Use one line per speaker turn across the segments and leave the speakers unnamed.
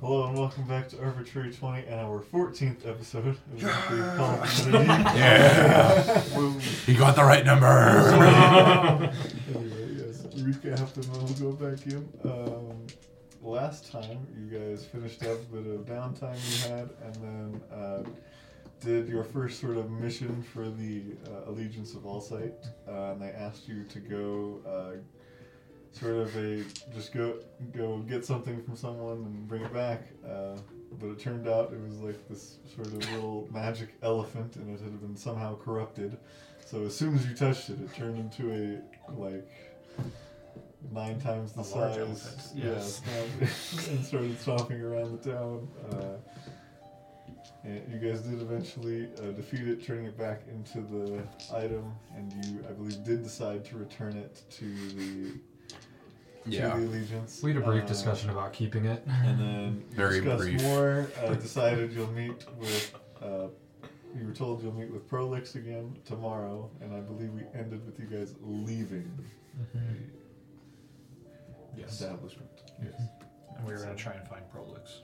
Hello and welcome back to Arbitrary 20 and our 14th episode of the Call
Yeah. he got the right number.
Anyway, yes, recap and then we'll go back in. Um, last time you guys finished up a bit of downtime you had and then uh, did your first sort of mission for the uh, Allegiance of Allsight uh, and they asked you to go uh, sort of a just go go get something from someone and bring it back. Uh, but it turned out it was like this sort of little magic elephant, and it had been somehow corrupted. So as soon as you touched it, it turned into a like nine times the
A large
size.
elephant, yes.
Yeah, stomp- and started stomping around the town. Uh, and you guys did eventually uh, defeat it, turning it back into the item, and you, I believe, did decide to return it to the
yeah.
to the allegiance.
We had a brief
Uh,
discussion about keeping it.
and then you
Very
discussed
brief.
more. Uh, decided you'll meet with. Uh, you were told you'll meet with Prolix again tomorrow, and I believe we ended with you guys leaving the
Yes.
establishment.
Yes.
And we were going to try and find Prolix.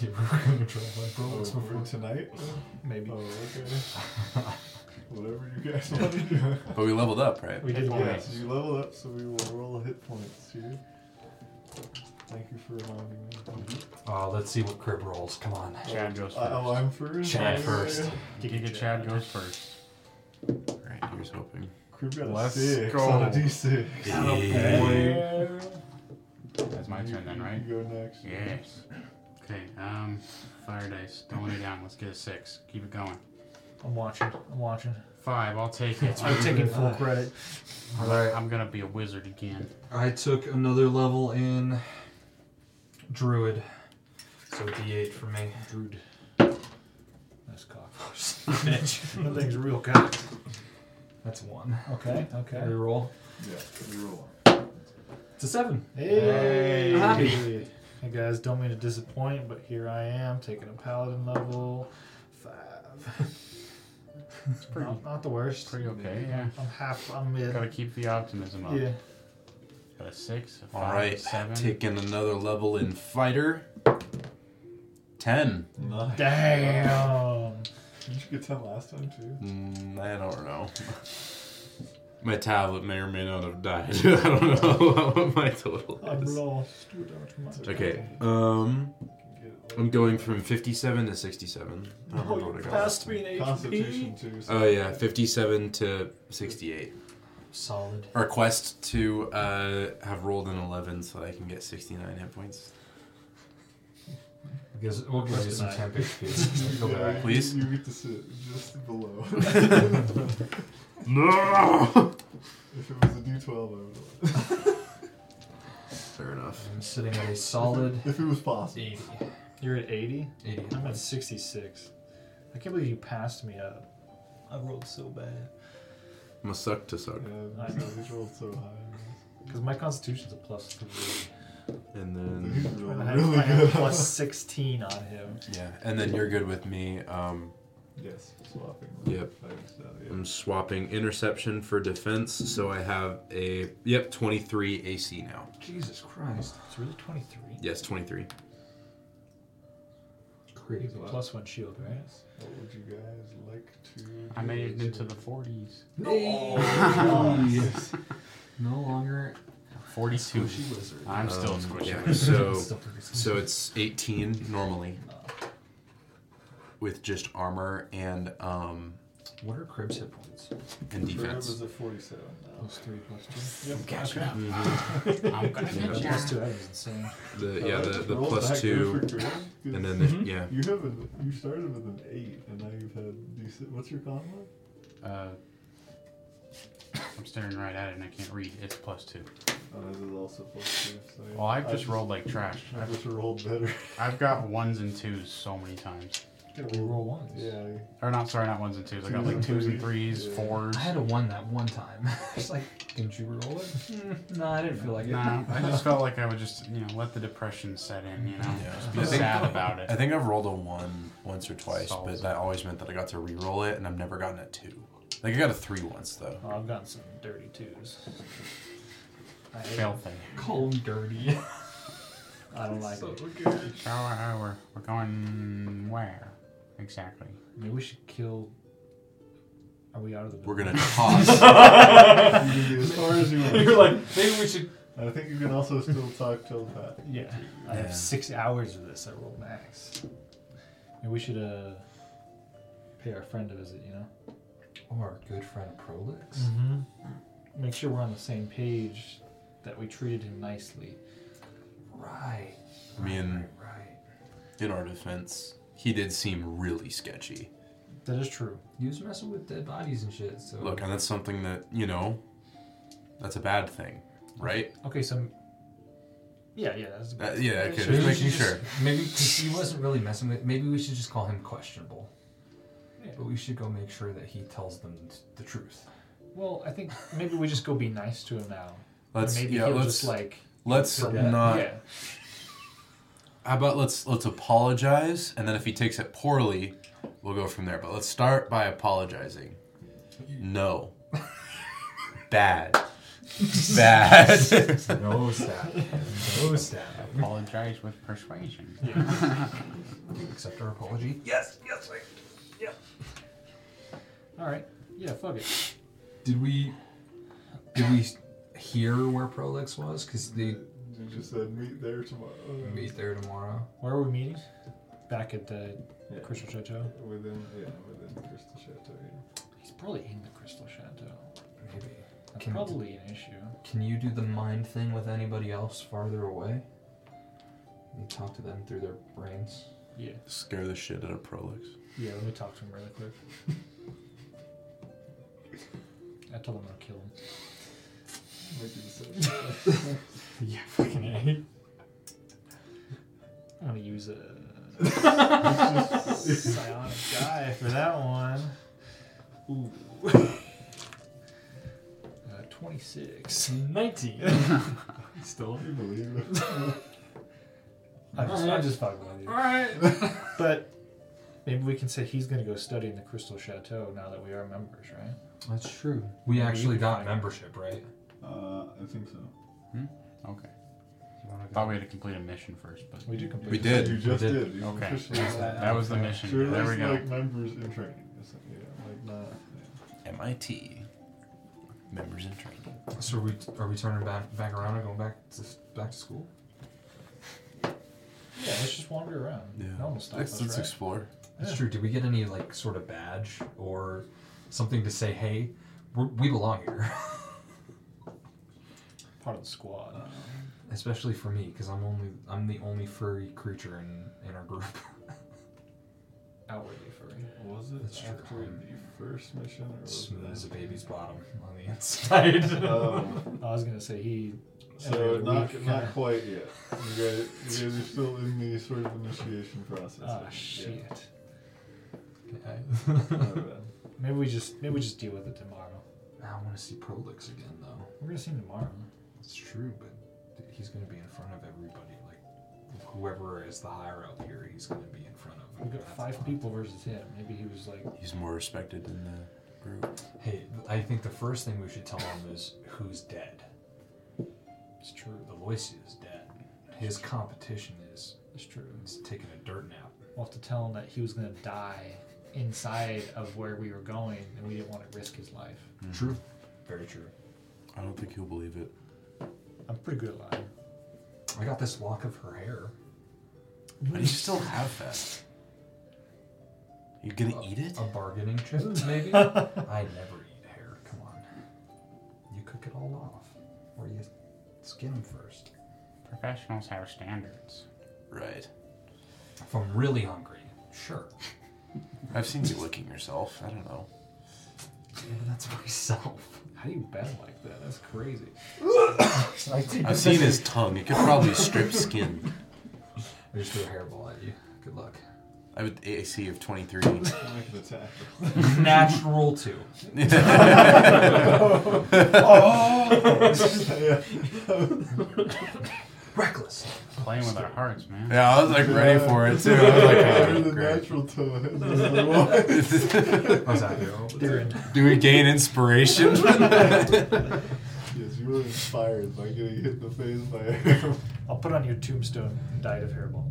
Yeah, we were gonna try to find
Oh,
Prolix
for
before.
tonight.
Maybe.
Oh, okay. Whatever you guys want to do.
But we leveled up, right?
We did want
Yeah, so you level up, so we will roll hit points here. Thank you for reminding me.
Uh, let's see what crib rolls. Come on.
Chad goes
Uh, oh,
first.
I'm first.
Chad
Yeah,
first.
yeah, yeah.
Giga Chad goes first.
Right, here's hoping.
Crew got
Let's
a six
go.
on a d6.
That's my turn then, right?
You go next.
Yes. Okay, um, fire dice. Don't let it down. Let's get a six. Keep it going.
I'm watching. I'm watching.
Five, I'll take it. I'm,
taking full credit.
All right.
I'm gonna be a wizard again.
I took another level in Druid. So D8 for me. Oh,
Druid. Nice cock. Bitch. that thing's real cock.
That's one.
Okay, okay.
Reroll.
Yeah, you roll.
It's a seven.
Hey. Ah.
Happy.
hey guys, don't mean to disappoint, but here I am taking a paladin level five. It's pretty, not, not the worst.
Pretty okay, yeah.
I'm half. I'm mid.
Gotta keep the optimism up.
Yeah.
Got a six, a five,
All right,
seven.
taking another level in fighter. Ten.
Nice.
Damn.
Did you get 10 last time, too?
Mm, I don't know. My tablet may or may not have died. I don't know what my total
I'm
is.
lost without my.
Okay.
Uh,
Um,
You can get,
I'm going from 57 to 67. I don't
Oh,
remember what I
you
got.
passed me an
like,
HP.
Constitution, too. so-
Oh yeah, 57 to 68.
Solid.
Our quest to uh, have rolled an 11 so that I can get 69 hit points.
Because we'll give you some
Plus
temp
You
HP. Go
get-
back.
you-
Please?
You get to sit just below.
No!
if it was a d12, I would have.
Fair enough.
I'm sitting at a solid
If it was possible.
80.
You're at 80.
80.
I'm at 66. I can't believe you passed me up. I rolled so bad.
Must suck to suck.
Yeah,
I
so
know.
these rolled so high.
Because my constitution's a plus three.
And
These
then
rolled
And I have,
really
I have
good.
plus 16 on him.
yeah, and then you're good with me. Um,
Yes, swapping.
Yep. Mm.
Thanks, uh, yeah.
I'm swapping interception for defense, so I have a yep 23 AC now.
Jesus Christ.
It's really 23.
Yes, 23.
Crazy.
Plus one shield, right?
What would you guys like to do?
I made it into the 40s.
No longer
42.
Squishy Wizard.
I'm still
Um,
squishy.
yeah, so
Still
so it's 18 normally with just armor and um
What are Crib's hit points?
and
Crib
defense.
is at 47 now.
Plus three, plus two.
I'm catching up.
Mhm.
I'm gonna get
Yeah.
Plus
you.
two, that was insane.
The
I
yeah
like
the,
that
the
roll
plus
back there
two
for Crib, 'cause
and then the, yeah
You Mm-hmm. have a, you started with an eight, and now you've had decent. What's your con mod?
Uh, I'm staring right at it and I can't read. It's plus two.
Oh, this is also plus two. So yeah.
Oh,
Well, I've just rolled like trash.
I
I've,
just rolled better.
I've got ones and twos so many times.
Gotta reroll ones.
yeah.
Or not, sorry, not ones and twos. I got
Twos
like
and
twos and
threes.
threes,
Yeah.
fours.
I had a one that one time. It's like, didn't you roll it? Mm, no, I didn't feel like it.
Nah, I just felt like I would just, you know, let the depression set in, you know,
Yeah.
just be
I think-
sad about it.
I think I've rolled a one once or twice,
Solid.
but that always meant that I got to re-roll it, and I've never gotten a two. Like I got a three once though.
Oh, I've gotten some dirty twos. I hate
Filthy.
Call him dirty.
I don't like it.
good.
Shower hour. uh, We're going where? Exactly.
Maybe we should kill. Are we out of the?
We're
building?
gonna toss.
You can be as far as you want.
You're like maybe we should.
I think you can also still talk telepath.
Yeah. I
Yeah.
have six hours of this. I roll max. Maybe we should uh pay our friend a visit. You know.
Or Oh, our good friend Prolix.
Mm-hmm. Make sure we're on the same page. That we treated him nicely.
Right.
I mean,
Right, right.
in our defense, he did seem really sketchy.
That is true.
He was messing with dead bodies and shit, so.
Look, and that's something that you know, that's a bad thing, right?
Okay, so. Yeah, yeah, that's
Uh, yeah, okay,
Sure.
just
we should
making
just-
sure.
Maybe, because he wasn't really messing with Maybe we should just call him questionable.
Yeah.
But we should go make sure that he tells them t- the truth.
Well, I think maybe we just go be nice to him now.
Let's
maybe
yeah,
he'll
let's
just like
let's
forget.
not.
yeah.
How about let's let's apologize, and then if he takes it poorly, we'll go from there. But let's start by apologizing. No. Bad. Bad.
No stab. No stab.
Apologize with persuasion.
Accept our apology.
All right. Yeah. Fuck it.
Did we. Did we hear where Prolix was? Because they
You just said meet there tomorrow.
meet there tomorrow.
Where are we meeting? Back at the
Yeah.
Crystal Chateau.
Within, yeah, within Crystal Chateau. yeah.
He's probably in the Crystal Chateau.
Maybe.
That's
Can-
probably an issue.
Can you do the mind thing with anybody else farther away? You talk to them through their brains.
Yeah.
Scare the shit out of Prolix.
Yeah. Let me talk to him really quick. I told him I'll kill him.
Make a decision.
Yeah. Fucking a. I'm gonna use a psionic guy for that one. Ooh. Uh, 26.
19.
Still.
Can you believe it?
I'm just, I'm just fucking with you.
Alright.
But maybe we can say he's going to go study in the Crystal Chateau now that we are members, right?
That's true. We actually got membership, right?
Uh, I think so.
Okay. Thought we had to complete a mission first, but
We do complete.
We
it.
did.
You just
did.
did. You
Okay.
officially
That
that was the mission.
Sure,
there we
there's
go.
like members in training. It's like, Yeah, like not.
MIT. Members in training.
So are we are we turning back back around and going back to back to school?
Yeah, let's just wander around.
Yeah.
No one will stop
Let's,
us,
let's
right?
explore.
That's
Yeah.
true. Did we get any like sort of badge or something to say, hey, we're, we belong here?
Part of the squad.
Especially for me, because I'm only I'm the only furry creature in in our group.
Outwardly furry.
Was it
That's true.
after the first mission or was
Smooth
it
as a
after?
baby's bottom on the inside.
Um,
I was going to say he.
so
every
not
week,
not
kinda-
quite yet. You guys, you guys are still in the sort of initiation process.
Ah,
Yeah. Oh,
shit.
My bad.
Maybe we just maybe we just deal with it tomorrow.
I want to see Prolix again, though.
We're gonna see him tomorrow.
It's true, but th- he's going to be in front of everybody. Like, whoever is the higher up here, he's going to be in front of.
We got
That's
five
fine.
people versus him. Maybe he was like,
He's more respected in the group.
Hey, I think the first thing we should tell him is who's dead.
it's true.
Aloysius is dead. His competition is,
It's true.
is taking a dirt nap.
We'll have to tell him that he was gonna die inside of where we were going, and we didn't want to risk his life.
True. Very true.
I don't think he'll believe it.
I'm pretty good at lying.
I got this lock of her hair.
Why do you still have that? You gonna eat it?
A bargaining chip, maybe? I never eat hair. Come on. You cook it all off, or you skin them first.
Professionals have standards.
Right.
If I'm really hungry, sure.
I've seen you licking yourself. I don't know.
that's myself.
How do you bend like that? That's crazy.
I did.
I've seen his tongue. It could probably strip skin.
I just threw a hairball at you. Good luck.
I would AC of 23.
I'll Make an attack.
Natural two.
Oh! yeah.
Reckless.
Playing with our hearts, man.
Yeah, I was like ready for it too.
Better
I was
than
like, oh,
natural to it.
How's that?
Darren,
do we gain inspiration?
yes, you really inspired by getting hit in the face by a hairball.
I'll put on your tombstone died of hairball.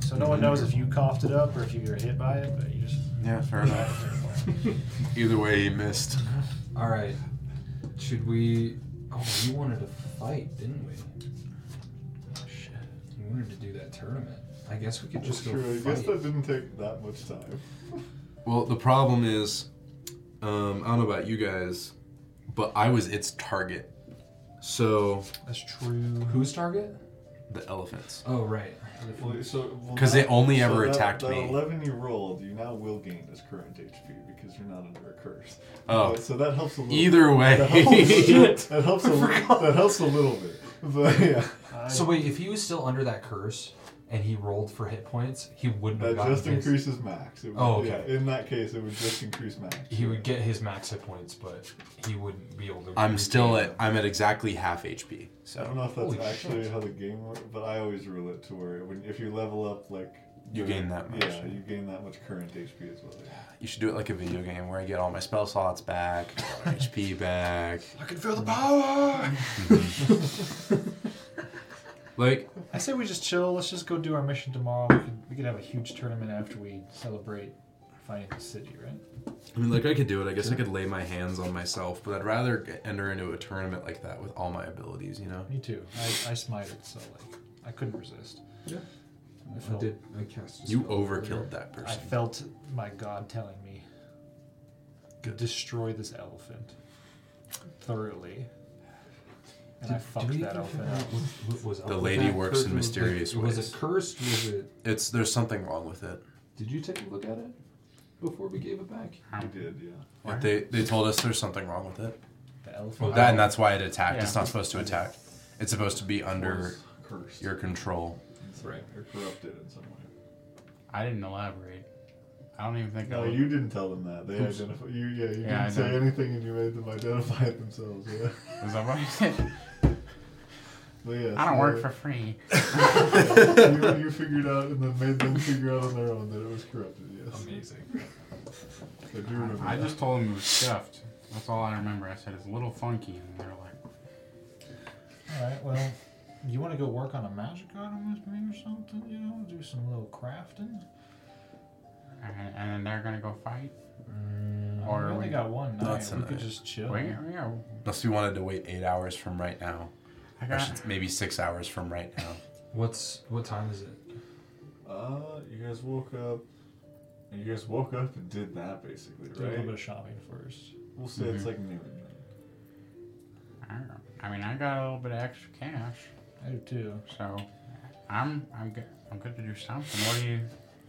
So no one knows if you coughed it up or if you were hit by it, but you just
Yeah, fair enough. Either way, he missed.
All right. Should we? Oh, you wanted to fight, didn't we? Oh shit! You wanted to do that tournament. I guess we could just go
Sure, I guess
fight.
that didn't take that much time.
Well, the problem is, um, I don't know about you guys, but I was its target. So
that's true.
Who's target?
the elephants.
Oh right.
Well, so- well,
'Cause they
now-
only ever
that-
attacked
that
me.
11 year old, you now will gain his current HP because you're not under a curse.
Oh.
But- so that helps a little
Either way.
That helps, that helps, a, little- that helps a little bit. But yeah,
I,
So wait, if he was still under that curse and he rolled for hit points, he wouldn't have
that
gotten
just
his,
increases max. It would,
Oh,
yeah,
okay.
in that case, it would just increase max.
He would get his max hit points, but he wouldn't be able to.
I'm still
regain
at I'm at exactly half HP.
I don't
So
know if that's
Holy
actually
shit.
how the game works, but I always rule it to where when if you level up, like
You
the-
gain that much.
Yeah, you gain that much current HP as well. yeah.
you should do it like a video game where I get all my spell slots back, all my HP back.
I can feel the power.
Like
I say we just chill. Let's just go do our mission tomorrow. We could we could have a huge tournament after we celebrate finding the city, right?
I mean, like I could do it. I guess I could lay my hands on myself, but I'd rather g- enter into a tournament like that with all my abilities. You know.
Me too. I, I smited, so like I couldn't resist.
Yeah.
I
I
felt,
did. I cast. a
You
spell
overkilled
earlier.
that
I
person.
felt my God telling me, destroy this elephant thoroughly. And I
Do
fucked
we
that
ever figure
elephant
out
up.
what- what was up
The
with
lady
that
works
curse?
in
Was it-
mysterious
Was
ways.
it cursed? Was it?
It's there's something wrong with it.
Did you take a look at it before we gave it back?
You did, yeah.
Like they they told us there's something wrong with it.
The elephant.
That and that's why it attacked. It's
Yeah.
not supposed to attack. It's supposed to be under
Cursed.
your control.
That's right. You're corrupted in some way.
I didn't elaborate. I don't even think I
No,
would-
you didn't tell them that. They
Oops.
identify you. Yeah, you
Yeah, I
didn't say
know.
anything, and you made them identify it themselves. Yeah.
Was that what you said?
But yeah
I don't
so
work for free.
you, you figured out, and then made them figure out on their own that it was corrupted. Yes.
Amazing.
I do remember.
I
that.
just told them it was stuffed. That's all I remember. I said it's a little funky, and they're like,
All right. Well, you want to go work on a magic item with me or something? You know, do some little crafting.
and, and then they're gonna go fight.
Mm,
we
Or
only
we,
got one night.
That's
we
a
could
night.
just chill.
wait, yeah,
Unless we wanted to wait eight hours from right now.
I
Or
got.
should- maybe six hours from right now.
What's what time is it?
Uh, you guys woke up. You guys woke up and did that basically,
Do a little bit
right?
of shopping first.
We'll say it's like noon.
I, don't know. I mean, I got a little bit of extra cash,
I do too.
so I'm I'm good. I'm good to do something. What do you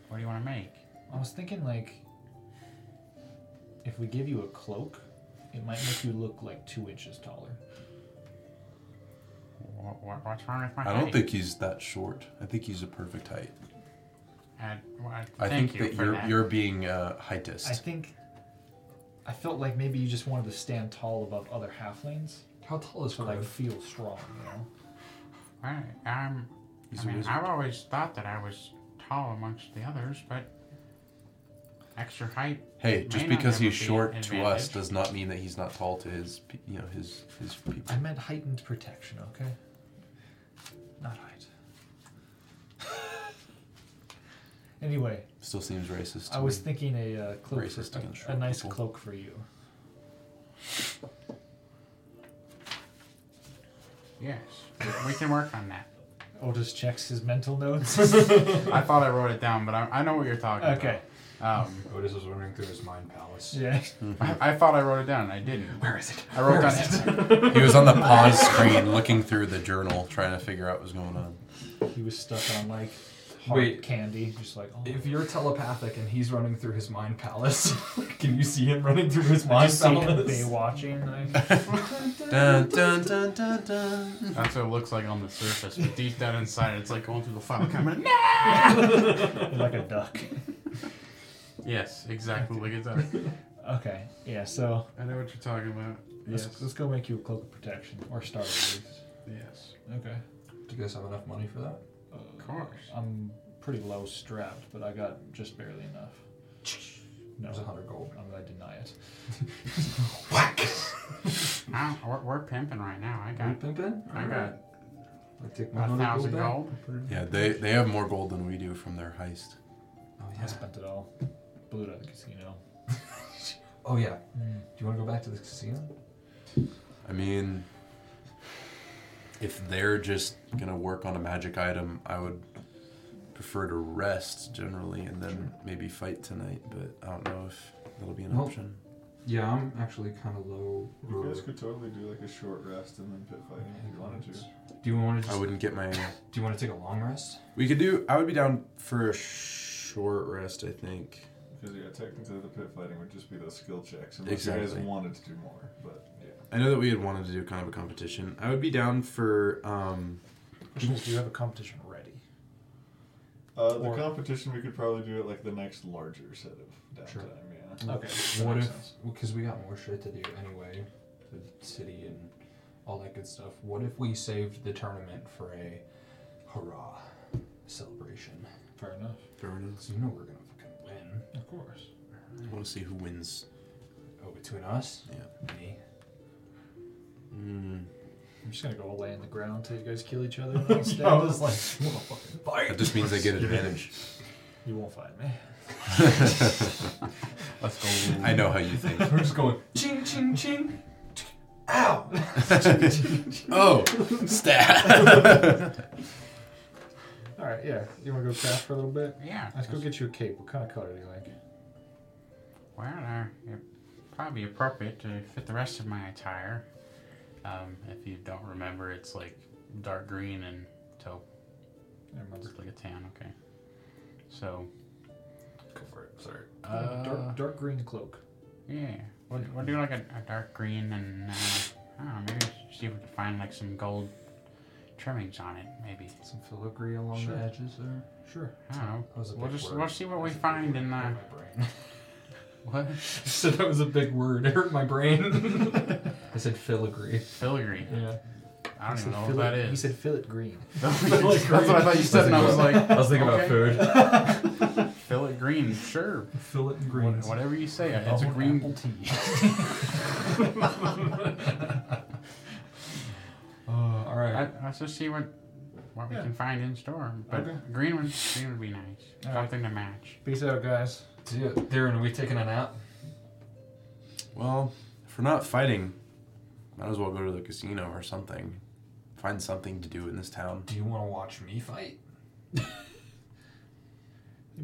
What do you want to make?
I was thinking like, if we give you a cloak, it might make you look like two inches taller.
What, what, what's wrong with my?
I don't
height?
think he's that short. I think he's a perfect height.
I, well, I,
I
thank
think
you
that
for
you're
that.
you're being uh,
I
heightist.
think. I felt like maybe you just wanted to stand tall above other halflings
How tall is
to like
Grove?
feel strong, you know.
Right. I'm.
He's
I
a
mean,
wizard.
I've always thought that I was tall amongst the others, but extra height.
Hey,
may
just
not
because
ever
he's
be
short
an
to us
advantage.
does not mean that he's not tall to his pe- you know his his people.
I meant heightened protection, okay? Not height. anyway,
Still seems racist. To
I was
me.
thinking a uh, cloak
Racist against
for, a,
short
nice
people.
cloak for you.
Yes, we- we can work on that.
Otis checks his mental notes.
I thought I wrote it down, but I, I know what you're talking
okay.
about. Um,
Otis was running through his mind palace.
Yeah.
I, I thought I wrote it down. I didn't.
Where is it?
I wrote
Where
down.
is it?
he was on the pause screen looking through the journal trying to figure out what's going on.
He was stuck on like hard
Wait.
candy, just like oh.
If you're telepathic and he's running through his mind palace, can you see him running through his
I
mind
just see him
palace?
day watching. Like,
Dun dun dun dun dun.
That's what it looks like on the surface, but deep down inside, it's like going through the file cabinet. No!
like a duck.
Yes, exactly. Like it's a,
Okay. Yeah. So
I know what you're talking about.
let's,
Yes.
let's go make you a cloak of protection or star at least.
Yes.
Okay.
Do you guys have enough money for that?
Of course.
I'm pretty low strapped, but I got just barely enough. No,
There's a hundred gold.
I'm gonna deny it.
Whack!
I don't- we're, we're pimping right now. I got
Pimpin?
I
Alright.
got
I take my
a
hundred
thousand
back.
gold.
Put it in-
Yeah, they they have more gold than we do from their heist.
Oh
I
yeah.
spent it all. Blew it at the casino.
Oh yeah. Do you want to go back to the casino?
I mean, if they're just gonna work on a magic item, I would prefer to rest generally and then maybe fight tonight. But I don't know if that'll be an
Well,
option.
Yeah, I'm actually kind of low.
You
or-
guys could totally do like a short rest and then pit fighting if you wanted to.
Do you want to?
I
Just,
wouldn't get my.
do you want to take a long rest?
We could do. I would be down for a short rest. I think.
Because yeah, technically the pit fighting would just be those skill checks, unless you
Exactly.
guys wanted to do more. But yeah,
I know that we had wanted to do kind of a competition. I would be down for. um
Question is, do you have a competition ready?
uh, the
Or-
competition we could probably do at like the next larger set of downtime.
Sure.
Yeah.
Okay.
What
that makes
if?
sense.
Because we got more shit to do anyway, the city and all that good stuff. What if we saved the tournament for a hurrah celebration?
Fair enough.
Governance.
So you know we're gonna fucking win.
Of course.
I want to see who wins.
Oh, between us?
Yeah.
Me.
Mm.
I'm just gonna go lay in the ground till you guys kill each other. And I'll stand as like,
That just means I get advantage.
you won't find me.
Let's go.
I know how you think.
We're just going ching ching ching. Ow!
oh, stat.
All right. Yeah. You wanna go craft for a little bit?
Yeah.
Let's go get you a cape. What kind of color do you like?
Well, uh, it'd probably be appropriate to fit the rest of my attire. Um, if you don't remember, it's like dark green and taupe.
I remember.
It's like a tan, okay. So,
Go for it. Sorry.
uh,
dark, dark green cloak.
yeah, we'll, we'll do like a, a dark green and uh, I don't know, maybe see if we can find like some gold trimmings on it, maybe.
Some filigree along
Sure.
the edges there.
Sure.
I don't know.
That was a
We'll
big
just
word.
we'll see
That
what we
was a big
find
word.
in
Hurt
the
my brain.
what
I said that was a big word. It hurt my brain. I said filigree.
filigree.
Yeah.
I don't
He
even
said
know what
fill
that
it- He
is.
said fillet green.
That's what I thought you said, and I was like,
I was thinking
Okay.
about food.
fillet green, sure,
Fillet and
What-
greens.
whatever you say. It's a green
Apple tea.
Uh, all right.
I, let's just see what what we
Yeah.
can find in store. But
Okay.
green one, green would be nice.
All right.
Something to match.
Peace out, guys.
Dude, Darren, are we taking a nap?
well, if we're not fighting, might as well go to the casino or something. Find something to do in this town.
Do you want to watch me fight?
You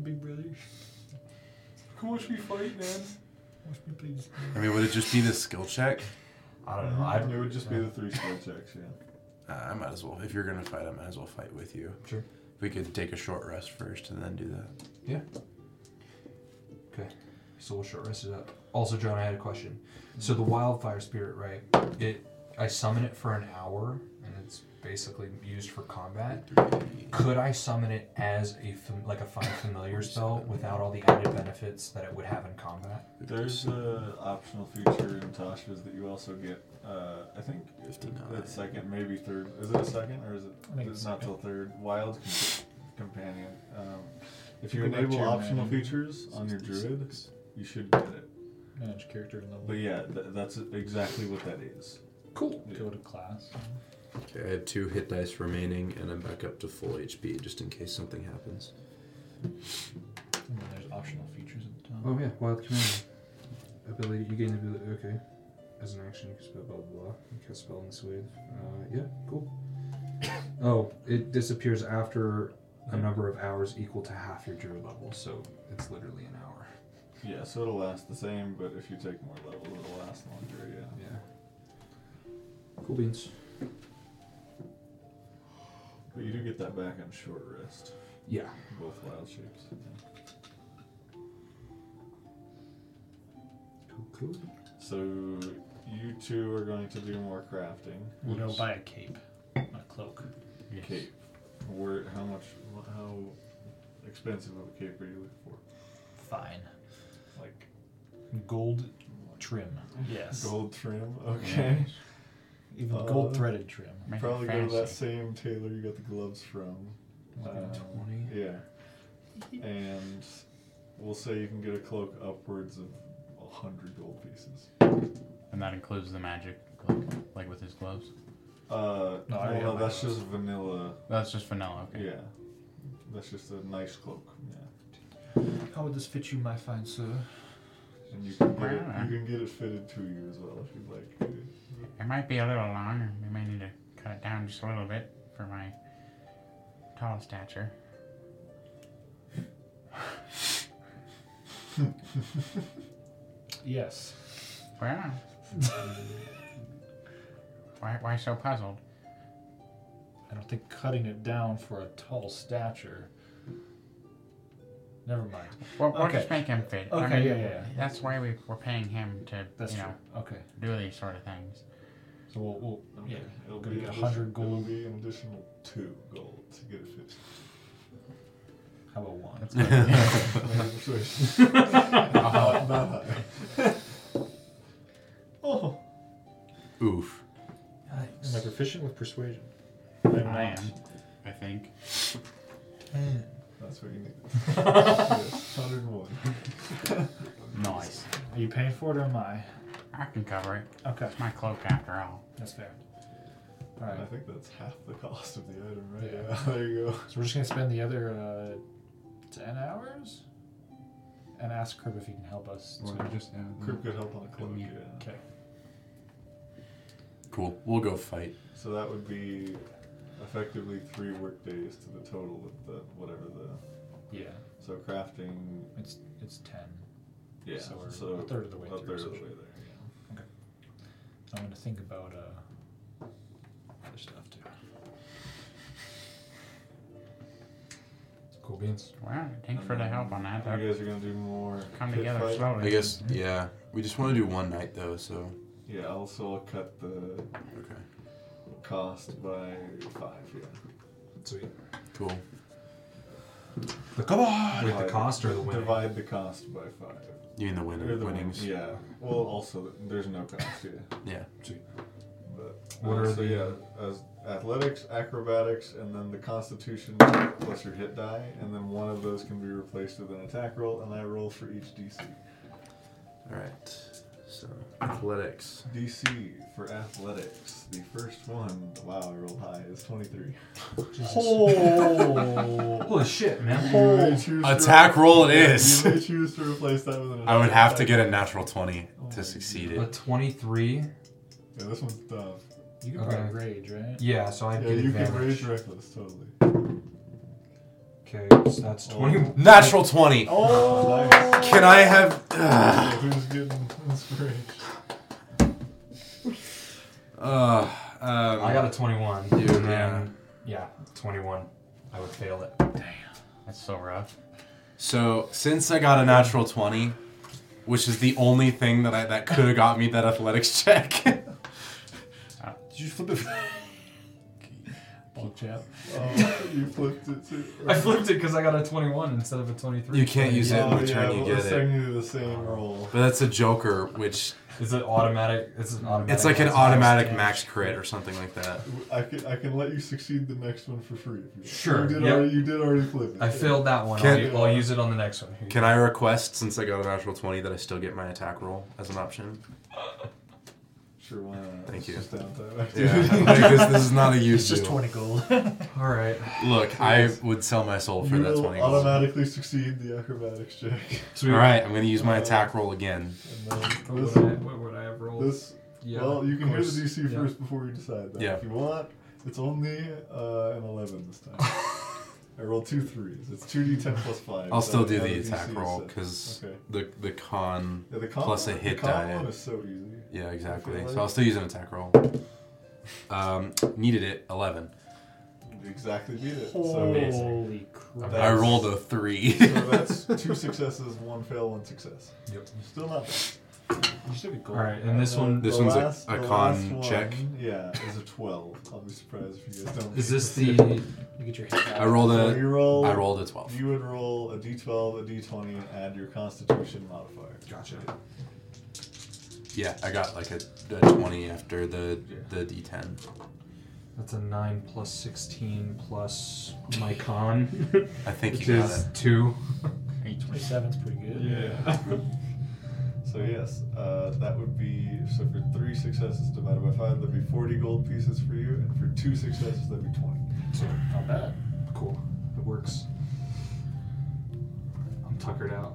big brother.
Come watch me fight, man.
Watch me, please.
I mean, would it just be this skill check?
I don't know. I,
it would just be the three skill checks. Yeah.
Uh, I might as well. If you're gonna fight, I might as well fight with you.
Sure.
We could take a short rest first and then do that.
So we'll short rest it up. Also, John, I had a question. So the wildfire spirit, right? It, I summon it for an hour, and it's basically used for combat. Could I summon it as a fam- like a find familiar spell without all the added benefits that it would have in combat?
There's uh, the optional feature in Tasha's that you also get. Uh, I think
Fifty-nine.
that second, maybe third. Is it a second or is it?
I think
it's
it's
not
second.
till third. Wild com- companion. Um, if you
Go back to
enable
your
optional
menu.
features on your druid, you should get it.
Manage character and level.
But yeah, th- that's exactly what that is.
Cool.
Yeah.
Go to class.
Okay, I have two hit dice remaining, and I'm back up to full HP just in case something happens.
And then there's optional features at the top.
Oh yeah, wild commander. Ability you gain the ability. Okay. As an action, you can spell blah blah blah. You cast spell in this wave. Uh, yeah, cool. oh, it disappears after a number of hours equal to half your druid level, so it's literally an hour.
Yeah, so it'll last the same, but if you take more levels, it'll last longer. Yeah.
Yeah. Cool beans.
But you do get that back on short rest,
Yeah.
both wild shapes.
Cool. Cool.
So you two are going to do more crafting.
We'll go buy a cape, not a cloak.
Yes.
Cape. Where? How much? How expensive of a cape are you looking
Fine.
for? Like
Gold trim. Yes.
gold trim? Okay.
Even
Uh,
gold threaded trim.
Make it
Probably go to that
fancy.
same tailor you got the gloves from. Um,
20.
Yeah. And we'll say you can get a cloak upwards of a hundred gold pieces.
And that includes the magic Like, like with his gloves?
Uh,
No, I already
well,
have
no,
my
that's
gloves.
just vanilla.
That's just vanilla. Okay.
Yeah, that's just a nice cloak. Yeah,
How would this fit you, my fine sir?
and you can get it, you can get it fitted to you as well if you'd like.
It might be a little long. We might need to cut it down just a little bit for my tall stature.
Yes.
Well, why, why so puzzled?
I don't think cutting it down for a tall stature. Never mind.
Well, we'll
Okay.
just make him fit.
Okay, yeah, yeah, yeah.
That's why we, we're paying him to,
That's
you know,
true. Okay.
do these sort of things.
So we'll, we'll yeah.
it'll
Gonna
be
get
an
100
addition-
gold.
It'll be an additional two gold to get it fitted.
How about one?
That's good.
Not- not high.
Oh.
Oof.
Am I proficient with persuasion?
I
not.
am, I think.
That's what you need. yes, 101.
Nice.
Are you paying for it or am I?
I can cover it.
Okay.
It's my cloak after all.
That's fair. All
I
right.
think that's half the cost of the item, right?
Yeah. Mm-hmm.
Yeah, there you go.
So we're just gonna spend the other uh, ten hours and ask Kerb if he can help us. To...
just,
Crib could help on a cloak,
Yeah.
yeah.
Okay.
Cool. We'll go fight.
So that would be effectively three workdays to the total of the whatever the.
Yeah.
So crafting,
It's it's ten.
yeah.
So
So,
we're a third of the way
a
through,
third of the way
essentially.
there.
I'm gonna think about uh, other stuff too.
Cool beans.
Well, thanks for the help on that. That
You guys are gonna do more.
come
pit
together
fight?
slowly.
I guess. Yeah. We just want to do one night though. So.
Yeah. Also, I'll cut the
Okay.
cost by five. Yeah.
Sweet.
Cool.
come on! With the
Divide-
cost or the winning?
Divide the cost by five.
You mean the win
Or the win-
winnings?
Yeah. Well, also there's no cost. Yeah.
Yeah.
But
Oh,
What
uh,
are
so
the-
yeah, as athletics, acrobatics, and then the Constitution plus your hit die, and then one of those can be replaced with an attack roll, and I roll for each DC.
All right. So athletics.
DC for athletics. The first one, wow, I rolled high. It's twenty-three.
Oh.
Holy shit, man.
You may choose to-
Attack roll it
Yeah,
is.
You may choose to replace that with an.
I would have to
attack.
get a natural twenty
Oh.
to succeed
A
it.
23.
Yeah, this one's tough.
You can
Okay.
probably rage, right?
Yeah, so I
Yeah,
get
you can
advantage.
raise reckless totally.
Okay, so that's 20.
Natural twenty.
Oh, nice.
Can I have?
Yeah, who's getting inspiration?
Uh, um,
I got a 21.
You,
and then, yeah, 21. I would fail it.
That's so rough.
So since I got a natural twenty, which is the only thing that I that could have got me that athletics check.
Did you flip it? Bulk jab.
Oh, you flipped it too.
I flipped it because I got a 21 instead of a 23.
You can't use it
Oh,
in return.
yeah,
you
well,
get
it's
it.
technically the same roll.
But that's a joker, which
Is it automatic? It's an automatic.
it's like an
attack.
automatic max crit or something like that.
I can, I can let you succeed the next one for free. If you want.
Sure,
You did,
yep.
already, you did already flip it.
I failed that one. I'll,
Can-
u- I'll use it on the next one. Here you
Can I request, since I got a natural twenty, that I still get my attack roll as an option?
Sure, why not? It's
Thank you.
Just downtime activity.
Yeah, like this, this is not a use.
It's just
deal.
twenty gold.
go. All right.
Look, I would sell my soul for
you
that
will
twenty. gold.
automatically succeed the acrobatics check.
Sweet.
All right, I'm gonna use my attack roll again.
And then
What
this,
would I, what would I have rolled?
this
yeah,
well, you can
of
hear the
course.
DC
Yeah.
first before you decide that.
Yeah.
If you want, it's only uh, an 11 this time. I rolled two threes. It's 2d10 plus 5.
I'll still
That-
do
that
the
DC
attack
is
roll
set.
because
Okay.
the the con.
Yeah, the con
plus a
one-
hit
the con
die.
one is so easy.
Yeah,
Okay,
exactly.
like-
So I'll still use an attack roll. Um, needed it eleven.
You exactly beat it.
Oh.
So
Holy crap!
I rolled a three.
So that's two successes, one fail, one success.
Yep.
Still not bad.
You still get
All
gold.
right, and this
then
one
This
the
one's a-
last-
a
the
con
last
check.
one, Yeah, is a 12. I'll be surprised if you guys don't.
is
get
this
it.
the
You get your hit. back.
I rolled
So you
a.
roll,
I rolled a twelve.
You would roll a d12, a d20, and add your constitution modifier.
gotcha?
Yeah, I got like a, a twenty after the the d10.
That's a nine plus sixteen plus my con,
I think
which
you got
is
it.
two.
Eight twenty.
Twenty-seven's pretty good.
Yeah. so So yes, uh, that would be so for three successes divided by five, that'd be forty gold pieces for you, and for two successes, that'd be twenty.
So not bad. Cool. It works. I'm tuckered out.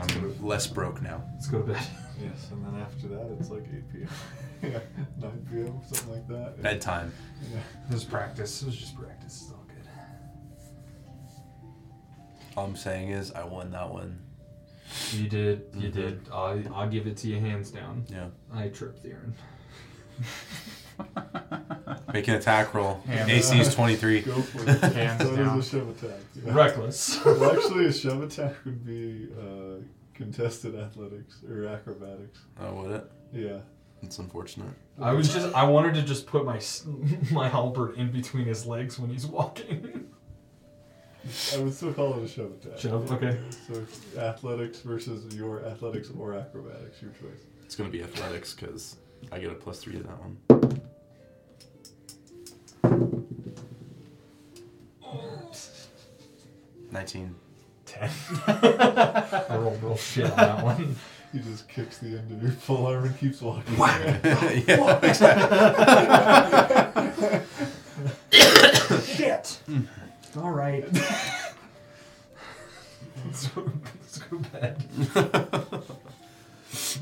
I'm less broke now.
Let's go to bed.
Yes, and then after that, it's like eight p.m. yeah, nine p.m. something like that.
Bedtime.
Yeah.
It was practice. It was just practice. It's all good.
All I'm saying is I won that one.
You did. You
Mhm.
did. I, I'll give it to you hands down.
Yeah.
I tripped Theron.
Make an attack roll.
Yeah.
AC is 23.
Go for it.
Hands
so
down.
it is a shove attack. yeah.
Reckless.
well, actually, a shove attack would be uh, contested athletics or acrobatics.
Oh, would it?
Yeah.
It's unfortunate.
I was just. I wanted to just put my s- my halberd in between his legs when he's walking.
I would still call it a shove attack.
Shove, okay.
So it's athletics versus your athletics or acrobatics, your choice.
It's going to be athletics because I get a plus three to that one. Nineteen.
Ten. I rolled real shit on that one.
He just kicks the end of your full arm and keeps walking.
yeah, exactly.
Shit. All right. let's, go, let's go to bed.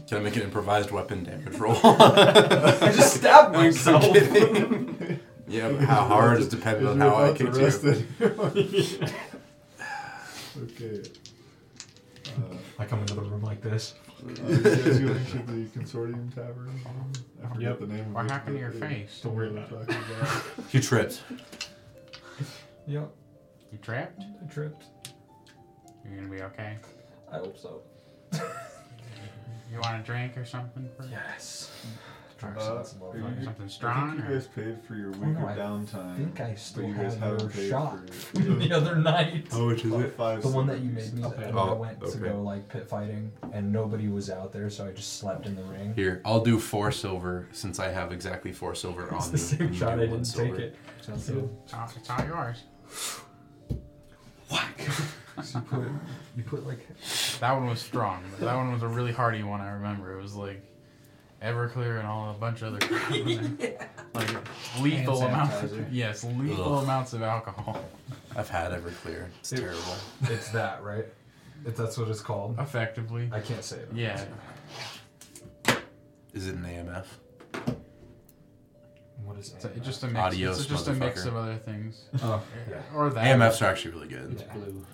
Can I make an improvised weapon damage roll?
I just stabbed myself.
yeah, but how hard is dependent on how I kicked you.
you. okay. Uh,
I come into the room like this.
you guys going to the Consortium Tavern? I forget
Yep.
the name of
What
it,
happened to your
but it-
face?
Don't worry
we're
about it.
talking about-
You tripped.
Yep,
You trapped?
I tripped.
You're gonna be okay.
I hope so.
You want a drink or something? For
Yes.
Uh, are you-
Something
I
strong,
think you
or-
guys paid for your
no,
week
Oh, I
of downtime.
I think I
but
still
you guys
have
haven't
your
paid
shot
for your-
the other night.
How much is
About
it?
five
The one that you
silver
made me
pieces.
that
Okay.
when I
Oh,
went to
okay.
go like pit fighting and nobody was out there, so I just slept in the ring.
Here, I'll do four silver since I have exactly four silver on
It's
me.
the same
and you
shot. I
do one
didn't
silver.
take it. Sounds
That's
good.
It's all, it's all yours.
Whack. you put you put like
That one was strong, but that one was a really hardy one. I remember it was like Everclear and all a bunch of other crap in there. like lethal
Hand
amounts.
sanitizer.
Of, yes, lethal
Ugh.
amounts of alcohol.
I've had Everclear. It's
Dude.
terrible.
it's that right? If that's what it's called.
Effectively,
I can't say it.
yeah.
Is it an AMF?
What is it?
It's, a, it's just a mix.
Adios,
it's just a mix
motherfucker.
of other things,
Oh, yeah.
or that.
AMFs are actually really good.
It's blue.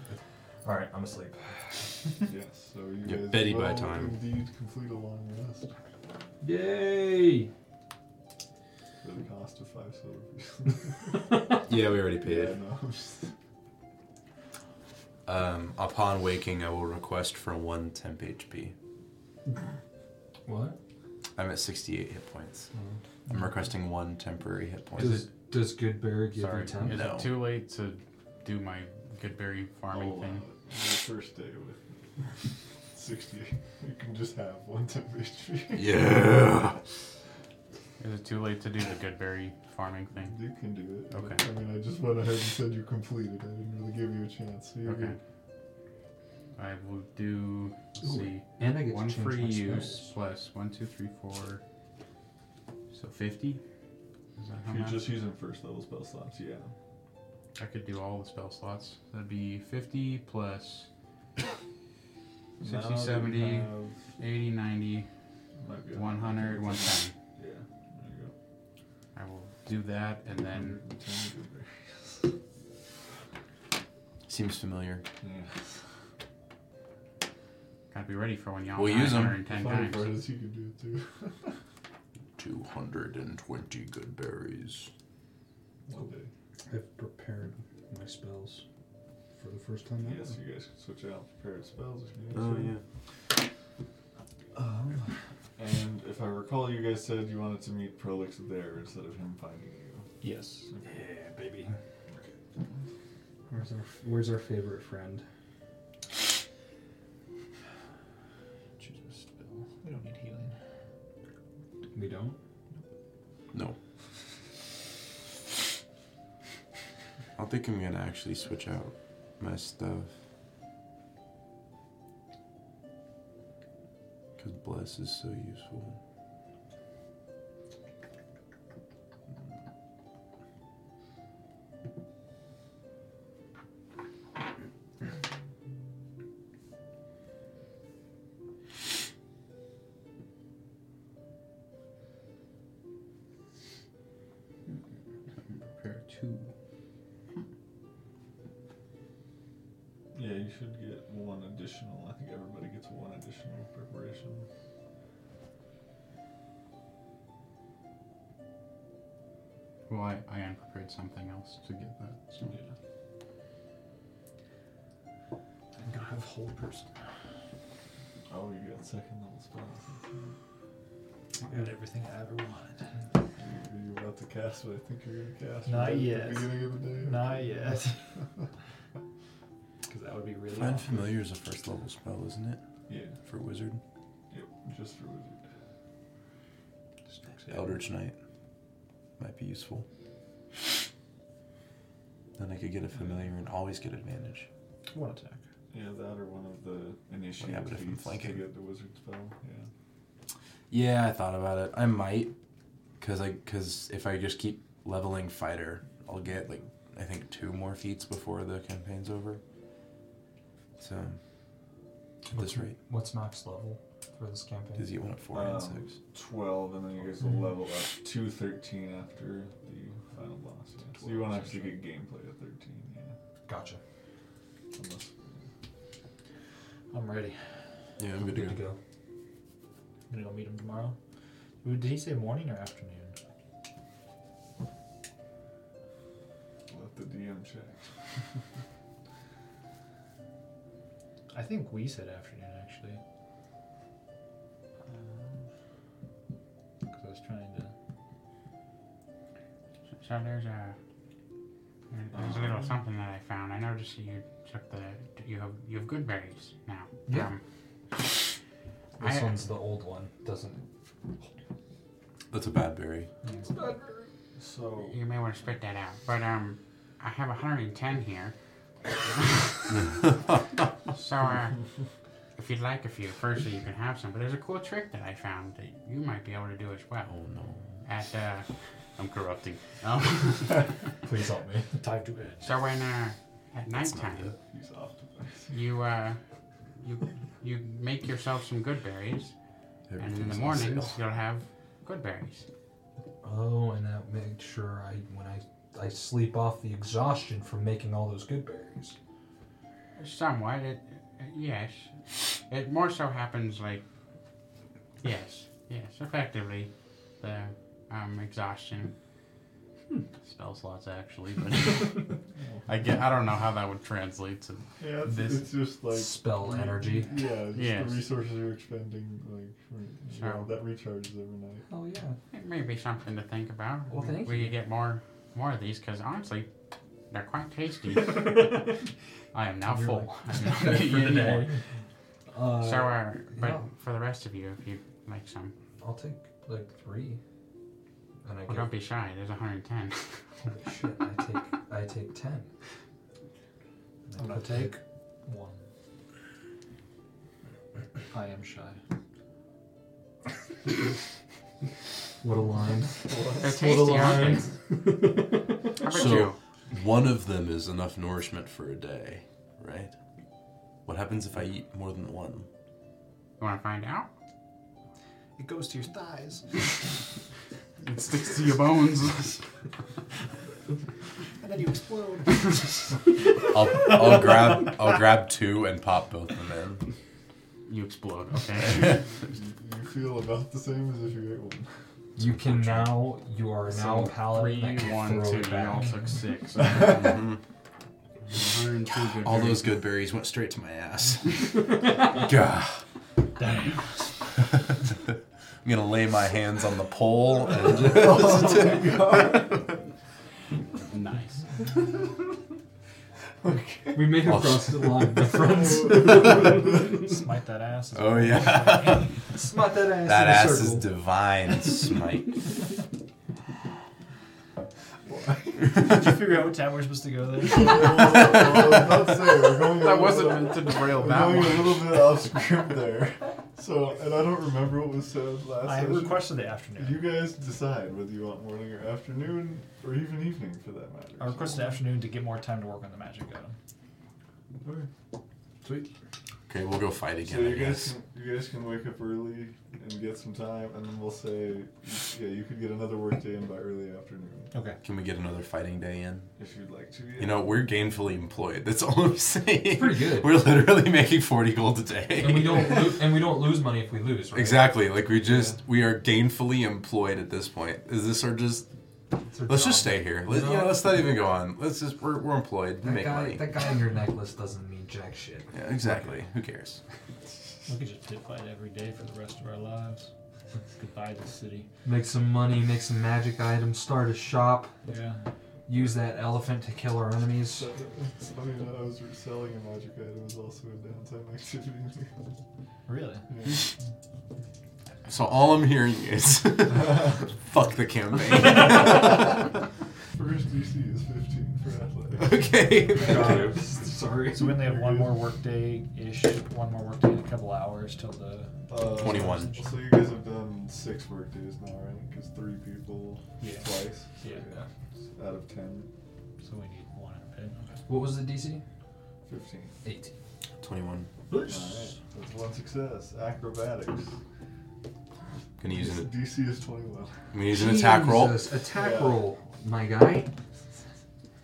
All right, I'm asleep.
Yes, so you
You're
guys
Betty by
will
time.
indeed complete a long rest
Yay!
for the cost of five silver pieces.
Yeah, we already
yeah, no, I'm just-
Um, upon waking, I will request for one temp HP.
What?
I'm at 68 hit points. I'm requesting one temporary hit point.
Does does Goodberry give
Sorry,
you ten?
is
No.
it too late to do my Goodberry farming
I'll allow
thing?
it. Your first day with 68. You can just have one temp HP.
Yeah.
Is it too late to do the Goodberry farming thing?
You can do it.
Okay.
I mean, I just went ahead and said you completed. I didn't really give you a chance. So you're
Okay.
good.
I will do. Let's
Ooh.
see.
And I get to
One
change
free
my
use
spells.
plus one, two, three, four. So fifty. Is that how
If you're
much?
just using first level spell slots, yeah.
I could do all the spell slots. That'd be fifty plus
Now
60,
that you
70,
have-
80, 90,
might be
100, 110.
Yeah. There you go.
I will do that, and then
110 would be great.
Seems familiar.
gotta be ready for when y'all.
We'll
die
use 'em.
110
The funny part
times.
is you can do it too.
220 good berries.
One day.
I've prepared my spells for the first time ever.
Yes, you guys can switch out prepared spells if you need
Oh,
to.
yeah.
Um,
And if I recall, you guys said you wanted to meet Prolix there instead of him finding you.
yes. Yeah, baby.
Where's our Where's our favorite friend?
Choose a spell. We don't need healing. We don't.
No. I don't think I'm gonna actually switch out my stuff. Because bless is so useful.
Prepare two.
Yeah, you should get one additional. I think everybody gets one additional preparation.
Well, I, I unprepared something else to get that. So.
I'm gonna have whole person.
Oh, you got second level spells.
I got everything I ever wanted.
Are you about to cast what I think you're going to cast?
Not
right at
yet.
The beginning of the day?
Not yet. Because that would be really.
Find
awkward.
familiar is a first level spell, isn't it?
Yeah,
For wizard.
yep, just for wizard.
Eldritch Knight might be useful. Then I could get a familiar and always get advantage.
One attack.
Yeah, that or one of the
Yeah,
initiative
but if I'm
feats to
flanking.
get the wizard spell. Yeah.
Yeah, I thought about it. I might, cause I cause if I just keep leveling fighter, I'll get like I think two more feats before the campaign's over. So at this rate,
What's max level for this campaign?
does he get one at four and
Um,
six?
12, and then you guys will level up to 13 after the final boss. Yeah. So you won't actually get gameplay at 13, yeah.
Gotcha.
Unless,
I'm ready.
Yeah, I'm good to
Good
go.
to go.
I'm gonna go meet him tomorrow. Ooh, Did he say morning or afternoon?
let the DM check.
I think we said afternoon actually. Because I was trying to.
So there's a there's a little something that I found. I noticed you took the you have you have good berries now.
Yeah.
Um,
This
I-
one's the old one. Doesn't.
That's a bad berry.
So,
you may want to spit that out. But um, I have 110 here. so uh, if you'd like a few, firstly you can have some. But there's a cool trick that I found that you might be able to do as well.
Oh no.
At uh, I'm corrupting. Um,
Please help me.
Time to edge.
so when uh, at nighttime.
good.
he's off to
you uh, you you make yourself some good berries, and in the
Everything's on
mornings
sale.
you'll have good berries.
Oh, and that make sure I when I I sleep off the exhaustion from making all those good berries.
Somewhat, it, yes, it more so happens like yes, yes, effectively the um, exhaustion
Hmm.
spell slots actually, but I get I don't know how that would translate to
Yeah, it's,
This-
it's just like
Spell energy.
Yeah, just
Yes.
the resources you're expending, like for,
Sure.
you know, that recharges every night.
Oh yeah.
It may be something to think about.
Well, thank
we
you.
could get more more of these because honestly, they're quite tasty. I am now
You're
full. I'm not
For
gonna eat anymore.
today. Uh,
So, uh, but
yeah.
for the rest of you, if you like some,
I'll take like three. And I
well,
get
don't be shy. There's 110.
holy shit. I take I take ten. And I
I'm gonna
put that-
take one. I am shy.
What a line.
They're tasty, aren't they? How about
So-
you?
One of them is enough nourishment for a day, right? What happens if I eat more than one?
You want to find out?
It goes to your thighs,
It sticks to your bones.
and then you explode.
I'll, I'll grab I'll grab two and pop both of them in.
you explode. Okay.
You, you feel about the same as if you ate one.
You can now. You are
So
now a paladin that
three,
can
one,
throw
two.
it
You all
back.
took six. 102 good
All
berries.
those good berries went straight to my ass. Gah. I'm gonna lay my hands on the pole and just
nice.
We may
Oh.
have crossed the line, my friends.
Smite that ass.
Oh yeah.
Smut that ass.
That
in a
ass is
circle.
divine, Smite.
Did you figure out what time we're supposed to go there?
I was about to say, we're going a
That
little
wasn't
bit-
meant to derail
we're
that
going
one.
a little bit off script there. So, and I don't remember what was said last
I
session.
requested the afternoon.
You guys decide whether you want morning or afternoon, or even evening for that matter.
I requested the afternoon to get more time to work on the magic item.
Okay.
Sweet.
Okay, we'll go fight
So
again. I
you
guess.
guys, can, you guys can wake up early and get some time, and then we'll say, yeah, you could get another work day in by early afternoon
Okay.
Can we get another fighting day in?
if you'd like to. Yeah.
You know, we're gainfully employed. That's all I'm saying.
pretty good.
We're literally making 40 gold a day.
and we don't lo- and we don't lose money if we lose, right?
Exactly. Like we just we are gainfully employed at this point. Is this our just
It's our
let's
job.
just stay here. Let,
You
you
know,
know, let's not even go on. Let's just we're, we're employed. We
That
make
guy,
money.
that guy in your necklace doesn't mean jack shit.
yeah, exactly. Who cares?
We could just pit fight every day for the rest of our lives. Goodbye, this city.
Make some money, make some magic items, start a shop,
Yeah.
use that elephant to kill our enemies.
So, it's funny that I was selling a magic item is also a downtime activity.
Really?
Yeah.
So all I'm hearing is fuck the campaign.
First DC is 15 for athletics.
okay.
God, sorry.
So we only have one more workday ish, one more workday in a couple hours till the.
Uh,
21.
So you guys have done six work days now, right? Because three people
Yeah.
twice. so
Yeah.
Out of 10,
So we need one in a pit.
What was the DC?
15.
Eight.
21.
Alright, that's one success. Acrobatics.
Gonna use an
DC is 21.
I'm gonna use an attack roll.
Jesus, Attack
Yeah.
roll, my guy.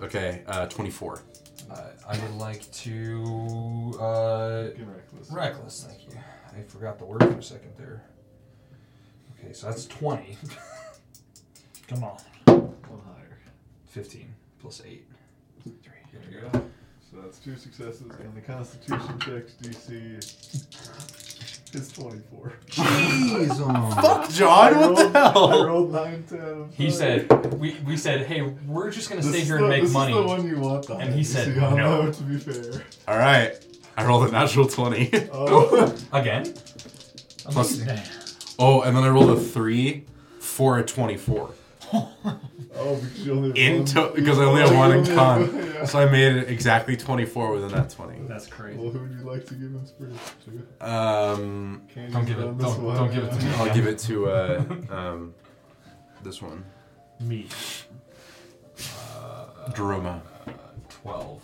Okay, uh, 24.
Uh, I would like to uh,
Fucking reckless.
reckless. Thank you. I forgot the word for a second there. Okay, so that's twenty.
Come on.
One higher.
15 plus 8. 3. There we go.
So that's two successes, and the Constitution checks DC is 24.
Jeez,
Fuck John,
I
what the
rolled- I
hell?
rolled 9, 10. I'm
He
sorry.
said, we, we said, hey, we're just going to
This
stay
is
here
the-
and make
this
money.
Is the one you want, though.
And he
You
said,
see, I
"No."
know, to be fair.
Alright. I rolled a natural 20.
Oh,
Again?
Plus- oh, and then I rolled a 3 for a 24.
oh because you only have
In
one-
to- because I only have one in
Yeah,
con.
yeah.
So I made it exactly 24 within that 20.
That's crazy.
Well, who would you like to give inspiration to?
Um,
Can't
Don't
use
give
it
it-
on this
don't-
one,
don't give it to
yeah.
me.
I'll give it to uh, um, this one.
Me.
Druma.
12.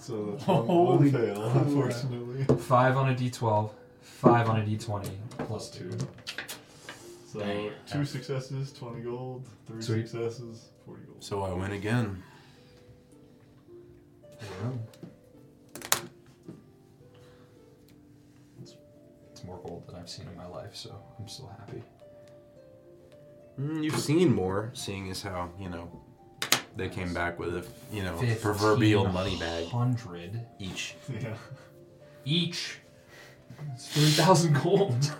So that's one,
Holy
one fail, unfortunately.
5 on a d12, 5 on a d20, plus 2.
So two successes, 20 gold. Three
Sweet.
successes, 40 gold.
So I win again.
There we go. It's, it's more gold than I've seen in my life, so I'm still happy.
Mm, you've seen more, seeing as how, you know, they came back with a, you know,
Fifteen
proverbial money bag
Hundred
each.
Yeah.
each. It's 3,000 gold.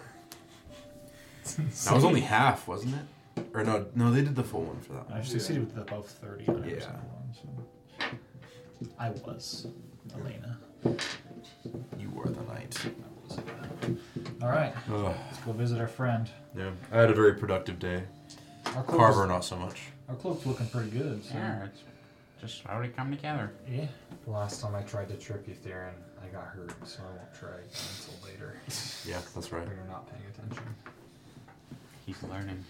That was only half, wasn't it? Or no, no, they did the full one for that one.
I've succeeded with above 30 on every
Yeah.
single one. So. I was. Elena.
You were the knight.
All right.
Ugh,
Let's go visit our friend.
yeah. I had a very productive day.
Our cloak,
Carver, not so much.
Is, our cloak's looking pretty good. So.
Yeah, it's just slowly come together.
Yeah.
Last time I tried to trip you, Theron, I got hurt, so I won't try again until later.
Yeah, that's right.
You're not paying attention.
He's learning.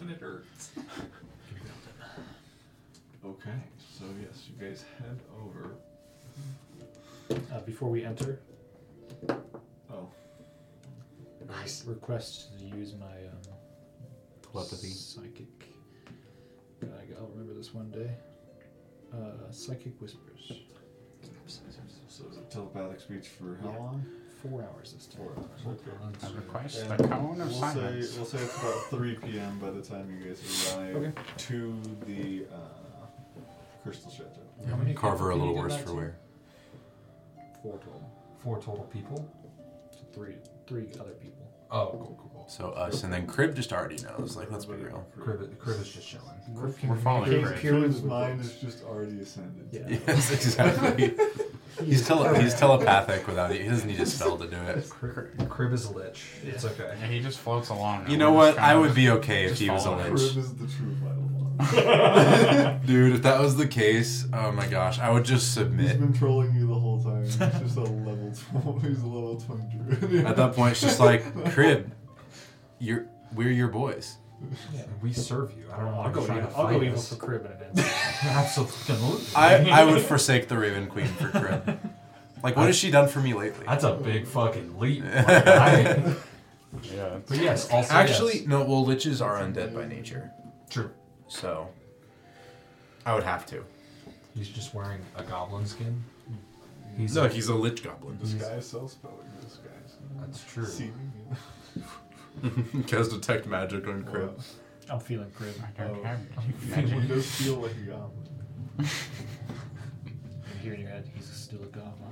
And it hurts.
Okay, so yes, you guys head over.
Uh, before we enter,
Oh,
nice. request to use my um,
Telepathy.
Psychic. God, I- I'll remember this one day. Uh, psychic whispers.
so is it telepathic speech for how long?
Four hours this time.
Four hours.
I request
And
the cone
We'll
of
say,
silence.
we'll say it's about 3 p.m. by the time you guys arrive to the uh, Crystal Chateau.
How many
Carver, a
people
little
do you
worse
do
for
that
wear.
to? Four total.
Four total people.
So three, three other people.
Oh, cool, cool, cool.
So us, and then Crib just already knows. Like, let's be real.
Crib, Crib is just chilling.
We're,
following
His
Crib.
mind is just already ascended.
Oh, Yeah.
Yes, exactly. he's tele- he's telepathic without it. He doesn't need a spell to do it.
Crib, Crib is a lich. It's okay.
Yeah, he just floats along.
You
and
know
we're just
what? I
kinda-
would be okay if
Just
he was a
follow him.
Crib
lich.
is the true vital one.
Dude, if that was the case, oh my gosh, I would just
He's
submit.
been trolling you the whole time. He's just a level 12. He's a level 20 druid.
At that point, it's just like, Crib, you're, we're your boys.
We serve you. I don't
I'll
want to
go
try to
evil,
fight
I'll go evil
us.
for crib in an instant.
Absolutely.
I, I would forsake the Raven Queen for Crib. Like, what has she done for me lately?
That's a big fucking leap. my guy.
Yeah.
but yes, also
Actually,
yes.
no, well, liches are undead by nature.
true.
So, I would have to.
He's just wearing a goblin skin. He's
No, he's a lich goblin.
This guy's self spelling. This guy's
that's true.
seeming you.
Cast detect magic on Crib.
I'm feeling crib.
I don't
Oh.
have
He
magic.
does feel like a goblin.
You hear in your head, he's still a goblin.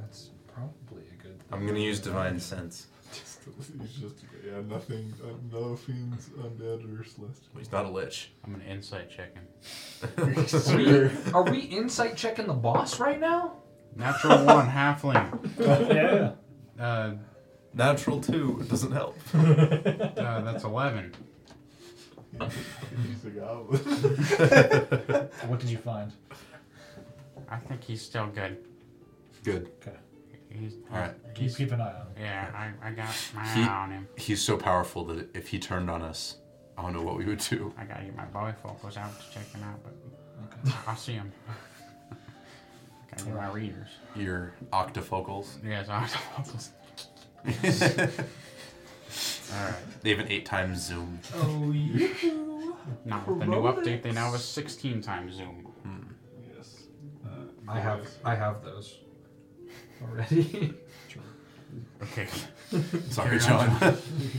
That's probably a good.
I'm gonna use divine sense.
Just, he's just, yeah, nothing, uh, no fiends, undead, or celestial.
Well, he's not a lich.
I'm an insight checking.
Sure.
Are we insight checking the boss right now?
Natural one halfling.
yeah.
Uh,
Natural two. It doesn't help.
uh, that's eleven.
He's a goblin.
What did you find?
I think he's still good.
Good.
He's
All right.
You
He's,
keep an eye on him.
yeah, I, I got my
He-
eye on him.
He's so powerful that if he turned on us, I don't know what we would do.
I gotta get my boy focus out to check him out, but
Okay.
I- I see him. gotta get my readers.
Your octafocals.
Yes, I focus. All right.
They have an eight times zoom.
Oh, you.
Now with the new update, they now have 16 times zoom.
yes. Uh,
I have I have those already.
Okay.
Sorry,
Carry on.
John.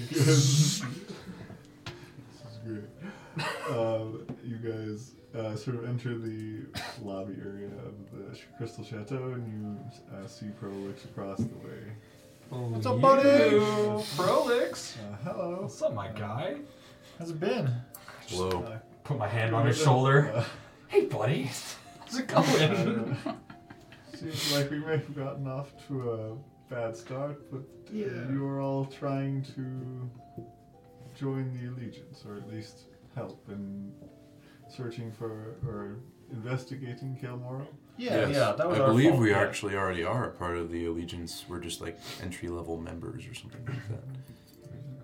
this is great. Um, you guys uh, sort of enter the lobby area of the Sh- Crystal Chateau, and you uh, see Prolix across the way.
What's
up, buddy?
Prolix?
Uh, hello.
Oh, What's up, my guy?
How's it been?
Hello.
Uh,
Put my hand on his shoulder. Oh.
Uh,
Hey, buddy. How's it
uh,
going?
seems like we may have gotten off to a bad start, but uh,
Yeah.
you are all trying to join the Allegiance, or at least help in searching for or investigating Kilmore.
Yes. I believe we actually already are a part of the Allegiance. We're just like entry level members or something like that.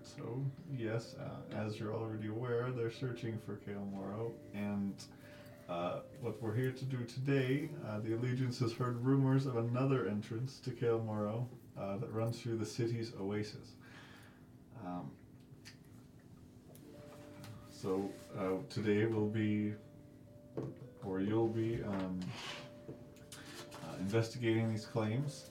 So, yes, uh, as you're already aware, they're searching for Kale Morrow, and uh, what we're here to do today, uh, the Allegiance has heard rumors of another entrance to Kale Morrow uh, that runs through the city's oasis. Um, so, uh, today will be, or you'll be, um, uh, investigating these claims.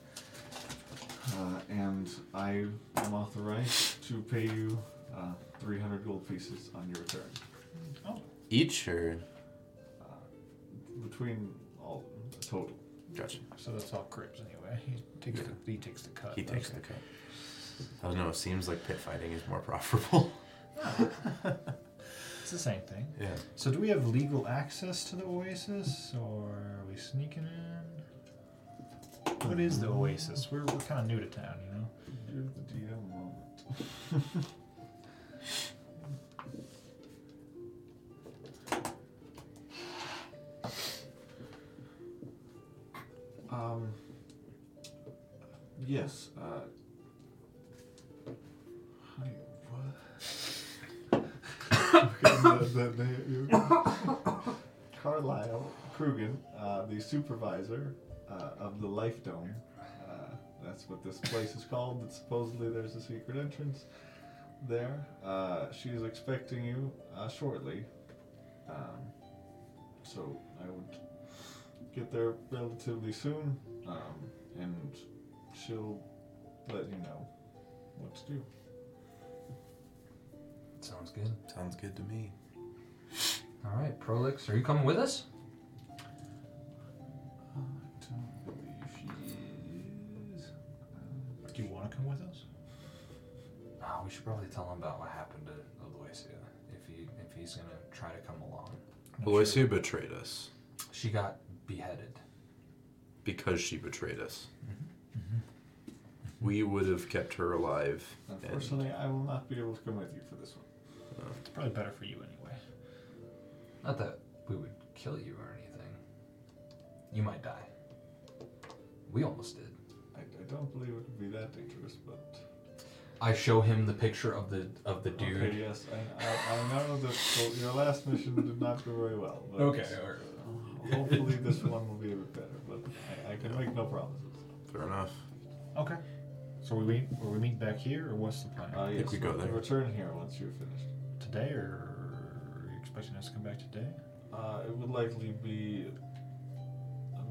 Uh, and I am authorized to pay you uh, 300 gold pieces on your return.
Each or
Between all total.
gotcha.
So that's all cribs anyway. He takes, the, he takes the cut.
He takes the cut. I don't know. It seems like pit fighting is more profitable.
It's the same thing.
Yeah.
So do we have legal access to the Oasis, or are we sneaking in? What is the Oasis? We're, we're kind of new to town, you know.
You're the DM moment. um, yes. Uh, honey, what? Okay, that, that name, you- Carlisle Krugen, uh, the supervisor uh, of the Life Dome. Uh, that's what this place is called. That supposedly there's a secret entrance there. Uh, she is expecting you uh, shortly. Um, so I would get there relatively soon, um, and she'll let you know what to do.
Sounds good.
Sounds good to me.
All right, Prolix, are you coming with us?
I don't believe she is.
Do you want to come with us?
Oh, we should probably tell him about what happened to Aloysia if he if he's gonna try to come along.
Aloysia betrayed us
She got beheaded.
because she betrayed us.
Mm-hmm.
Mm-hmm.
We would have kept her alive.
Unfortunately, I will not be able to come with you for this one.
It's probably better for you anyway.
Not that we would kill you or anything. You might die. We almost did.
I, I don't believe it would be that dangerous, but
I show him the picture of the of the dude.
okay, yes, I, I, I know that well, your last mission did not go very well. But
Okay, all right.
uh, hopefully this one will be a bit better, but I, I can make no promises.
Fair enough.
Okay. So we meet, or we meet back here, or what's the plan?
Uh,
think
yes,
we go
we'll
there.
Return here once you're finished.
today, or are you expecting us to come back today?
Uh, it would likely be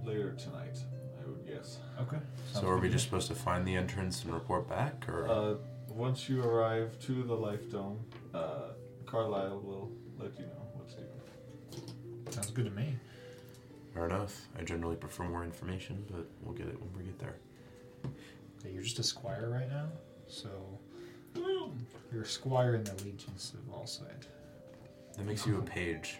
later tonight, I would guess.
Okay.
so are we just supposed to find the entrance and report back, or
Uh, once you arrive to the Life Dome, uh, Carlisle will let you know what's due.
Sounds good to me.
fair enough? I generally prefer more information, but we'll get it when we get there.
Okay, you're just a squire right now, so you're a squire in the allegiance of all side.
That makes you a page.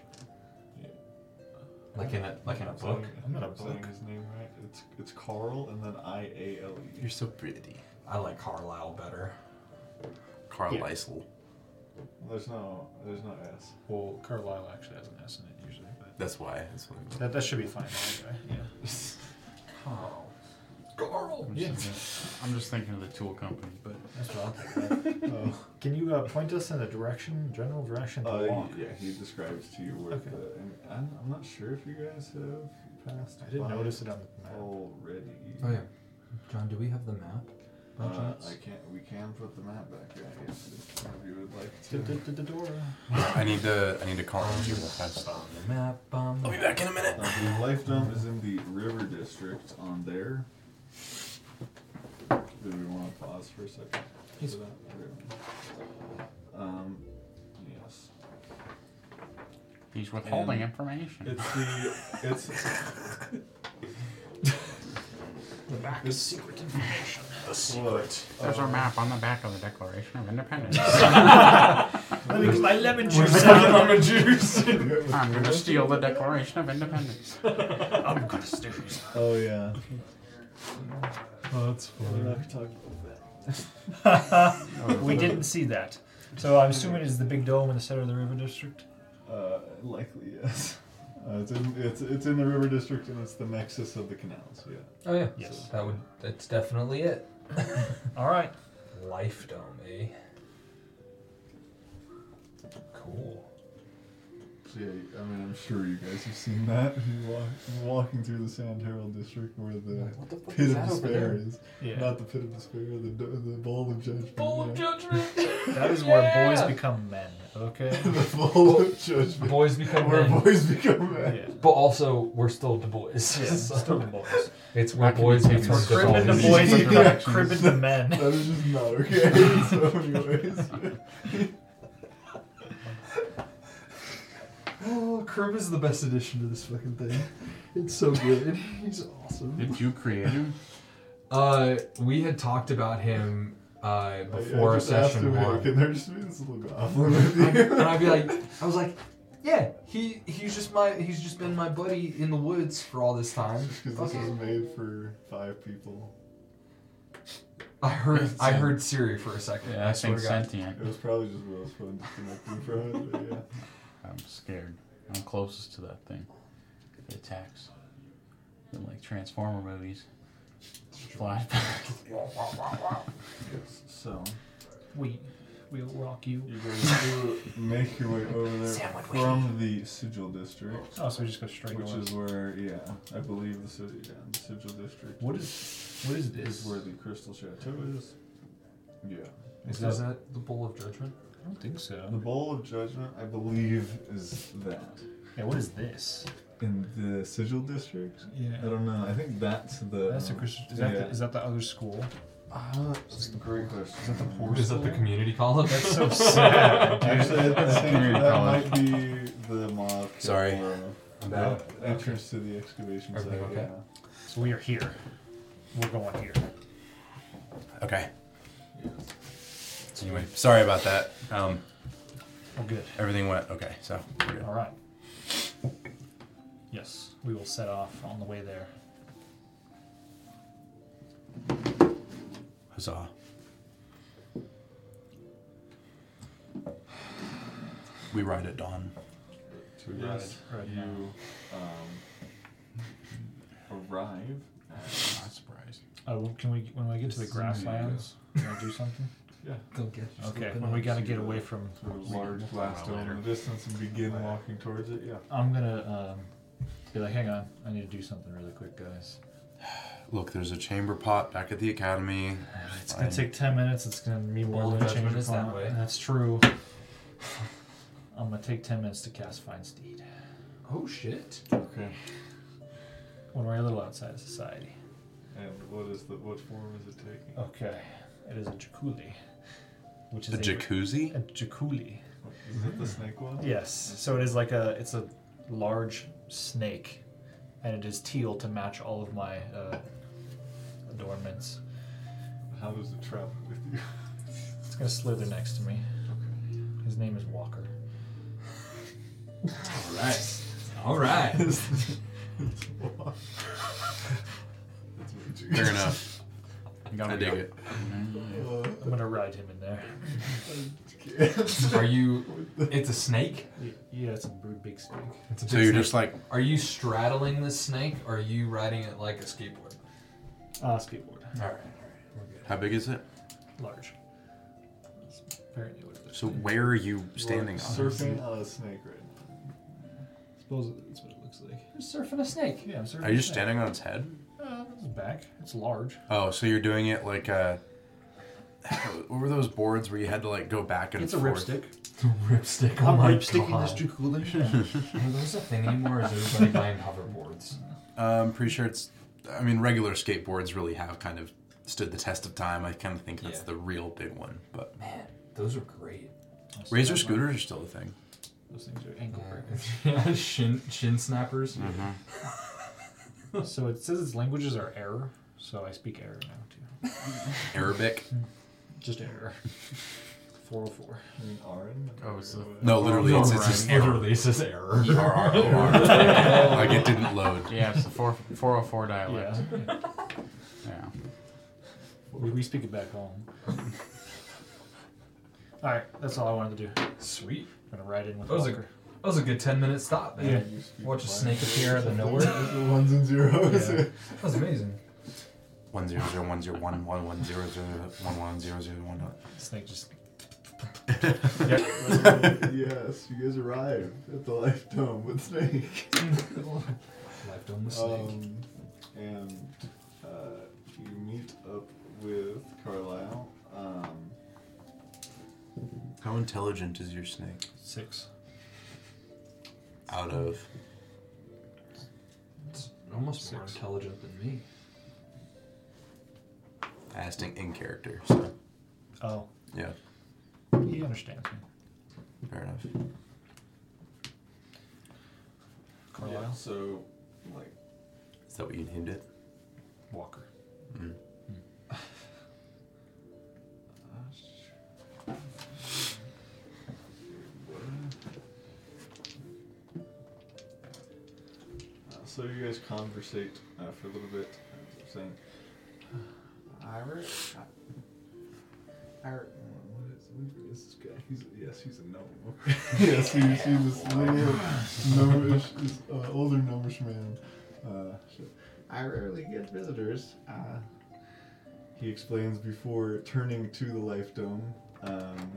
Like in a like in a
I'm
book.
saying-
I'm not a
I'm saying
book.
his name right. It's it's Carl and then I A L E.
You're so pretty,
I like Carlisle better.
Carl
Yeah.
Lysel.
There's no there's no S.
Well, Carlisle actually has an S in it usually, but
That's why. That's why.
that, that should be fine anyway. Yeah.
Carl. Carl.
I'm just, thinking- I'm just thinking of the tool company, but
That's what I'll think of. Can you uh, point us in a direction, general direction to
Uh,
walk?
yeah, he describes to you where
Okay.
the. And I'm, I'm not sure if you guys have passed.
I didn't
by
notice it on the map.
already.
Oh yeah. John, do we have the map? by
Uh,
chance?
I can't. We can put the map back. I guess if one of you would like
To,
to.
to, to the door. uh,
I need to. I need to call him.
Um,
I'll
The map um,
be back in a minute.
Uh, the Life Dome is in the River District on there. Do we want to pause for a second?
Yes.
For that? Okay. Um, yes.
he's withholding information.
It's the it's
The back is secret information.
what?
There's our map on the back of the Declaration of Independence.
Let me get my lemon juice.
Lemon juice.
I'm gonna steal the Declaration of Independence.
I'm gonna steal you.
Oh yeah.
Oh, that's
We're not gonna talk about that.
we didn't see that. So I'm assuming it's the big dome in the center of the river district.
Uh, likely yes. Uh, it's in it's it's in the River District and it's the nexus of the canals. Yeah.
Oh yeah.
Yes.
That would that's definitely it.
All right.
Life dome, eh? Cool.
So yeah, I mean, I'm sure you guys have seen that. You walk, walking through the Sand Herald District where the
What the fuck
pit
is
of
that over
despair
there?
is.
Yeah.
Not the pit of despair, the, do- the bowl of judgment.
Bowl of
yeah.
judgment.
that is where boys
Yeah.
become men. Okay.
the bowl of judgment.
Boys become
where
men.
boys become men.
Yeah.
But also, we're still the boys.
Yeah,
So-
still the boys.
It's where
Not
boys
communicating
become
with
the
all
Cribbing the
these
boys
Yeah.
and yeah.
directions.
cribbing the
That
men.
is just not okay. so, anyways. oh, Krim is the best addition to this fucking thing. It's so good. He's awesome.
Did you create him?
Uh, we had talked about him uh,
I- I
before
just asked
session
him, hey,
one.
Can there just be this little goblin with you?
and I'd be like, I was like, yeah, he he's just my he's just been my buddy in the woods for all this time.
Because
Fuck
this is
it.
made for five people.
I heard I heard Siri for a second.
Yeah, I
swear
think
to God.
sentient.
It was probably just Will's phone disconnecting from it, but yeah.
I'm scared. I'm closest to that thing. It attacks. In like Transformer movies. Flies back.
Yes, so
We will rock you.
you guys do make your way over there from the Sigil District,
Oh, so we just go straight
which
over.
is where, yeah, I believe the, Sig- yeah, the Sigil District
what is what is
is
this?
where the Crystal Chateau is. Yeah.
Is that, is that the bowl of judgment?
I don't think
The
so.
Bowl of Judgment, I believe, is that.
Yeah, what is this?
In the Sigil District? I
Yeah.
don't know. I think that's the.
That's the Christian. Is that,
yeah.
the, is that the other school?
Uh, that's a great question. Is that the poor
Is that the community college?
That's so sad.
Actually, I think
Community
that
college.
might be the mob.
Sorry.
The
I'm back.
entrance to the excavation site.
Everything okay?
Yeah.
So we are here. We're going here.
Okay.
Yes.
Anyway, sorry about that. Um,
We're Oh, good.
everything went okay. So. we're good.
All right. Yes, we will set off on the way there.
Huzzah. We ride at dawn.
Do to
Yes,
Red.
Red
You um, arrive at
Not surprised.
Oh, well, can we? When we get to the
This is gonna be
grasslands, can I do something?
They'll get you.
Okay.
open
When we
up
gotta
to
get
the-
away from,
a large blast dome in the distance and begin walking towards it. Yeah.
I'm gonna um, be like, hang on, I need to do something really quick, guys.
Look, there's a chamber pot back at the academy.
It's gonna
Fine.
take ten minutes. It's gonna be more
Well,
than a
judgment
change
is that
upon-
way.
That's true. I'm gonna take ten minutes to cast Fine Steed.
Oh shit.
Okay.
When we're a little outside of society.
And what is the what form is it taking?
Okay. It is a jaculi, which is
The jacuzzi?
a jaculi.
Is it the snake one?
Yes. So it is like a it's a large snake, and it is teal to match all of my uh, adornments.
How does it travel with you?
It's gonna slither next to me. His name is Walker.
All right. All right.
Fair enough. I dig it.
I'm gonna ride him in there.
Are you? It's a snake.
Y- Yeah, it's a brood big snake.
It's a
So
big
you're
snake.
just like,
Are you straddling the snake? or Are you riding it like a skateboard?
Ah, skateboard.
All right.
how big is it?
Large. That's apparently what it is.
So where are you standing on?
Surfing on a snake right now.
Suppose that's what it looks like.
You're surfing a snake. Yeah, I'm surfing
Are you
a
just
snake.
standing on its head?
Uh, it's back. It's large.
Oh, so you're doing it like uh What were those boards where you had to like go back and
It's a
forth?
ripstick.
The ripstick. Oh
I'm
my
ripsticking this
God.
Dracula.
Hey, There's a thing anymore. Is everybody buying hoverboards?
Uh, I'm pretty sure it's. I mean, regular skateboards really have kind of stood the test of time. I kind of think that's
Yeah.
the real big one. But
Man, those are great.
razor scooters are still a thing.
Those things are ankle breakers.
yeah, shin shin snappers.
So it says its languages are error, so I speak error now too.
Arabic?
Just error. 404.
You mean Arin?
Oh, it's the-
No, literally,
No,
it's, it's just error.
Literally, it says error.
E R R O R. Like it didn't load.
Yeah, it's the four, 404 dialect.
Yeah.
Yeah.
we, we speak it back home. Alright, that's all I wanted to do. I'm
Sweet.
gonna ride in with
That was a-
Walker.
That was a good ten minute stop, man.
Yeah.
You speak
Watch a
Latin.
snake appear out of nowhere.
The ones and zeros.
Yeah.
That was amazing.
One zero zero one zero one one one zero zero one one zero zero one.
Snake just
yes, you guys arrived at the life dome with snake.
Life done with snake.
Um, and uh, you meet up with Carlisle. Um,
How intelligent is your snake?
six.
Out of
It's almost more
Six.
intelligent than me.
fasting in character. So
Oh.
yeah,
He understands me.
fair enough.
yeah,
Carlisle?
so, like,
Is that what you named it?
Walker.
Uh, So you guys conversate uh, for a little bit, as I'm saying. Ira, Ira, what is, who is this guy? He's yes, he's a gnome. Okay. yes, he's, he's this little gnomish, this, uh, older gnomish man. Uh, so, I rarely get visitors. Uh, he explains before turning to the life dome. Um,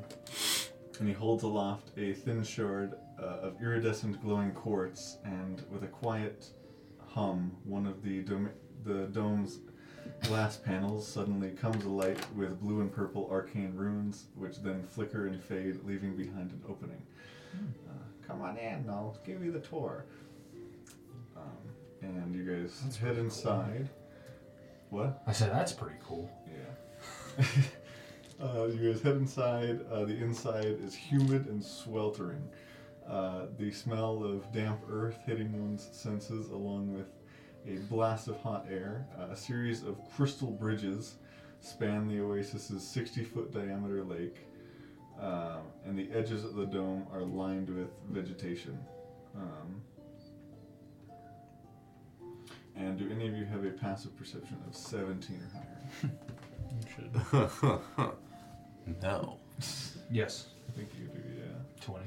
and he holds aloft a thin shard uh, of iridescent glowing quartz, and with a quiet hum, one of the, dome the dome's glass panels suddenly comes alight with blue and purple arcane runes, which then flicker and fade, leaving behind an opening. Uh, come on in, I'll give you the tour. Um, and you guys head inside. What?
I said that's pretty cool.
Yeah. uh, you guys head inside. Uh, the inside is humid and sweltering. Uh, the smell of damp earth hitting one's senses, along with a blast of hot air, uh, a series of crystal bridges span the oasis's 60 foot diameter lake, um, and the edges of the dome are lined with vegetation. Um, and do any of you have a passive perception of 17 or higher?
no.
Yes.
I think you do, yeah.
Twenty.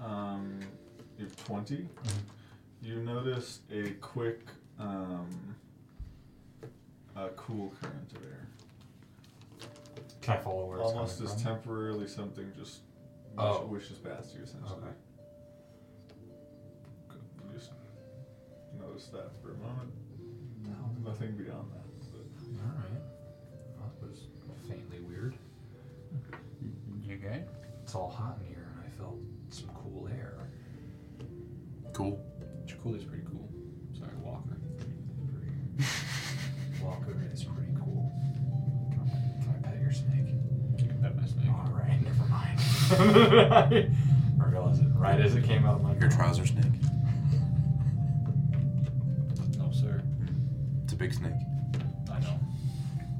um, you have 20.
Mm-hmm.
You notice a quick um, uh, cool current of air.
Can I follow Oh, where it's
Almost
coming
as
from?
temporarily something just wish-
Oh.
wishes past you, essentially.
Okay.
You Just notice that for a moment. Nothing beyond that. but-
All right. Well, that was faintly weird.
You good?
It's all hot in here, and I felt some cool air.
Cool.
Chikuli's pretty cool. Sorry, Walker.
Walker is pretty cool. Can I, can I pet your snake?
You can pet my snake.
All right, never mind. I realized it right as it came out of my
Your
mouth.
trouser snake.
No, sir.
It's a big snake.
I know.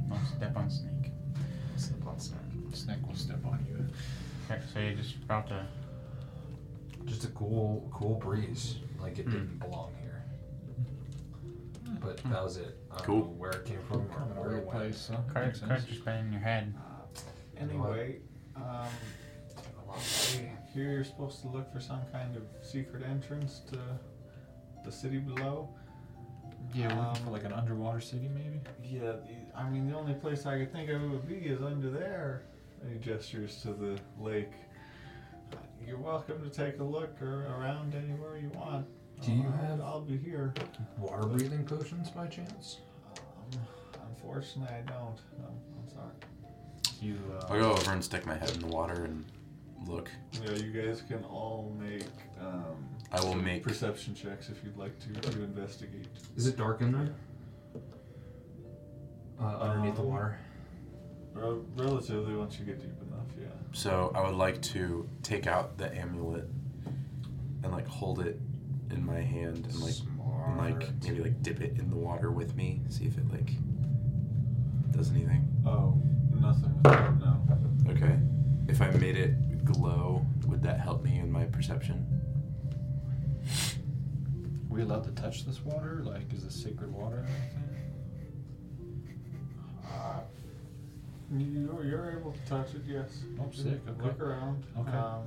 Don't step on snake.
Slip on snake.
Snake will step on you.
Okay, so you're just about to.
Just a cool, cool breeze. Like it
Hmm.
didn't belong here. But that was it. I don't
Cool.
know where it came from or
Kind of a
where it
weird
went.
place. Huh?
Card,
Makes
card
sense.
just been in your head.
uh, Anyway, um,
A long way.
here you're supposed to look for some kind of secret entrance to the city below.
Yeah, we're looking for
Um,
like an underwater city, maybe.
Yeah, the- I mean, the only place I could think of it would be is under there. And he gestures to the lake. You're welcome to take a look or around anywhere you want.
Do you
I'll-
have-
I'll be here.
Water breathing potions by chance?
Um, unfortunately, I don't. I'm, I'm sorry.
You, uh,
I'll go over and stick my head in the water and look.
Yeah, you guys can all make um,
I will make.
perception checks if you'd like to to investigate.
Is it dark in there? Uh, underneath the
Um,
water.
Re- relatively, once you get deep enough, yeah.
So I would like to take out the amulet and like hold it in my hand and like and, like
Smart.
maybe like dip it in the water with me, see if it like does anything.
Oh, nothing. with that, No.
Okay. If I made it glow, would that help me in my perception?
we allowed to touch this water? Like, is this sacred water? and everything?
Uh, you, you're able to touch it, yes.
Oh, sick, okay.
Look around.
Okay.
Um,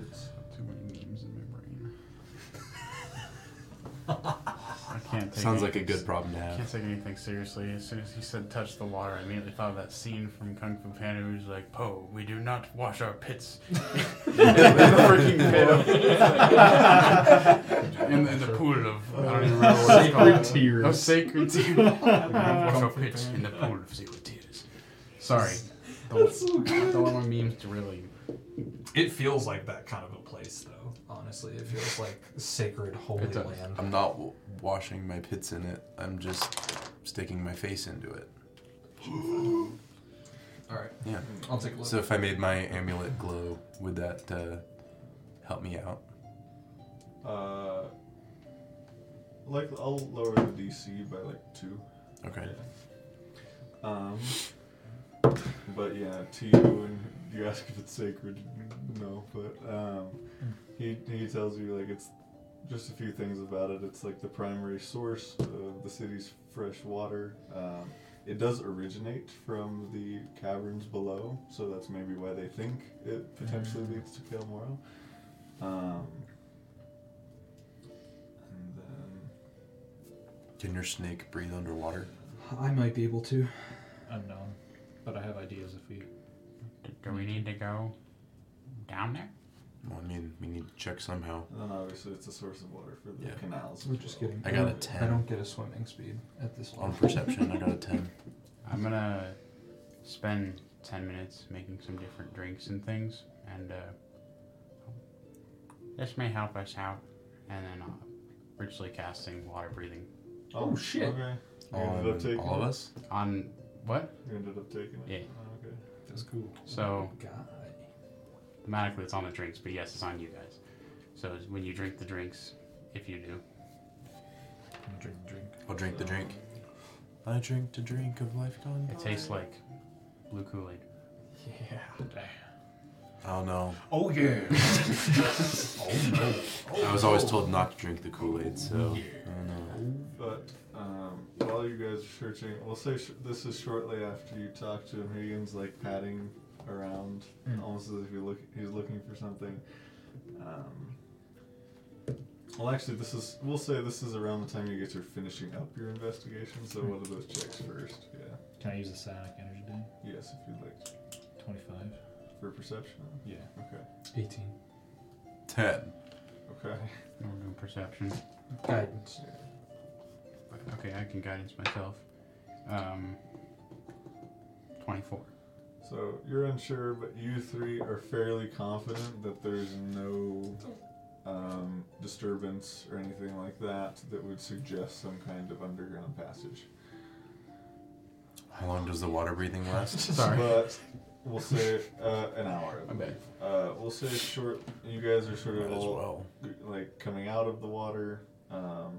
it's
Ah, Too many memes in my brain. I can't take
Sounds
it.
like a good problem to
I
have.
can't take anything seriously. As soon as he said touch the water, I immediately thought of that scene from Kung Fu Panda who's like, Poe, we do not wash our pits. in the freaking pit of, in, in the pool of, I don't even remember what it's called.
tears.
Of sacred tears. We don't wash our pits in the pool of sacred tears. Sorry. Don't, don't want my memes to really.
It feels like that kind of a place, though.
Honestly, it feels like sacred holy
It does.
land.
I'm not w- washing my pits in it. I'm just sticking my face into it.
All right.
Yeah.
I'll take a look.
So if I made my amulet glow, would that uh, help me out?
uh, like I'll lower the DC by like two.
Okay.
Um, but yeah, to you and you ask if it's sacred. No, but um, he he tells you like it's just a few things about it. It's like the primary source of the city's fresh water. Um, it does originate from the caverns below, so that's maybe why they think it potentially leads to Kilmorel. Um, and then
Can your snake breathe underwater?
I might be able to.
Unknown, but I have ideas if we.
Do, do we need to go down there?
Well, I mean, we need to check somehow.
And then obviously it's a source of water for the
Yeah.
canals.
We're
as
just
well.
getting.
I got a Oh.
don't- I
10.
don't get a swimming speed at this
On
level.
perception, I got a 10.
I'm gonna spend 10 minutes making some different drinks and things, and uh, this may help us out. And then uh, ritually casting water breathing
Oh,
shit.
Okay. You ended up
On
taking
all of
it?
us?
on what?
You ended up taking it.
Yeah.
Oh, okay.
That's cool.
So
God.
thematically, it's on the drinks, but yes, it's on you guys. So it's when you drink the drinks, if you do,
Drink, drink.
I'll drink the drink. I drink the drink of life gone
it tastes like blue Kool Aid.
Yeah.
Ah, Oh no.
Oh yeah.
Oh,
I was always told not to drink the Kool Aid, so. I don't know.
But um, while you guys are searching, we'll say sh- this is shortly after you talk to him. Higgins like
Hmm.
patting around, almost as if he look he's looking for something. Um, Well, actually, this is. We'll say this is around the time you guys are finishing up your investigation. So
Hmm.
one of those checks first. Yeah.
Can I use the psionic energy day?
Yes, if you'd like.
25.
For perception.
Yeah.
Okay.
18.
Ten.
Okay.
No, no perception.
Guidance.
But, okay, I can guidance myself. Um, 24.
So you're unsure, but you three are fairly confident that there's no um, disturbance or anything like that that would suggest some kind of underground passage.
How long does the water breathing last?
Sorry.
But we'll say uh, an hour.
My bad.
Uh, we'll say short. You guys are sort
Might
of
as
all
well.
like coming out of the water. Um,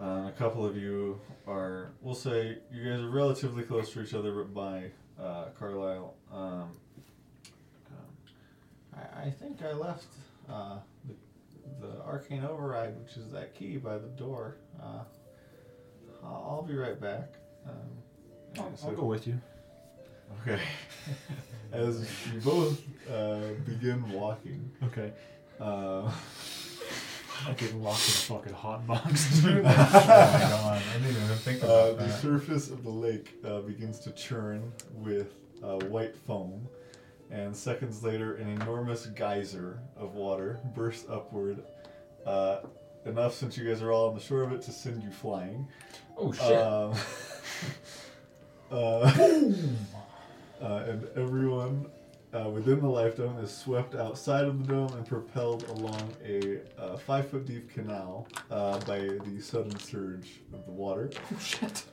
uh, a couple of you are, we'll say, you guys are relatively close to each other, but by uh, Carlisle. Um, um, I, I think I left uh, the, the arcane override, which is that key by the door. Uh, I'll, I'll be right back. Um, and
I'll,
so-
Oh, I'll go with you.
Okay. As you both uh, begin walking.
Okay.
Uh,
I get locked in a fucking hot box. Oh dude.
God, I didn't even think about
Uh, the
that.
surface of the lake uh, begins to churn with uh, white foam, and seconds later, an enormous geyser of water bursts upward. Uh, enough since you guys are all on the shore of it to send you flying.
Oh, shit.
Um, uh, uh, and everyone uh, within the life dome is swept outside of the dome and propelled along a uh, five foot deep canal uh, by the sudden surge of the water.
oh, shit.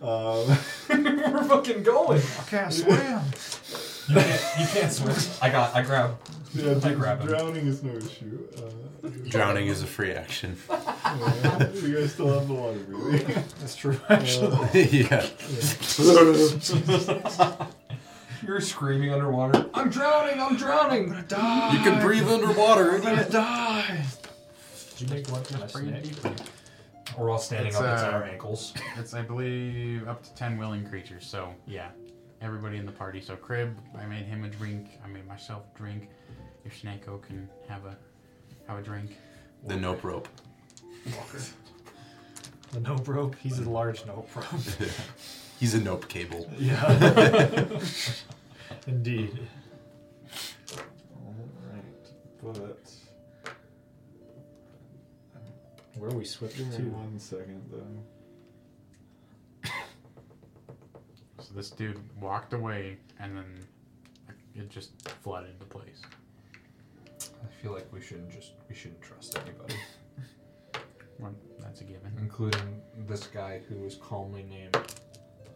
Um,
We're fucking going.
Okay, I swam.
You can't, you can't swim. I got, I grab.
yeah,
I grab him.
drowning is no issue. Uh,
Drowning is a free action.
yeah, you guys still have the water Uh, breathing.
That's true, actually.
yeah.
You're screaming underwater. I'm drowning, I'm drowning.
You can breathe underwater.
die.
Did you make one for my
Breathe
snake?
deeply.
We're all standing
It's,
up at
uh,
our ankles.
It's, I believe, up to 10 willing creatures, so yeah. Everybody in the party. So, Crib, I made him a drink. I made myself a drink. If Snako can have a have a drink.
The nope rope.
The nope rope. He's a large nope rope.
He's a nope cable.
yeah. Indeed.
Alright, but
Where are we swift
give me
to?
one second though.
So, this dude walked away, and then it just flooded the place.
I feel like we shouldn't just, we shouldn't trust anybody.
Well, that's a given.
Including this guy who was calmly named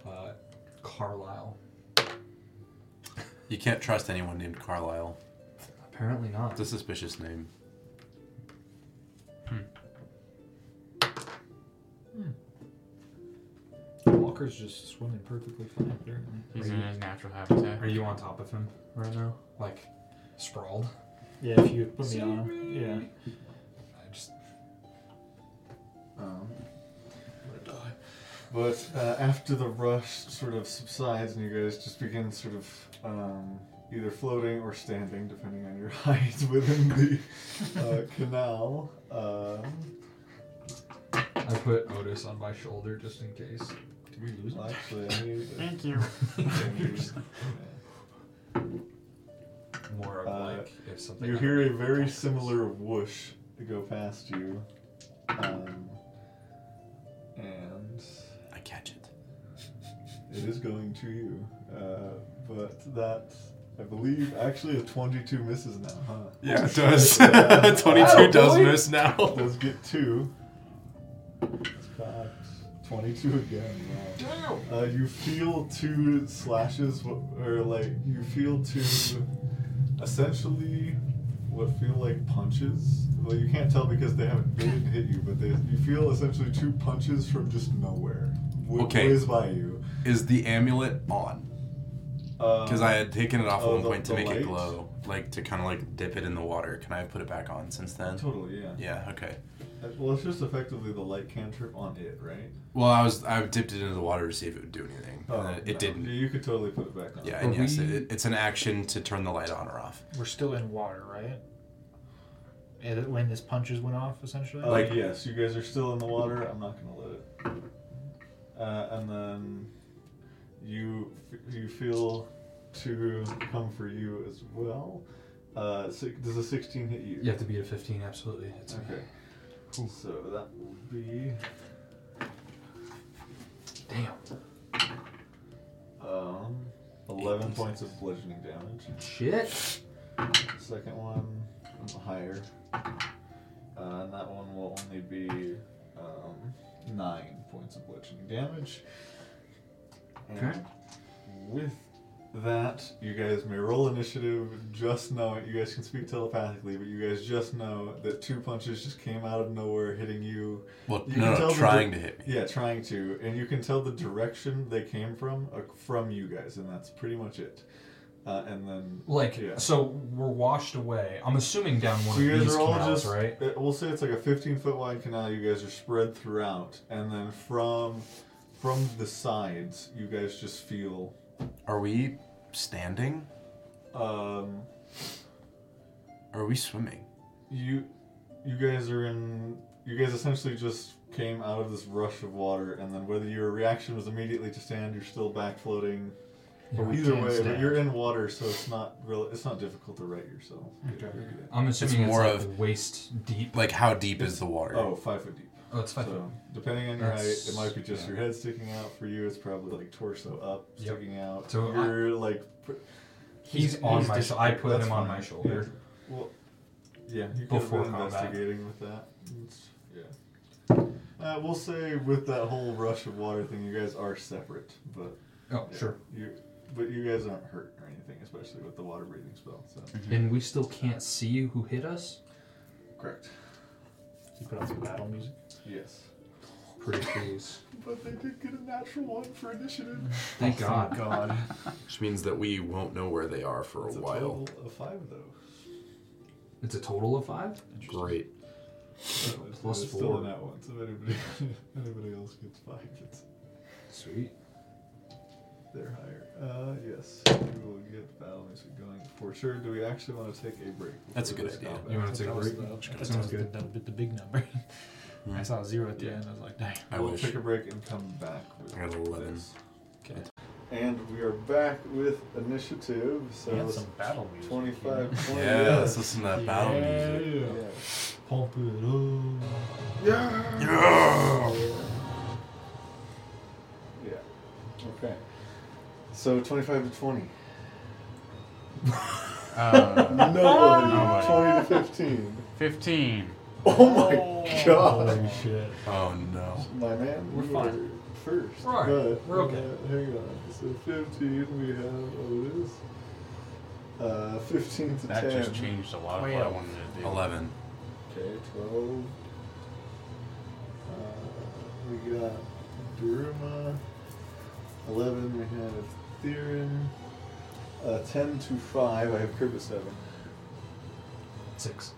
uh, Carlisle.
You can't trust anyone named Carlisle.
Apparently not.
It's a suspicious name.
Walker's just swimming perfectly fine, apparently.
He's
Are
in
you-
his natural habitat.
Are you on top of him right now? Like, sprawled?
Yeah, if you put me on. Yeah.
I just.
Um, but uh, after the rush sort of subsides and you guys just begin sort of um, either floating or standing, depending on your height, within the uh, canal. Um,
I put Otis on my shoulder just in case.
Did we lose
well, actually, I need to-
Thank you.
More of
Uh,
like if something.
You hear a very similar whoosh go past you. Um, and
I catch it.
it is going to you. Uh, but that, I believe, actually a 22 misses now, huh?
Yeah, it does.
22
does miss now.
Does get two. It's cocked. 22 again. Wow.
Damn!
Uh, you feel two slashes, wh- or like you feel two, essentially, what feel like punches. Well, you can't tell because they haven't they didn't hit you, but they you feel essentially two punches from just nowhere. Wh-
Okay.
whiz by you.
Is the amulet on?
Um,
Because I had taken it off at
oh,
one
the-
point to
the
make
light?
it glow, like to kind of like dip it in the water. Can I put it back on since then?
totally yeah.
Yeah. Okay.
Uh, Well, it's just effectively the light cantrip on it, right?
Well, I was I dipped it into the water to see if it would do anything.
Oh,
and then Uh, it
no.
didn't.
You could totally put it back on.
Yeah,
Are
and yes,
we-
it, it's an action to turn the light on or off.
We're still in water, right? it, when his punches went off, essentially.
Uh,
Like-
yes, you guys are still in the water. I'm not gonna let it. Uh, and then you f- you feel to come for you as well. Uh, si- does a 16 hit you?
You have to beat a 15, absolutely. It's
Okay. So that will be.
Damn.
Um, 11 points of bludgeoning damage.
Shit.
Second one, higher. Uh, and that one will only be um, 9 points of bludgeoning damage. And
Okay.
With that, you guys may roll initiative. Just know you guys can speak telepathically, but you guys just know that two punches just came out of nowhere hitting you.
Well,
You can
no,
tell
no,
the
trying
di-
to hit me.
Yeah, trying to, and you can tell the direction they came from uh, from you guys, and that's pretty much it. Uh, and then
Like,
Yeah.
so we're washed away. I'm assuming down one
so you
of
guys
these
are all
canals,
just
right?
uh, We'll say it's like a 15 foot wide canal. You guys are spread throughout, and then from from the sides, you guys just feel.
Are we standing?
Um,
Or are we swimming?
you you guys are in you guys essentially just came out of this rush of water and then whether your reaction was immediately to stand you're still back floating
Yeah, I
either
can't
way but
stand.
you're in water so it's not real it's not difficult to right yourself
I'm assuming
It's
it's,
more
like
of-
waist deep.
Like, how deep is the water?
oh five foot deep
Oh, it's five.
so depending on your height it
That's-
might be just
yeah.
your head sticking out for you it's probably like torso up
Yep.
sticking out
So I-
you're like pr-
He's, on
he's
my.
dis-
sho- I put
that's
him on
fine.
my shoulder.
Yeah. Well, yeah, you could have
Before
been
combat.
investigating with that. It's- yeah. Uh, we'll say with that whole rush of water thing, you guys are separate, but
Oh,
yeah,
sure.
you, but you guys aren't hurt or anything, especially with the water breathing spell. So
And we still can't see who hit us.
correct.
He put on some battle music.
Yes.
Pretty please.
But they did get a natural one for initiative.
Thank God.
God.
Which means that we won't know where they are for a
It's a
while.
total of five though.
It's a total of five.
Great.
So
Plus
it's Still
four.
in that one. So if anybody, anybody else gets five, it's
Sweet.
They're higher. Uh, yes. We will get battle music going for sure. Do we actually want to take a break?
That's a
before
good
this
idea.
combat?
You want to take a
That was
break?
the- that
Sounds
was the,
good.
the, the big number. I saw a zero at the
Yeah.
end. I was like, damn.
I
we'll
wish.
take a break and come back with
I got 11.
this.
Okay.
And we are back with initiative. So
He had
it's
some battle music.
25, 20.
Yeah, let's listen to that battle
Yeah.
music.
Pump it up.
Yeah.
Yeah.
Yeah. Okay. So 25 to 20.
Uh,
No,
way.
20 to 15.
15.
Oh my god.
Holy shit.
Oh no.
My man,
We're
we
fine.
First,
We're all right.
but
We're okay.
uh, hang on. So fifteen, we have Otis. Uh, fifteen to
That
ten.
just changed a lot of what I wanted to do.
11.
Okay, twelve. Uh, we got Duruma. Eleven. We have Theron. Uh, ten to five. I have Crib at seven.
Six.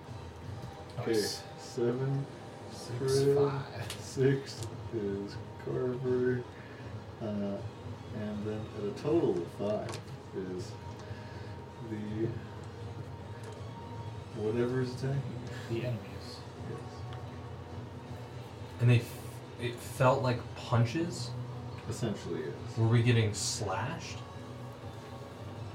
Okay, seven.
Six,
Crib.
five.
Six is Carver, uh, and then at a total of five is the whatever is attacking.
The enemies.
Yes.
And they. F- it felt like punches.
Essentially, yes.
Were we getting slashed?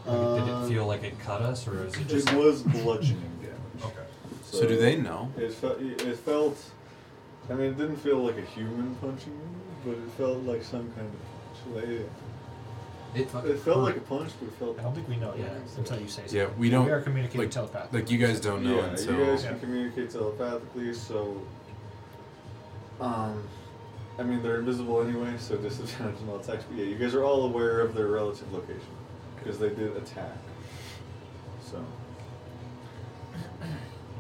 Like, did it
Um,
feel like it cut us, or is it just?
it was bludgeoning damage.
Okay.
So do they know?
It felt. It felt. I mean, it didn't feel like a human punching, me, but it felt like some kind of punch. Like, it-
It, fu-
it felt like a
hurt.
punch, but it felt.
I don't think we know yet
Yeah.
until you say something.
Yeah, we don't.
We are communicating
like-
telepathically.
Like you guys don't know
yeah,
until.
you guys can
Yeah.
communicate telepathically, so um I mean they're invisible anyway, so disadvantage and all attacks. But yeah, you guys are all aware of their relative location because they did attack. So,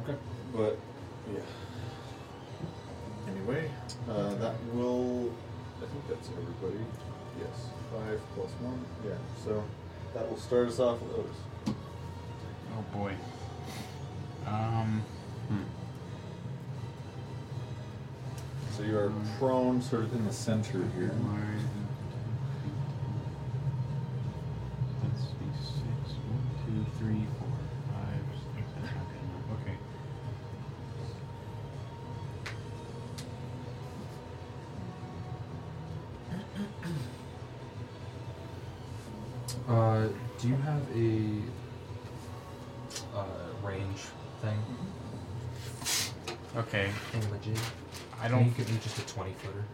Okay.
but yeah. Anyway, uh, that will. I think that's everybody. Yes, five plus one. Yeah, so that will start us off with Otis.
Oh boy. Um,
So you are prone, sort of in the center here.
my- Let's see, six, one, two, three, four, five, six, that's not good enough. Okay.
Uh, do you have a uh, range thing?
Okay.
in legit?
I don't.
You could be just a twenty footer.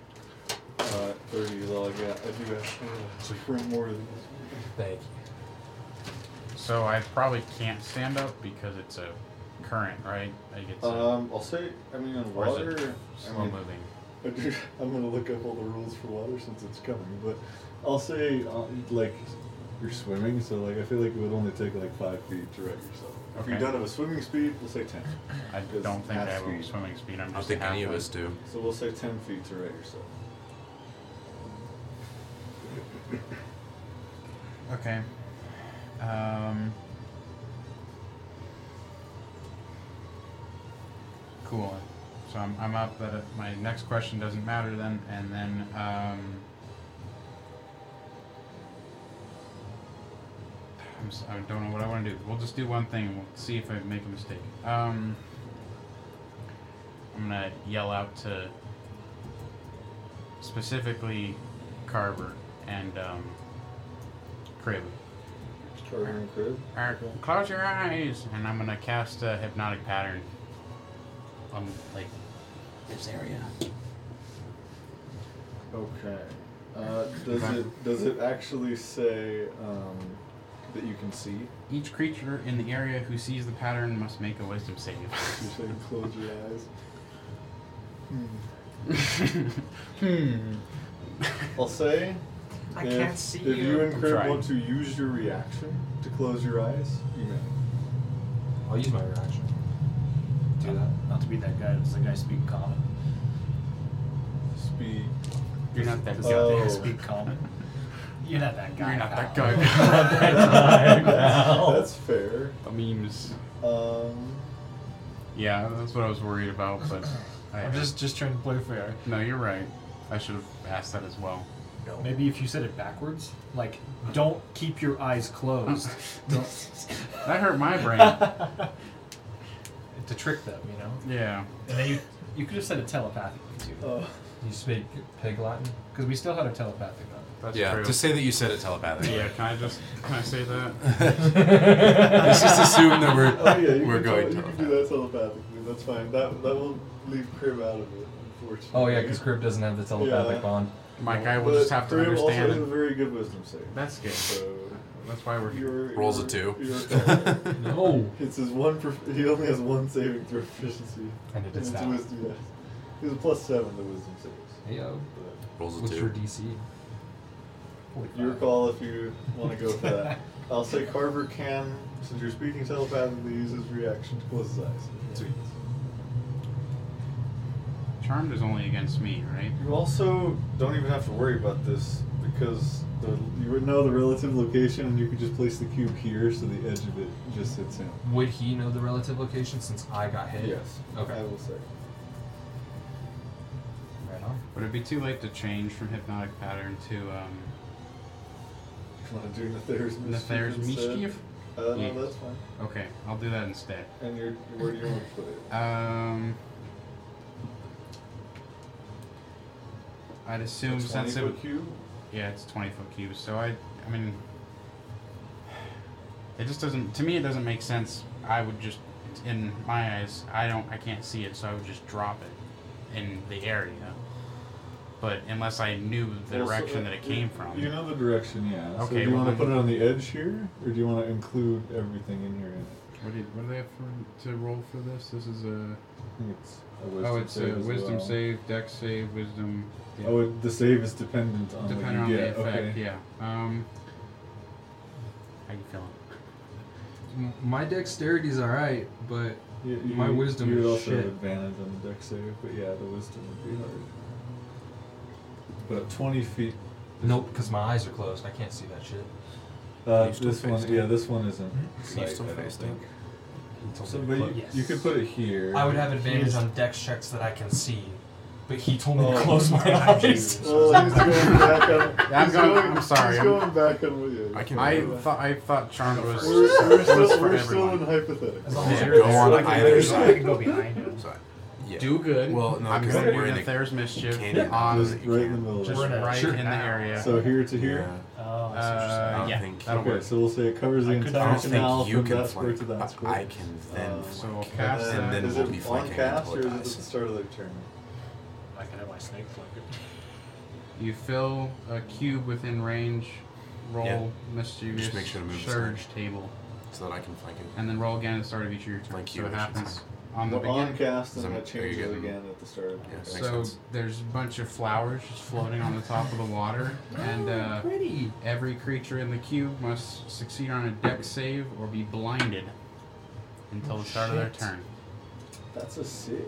Uh, 30 is all I got. I do have to print more than this.
Thank you.
So I probably can't stand up because it's a current, right? Like it's a
Um, I'll say, I mean, on
Or is it
water, I
slow
mean,
moving.
I do- I'm gonna look up all the rules for water since it's coming, but I'll say, uh, like, you're swimming, so like I feel like it would only take like five feet to right yourself. If you
Okay.
don't have a swimming speed, we'll say ten.
I
because
don't think I
half
have a
speed.
swimming speed. I'm
I don't
just
think any of
halfway.
us do.
So we'll say ten feet to right yourself.
Okay. Um. Cool. So I'm, I'm up, but my next question doesn't matter then, and then, um. I'm, si don't know what I want to do. We'll just do one thing and we'll see if I make a mistake. Um. I'm gonna yell out to specifically Carver and, um, Craven.
Charger and crib.
Alright,
Okay.
close your eyes, and I'm gonna cast a hypnotic pattern on like this area.
Okay. Uh, does it does it actually say um, that you can see?
Each creature in the area who sees the pattern must make a wisdom save.
You're saying close your eyes. Hmm.
hmm.
I'll say.
I
if,
can't see
If
you.
you and
I'm
Crib
trying.
want to use your reaction to close your eyes, you may.
I'll use my reaction. Do that.
Not to be that guy that's like I speak common.
Speak.
You're not that
Oh.
guy.
I speak common. You're not that guy.
You're not that
pal.
guy.
That's my pal.
that's fair.
The memes.
Um,
Yeah, that's what I was worried about, but I,
I'm just just trying to play fair.
No, you're right. I should have asked that as well.
Maybe if you said it backwards, like don't keep your eyes closed.
That hurt my brain.
to trick them, you know.
yeah.
And then you you could have said it telepathically too,
uh,
You speak pig Latin.
because we still had a telepathic on.
That's
Yeah,
true.
to say that you said it telepathically.
yeah, can I just can I say that?
Let's just assume that we're
oh yeah, you
we're
can tell-
going
you can do
telepathically.
that telepathically. That's fine. That that will leave Crib out of it, unfortunately.
Oh yeah, because Crib doesn't have the telepathic
Yeah.
bond.
My guy will
But
just have to
Crib
understand.
also has a very good wisdom save.
That's good.
So
That's why we're here.
you're,
Rolls a
you're-
two.
you're fine.
No.
it's his one. Prof- he only has one saving throw proficiency.
And it is
it's
that.
wisdom. Yes. He's a plus seven to wisdom saves.
Heyo.
But
Rolls a
What's your
two.
DC?
your call if you want to go for that. I'll say Carver can, since you're speaking telepathically, use his reaction to close his eyes. Sweet.
Charmed is only against me, right?
You also don't even have to worry about this because the, you would know the relative location and you could just place the cube here so the edge of it just hits him.
Would he know the relative location since I got hit?
Yes.
Okay.
I will say.
Right on.
Would it be too late to change from hypnotic pattern to um,
If you want to do Nather's mischief.
Nather's
instead.
mischief?
Uh, no,
Yeah.
that's fine.
Okay, I'll do that instead.
And you're, where do you want to put it?
Um, I'd assume
A
since it
20
would,
foot cube?
yeah, it's twenty foot cubes. So I, I mean, it just doesn't. To me, it doesn't make sense. I would just, in my eyes, I don't, I can't see it, so I would just drop it in the area. But unless I knew the
Well, so,
direction
uh,
that it
you-
came from.
You know the direction, yeah. so
Okay,
do you
well
want to
then-
put it on the edge here, or do you want to include everything in here?
What do, you, what do they have for, to roll for this? This is a
I think it's a wisdom
oh, it's
save
a
as
wisdom
well.
save, dex save, wisdom. Yeah.
Oh, it, the save is dependent on
depending
what
on
you
the
get.
effect.
okay.
Yeah. Um. How you feeling?
M- My dexterity's alright, but
You, you,
My wisdom
You
is
would also have
shit.
advantage on the deck save, but yeah, the wisdom would be hard. But 20 feet.
nope, because my eyes are closed. I can't see that shit.
Uh,
you still
this one,
faced
yeah,
it?
this one isn't.
You
Mm-hmm.
Sight,
still
I don't
faced
think.
it.
So, but you,
Yes.
you could put it here.
I would have advantage
is-
on dex checks that I can see, but he told me to
Oh.
close my eyes.
Oh, he's going back on.
I'm
he's
going- I'm sorry,
He's
I'm-
going back on what you.
I can-
I
Yeah.
thought I thought charmed was
We're, we're
was
still,
for
we're still in
everyone.
hypothetical.
long as
Yeah,
you're
go
there,
on
I can-
either
I can
side.
go behind him.
Sorry. Yeah.
Do good.
Well, no,
I'm
'cause
gonna
we're
do
in a
Nather's mischief Um,
canyon.
on
Just right in the middle.
just
of
We're in a-
right
Sure.
in the area.
So here to
Yeah.
here.
Oh,
I
Uh,
don't
yeah,
think-
that'll
okay,
work.
so we'll say it covers the
I could-
I
entire
don't
canal
think you
from
can
that square
flank,
to that
but
square.
I can then
Uh,
So
flank.
we'll cast
Uh,
that.
then
is
we'll
it
be
on
flanking
cast or is
until
it
it
at the
dies.
start of the turn?
I can have my snake flick it.
You fill a cube within range, roll
Yeah.
mischievous
Just make sure to move the
surge table,
so that I can flank it.
and then roll again at the start of each of your turns.
Flank
so
cube,
it
I should
happens
say.
on the
We're on
beginning.
cast and
Some-
then it
there you
changes
go.
again at the start. of the
Yeah,
turn.
Makes
so
sense.
there's a bunch of flowers just floating on the top of the water, and uh,
pretty.
every creature in the cube must succeed on a dex save or be blinded until the start of their
shit.
turn.
That's a six,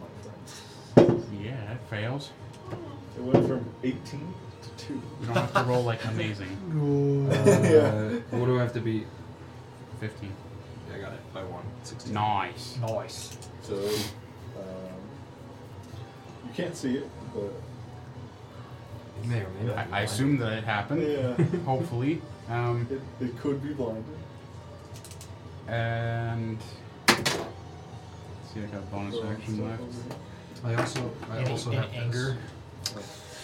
my friend.
Yeah, that fails.
It went from 18 to 2.
You don't have to roll like amazing.
Yeah.
Uh, What do I have to be?
15.
I got it by one. 16.
Nice.
Nice.
So, um, you can't see it, but
May or may not.
I,
be
I
mine.
assume that it happened.
yeah,
Hopefully. Um,
it, it could be blinded.
and. Let's see, I got bonus
Or
action
stuff
left.
over here.
I also, I
In-
also
in
have
anger.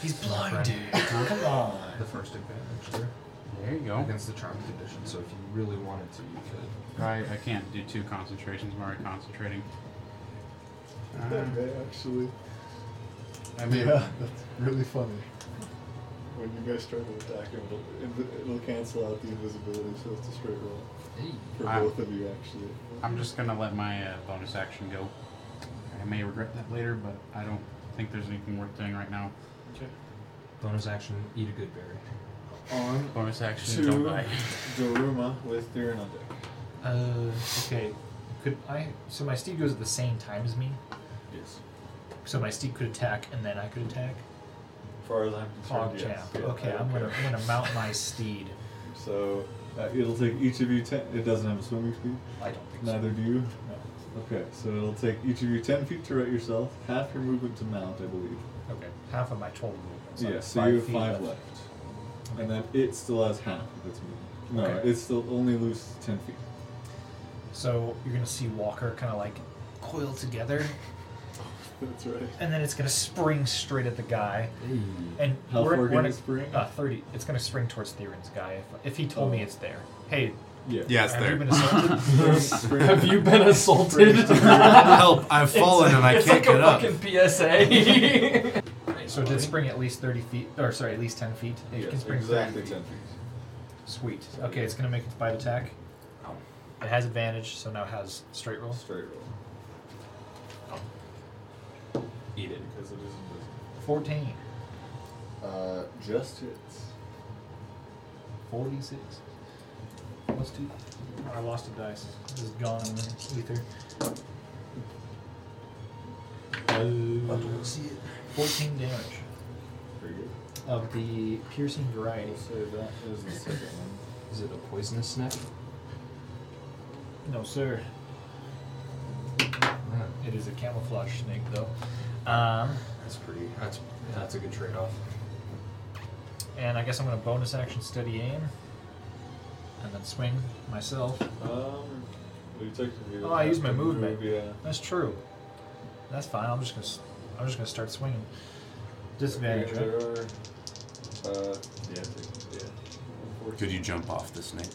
He's blinded. Come on.
this- the first advantage there
There you go.
against the charm condition. So if you really wanted to, you could.
I, I can't do two concentrations. I'm already concentrating. Uh,
Okay, um, actually.
I mean,
yeah, that's really funny. When you guys try to attack him, it'll, it- it'll cancel out the invisibility, so it's a straight roll. For
Ah.
both of you, actually.
I'm just gonna let my uh, bonus action go. I may regret that later, but I don't think there's anything worth doing right now.
Bonus action, eat a good berry.
On
Bonus action, don't
to
die.
Doruma with Theron on deck.
Uh, okay. Could I? So my steed goes at the same time as me.
Yes.
So my steed could attack, and then I could attack.
As far as I'm
Oh,
concerned,
jam.
yes. Yeah,
Okay,
I
I'm
don't
gonna,
care.
I'm gonna mount my steed.
So uh, it'll take each of you ten. It doesn't have a swimming speed.
I don't think
Neither do you.
so. No.
Okay, so it'll take each of you ten feet to right yourself, half your movement to mount, I believe.
Okay. Half of my total movement.
So
So
yeah,
that's
so you have
feet
five left, and then it still has half of its movement. No,
Okay.
it still only loses ten feet.
So you're gonna see Walker kind of like coil together,
That's right.
and then it's gonna spring straight at the guy. And
How
we're,
far
we're
can
gonna-
it spring? Oh.
Uh, Thirty. It's gonna spring towards Theron's guy. If, if he told me it's there. Hey,
Yeah.
Yeah, it's
have you
there.
been assaulted?
Spring-
Have you been assaulted?
Help! I've fallen and I
it's
can't
like
get
a
up.
fucking PSA.
so it did spring at least thirty feet, or sorry, at least ten feet. It can
Yes,
spring
exactly
30 feet.
ten feet.
Sweet. Okay, it's gonna make its bite attack.
Ow.
It has advantage, so now it has straight roll.
Straight roll
Eat it.
because it is invisible.
Fourteen.
Uh, just hits.
46. Plus two. Oh, I lost a dice. This is gone in the ether. Uh,
see it.
14 damage
Very good.
of the piercing variety.
We'll say that is the second one.
Is it a poisonous snake?
No, sir. It is a camouflage snake, though. Um,
That's pretty. That's that's a good trade-off.
and I guess I'm going to bonus action steady aim. And then swing myself.
Um, we technically.
Oh, I used my
have to
movement.
Move, yeah.
That's true. That's fine. I'm just going to I'm just going to start swinging. Disadvantage,
There
right?
are. Uh, yeah, technically, yeah.
Could you jump off the snake?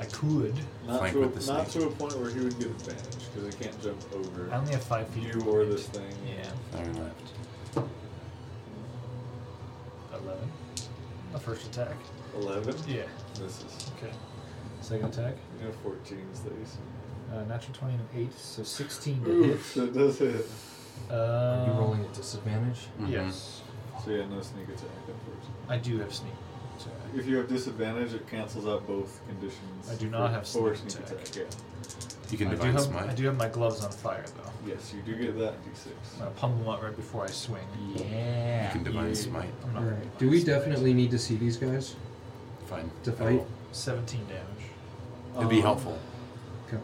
I could.
Not,
flank
to a,
with the
not
snake?
to a point where he would get advantage because I can't jump over
I only have five feet.
you or this thing.
Yeah.
Fair enough.
11. The first attack.
Eleven.
Yeah.
This is
Okay. Second attack.
you know fourteen is the AC.
Uh, natural 20 and 8, so 16 to
Oof,
hit.
that does hit.
Uh,
Are you rolling at disadvantage?
Mhm.
Yes.
So yeah, no sneak attack unfortunately.
I do have sneak attack.
If you have disadvantage, it cancels out both conditions.
I do not
for-
have
for
sneak
sneak
attack.
attack. Yeah.
You can
I, do
divine
have, I
smite.
do have my gloves on fire, though.
Yes, you do get that d6.
I'm going to pummel them out right before I swing.
You
Yeah.
can divine smite.
I'm not gonna
Do we
lie.
definitely need to see these guys
Fine.
to fight?
17 damage.
It'd be
Um,
helpful.
Okay.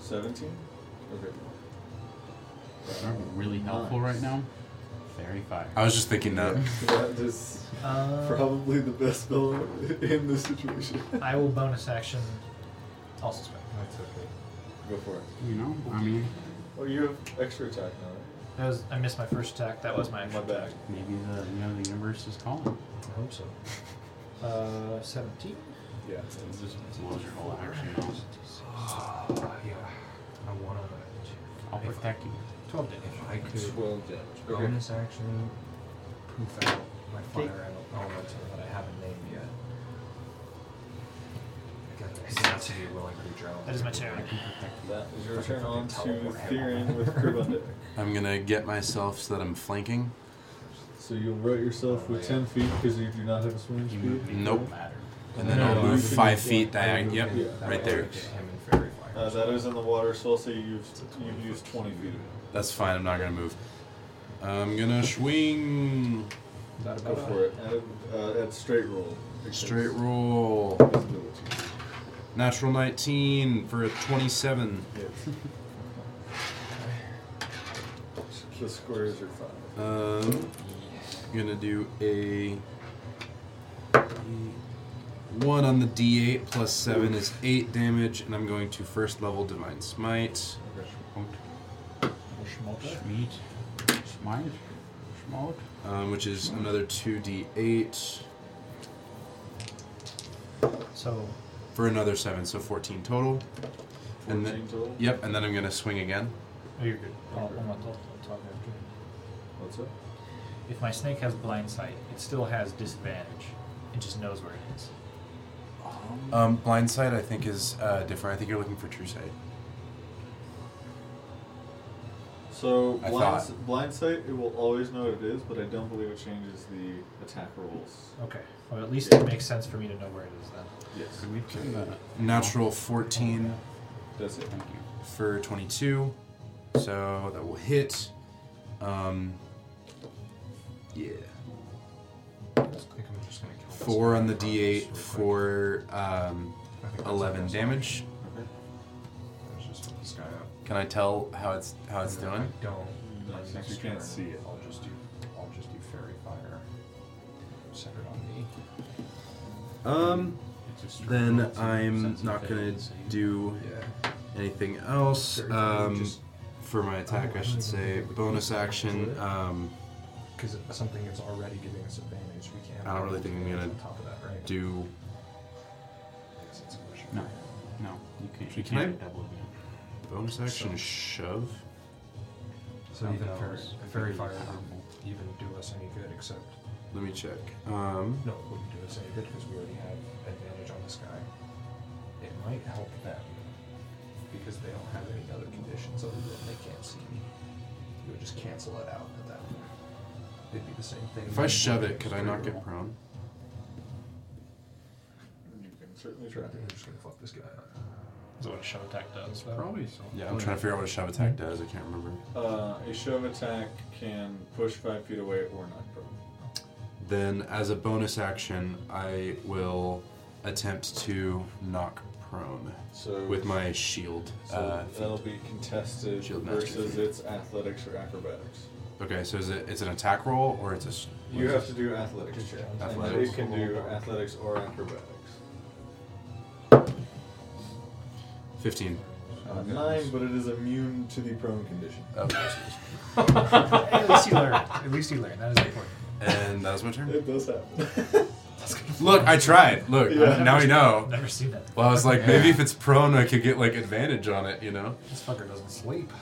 17? Okay.
Are we really helpful right now? Uh, Thirty-five.
I was just thinking that.
That is
Um,
probably the best spell in this situation.
I will bonus action also swing.
That's okay.
Go for it.
You know, I mean,
Well, you have extra attack now,
That was, I missed my first attack. That was my
right?
actual
My back.
attack.
maybe the you know the universe is calling.
I hope so. Uh, 17.
Yeah.
It just blows your whole action off.
Oh, yeah. I want to.
I'll protect you.
12 damage.
If I could
12 damage. Okay.
bonus action poof out my fire elemental that I haven't named yet. I got the audacity of willing creature element.
That is my turn.
I can protect you.
That is your turn on to Theron with Kribundic.
I'm gonna get myself so that I'm flanking.
So you'll route yourself with 10 feet because you do not have a swimming
You
speed.
move
Mm-hmm.
me.
Nope.
Ladder.
And then
No,
I'll
you
move
can
five
just
feet
walk over
diagonal. Yep,
and-
That
right
way I
there.
get him in fairy fire.
Uh, that is in the water, so I'll say you've, you've used 20 feet.
That's fine. I'm not gonna move. I'm gonna swing.
That
Go
about
for it. Add, uh, add straight roll. because
Straight roll.
visibility.
Natural 19 for a 27.
The squares are fine.
Um, gonna do a one on the D8 plus seven is eight damage, and I'm going to first level divine smite.
Schmeat. Smite. Smote.
um, which is another 2d8
So,
for another 7, so 14 total. And
14
then,
total?
yep, and then I'm going to swing again.
oh, you're good. I'll, I'm not, I'll, I'll talk after.
What's up?
If my snake has blind sight, it still has disadvantage. It just knows where it is.
Um, blind sight, I think, is uh, different. I think you're looking for true sight.
So,
I
blind,
thought.
blind sight, it will always know what it is, but I don't believe it changes the attack rolls.
Okay. Well, at least it makes sense for me to know where it is then.
Yes.
Can we turn that?
Natural 14
That's it.
Thank you.
for 22, so that will hit. Um, yeah.
I think I'm just gonna kill this
4
guy Oh,
on the
this real
d8
quick.
for um,
I think that's
11
enough.
damage.
Let's just hook this guy up.
Can I tell how it's how it's
And then
doing?
I don't.
No,
Oh, like,
since
next
you can't
turn,
see it.
I'll just do. I'll just do fairy fire. Set it on me.
Um,
It's a straight roll,
Then
it's a
I'm
sensitive
not
thing,
gonna
it's the same.
do
Yeah.
anything else.
Very good,
Um,
just-
for my attack, I should say bonus action. Um,
Because something is already giving us advantage, we can't.
I don't really think I'm gonna
on top of that, right?
do
Because it's a question.
No. No, you can't. You
Can I-
can't double it.
bonus action shove.
So
No,
even
that
fairy,
was
fairy
really
fire
powerful.
wouldn't even do us any good, except
Let me check. Um,
no, it wouldn't do us any good because we already have advantage on this guy. It might help them because they don't have any other conditions other than they can't see. It would just cancel it out at that point. It'd be the same thing.
if I shove it, could I not get prone?
You can certainly
Sure,
try.
I think I'm just gonna fuck this guy up.
Is what a shove attack does. though.
Probably so.
Yeah, I'm trying to figure out what a shove attack does. I can't remember.
Uh, a shove attack can push five feet away or not prone.
Then, as a bonus action, I will attempt to knock prone
So
with my shield.
so
Uh,
that'll
feat.
be contested
Shield master
versus
feat.
its athletics or acrobatics.
okay, so is it it's an attack roll or it's a s-
You have to do athletics.
Just
And
athletics.
It can do athletics or acrobatics.
15?
Uh, nine, but it is immune to the prone condition.
oh, Okay.
at least you learned. At least you learned. That is important.
And that was my turn.
It does happen. Uh,
Look, I tried. Look,
Yeah.
now we know.
I've never seen that.
Well, I was like, maybe if it's prone, I could get like advantage on it, you know?
This fucker doesn't sleep.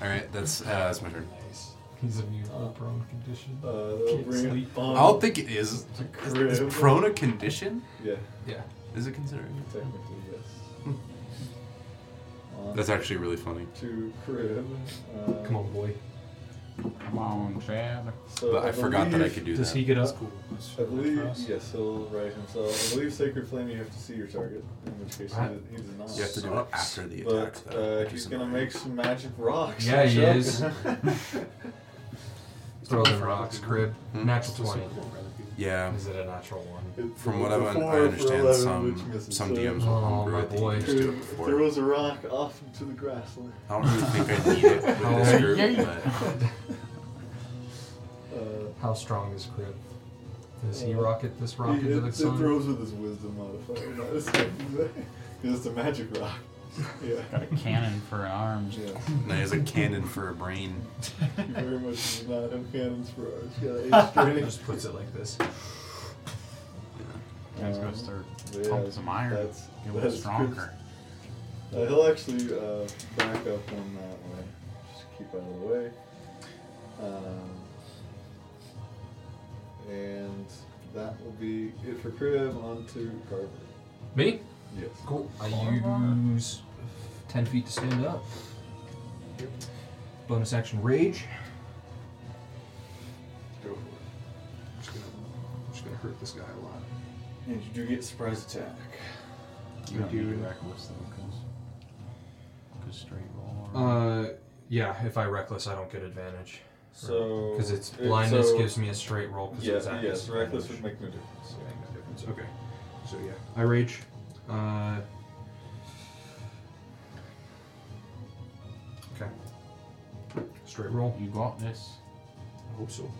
All right, that's uh, that's my turn.
Nice.
He's immune to the prone condition.
uh, they'll bring it
I
on.
don't think it is.
to
Is
crib.
prone a condition?
Yeah,
Yeah.
Is it considered?
technically yes. on
That's actually really funny.
to crib. Um,
Come on, boy.
Come on, Chad.
So
But I forgot that I
believe-
could do
Does he
that.
get up?
I believe yes, he'll write himself. I believe Sacred Flame, you have to see your target, in which case
Right.
he, he does not.
You have to do it
Sucks.
after the attack,
but
though.
uh,
which
he's
is
gonna
annoying.
make some magic rocks.
Yeah, he
Chuck.
is. Throw the rocks, crib.
Hmm?
Natural 20.
Yeah.
Is it a natural one?
It's
From
a
what I've,
four
I
for
understand,
11, which uh,
some
misses,
some
so-
DMs
Oh,
will homebrew
my
it. that you
boy.
can just do it
Crib
before.
throws a rock off into the grassland.
I don't really think I need
Oh,
it with this group, but
Uh,
How strong is crib? Does he rocket this rock
he-
into
it,
the
it
sun?
throws with his wisdom modifier. not his second- It's a magic rock. Yeah.
Got a cannon for arms.
Yeah.
no, he has a cannon for a brain.
He very much does not have cannons for ours. He's got eight straight.
just puts it like this.
Guys goes third.
Yeah,
Pump some iron.
that's-
Get a
that's
little
good.
stronger.
Uh, he'll actually uh, back up on that one. Just keep out of the way. Um, and that will be it for Crib. On to Carver.
Me?
Yes.
Cool. I use 10 feet to stand up. Bonus action rage.
Go for it.
I'm just gonna, I'm just gonna hurt this guy a lot.
And you do get surprise attack.
You
do.
do reckless though, because straight roll. Or
Uh, yeah, if I reckless, I don't get advantage.
So.
Because it's
uh,
it-
blindness
so-
gives me a straight roll. Cause
Yes,
it's at
yes. Reckless would make
disadvantage.
no difference.
So make no difference. Okay. So yeah.
I rage. Uh, okay. Straight roll.
you got this.
I hope so.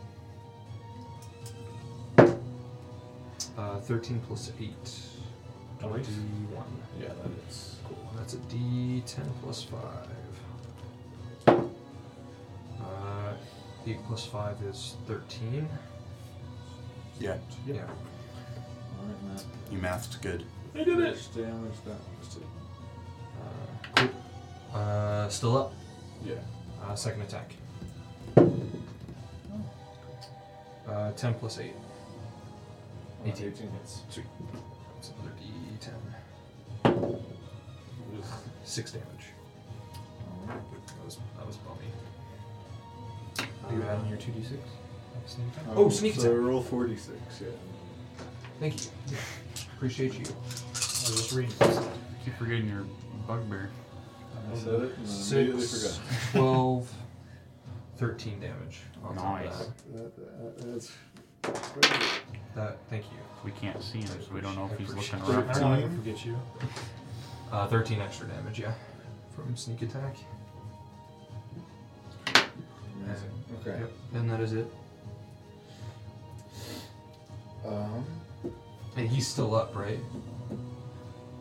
Uh, 13 plus 8.
Nice.
21.
Yeah, that is.
Cool. That's a d10 plus 5. Uh, 8 plus 5 is 13.
Yeah.
Yeah.
Alright, Matt.
You mathed good.
I did it! Damage that was it.
Uh, cool. Uh, still up.
Yeah.
Uh, second attack. Uh, 10 plus 8.
Uh,
18.
18 hits.
That's another d10. 6 damage.
Alright.
That was, that was bummy. Do you add on your 2d6?
Um,
Oh, sneak
So
attack.
roll 46, yeah.
Thank you. Appreciate you.
Uh,
I was just reading this.
Keep forgetting your bugbear.
I said it and I immediately
Six,
forgot.
12, 13 damage. on top of
Nice.
That.
That, that's
That- thank you.
We can't see him, so we don't know if he's looking
I
around.
don't want to forget you.
Uh, 13 extra damage, yeah. From sneak attack.
amazing. Okay.
Yep. And that is it.
Um,
And he's still up, right?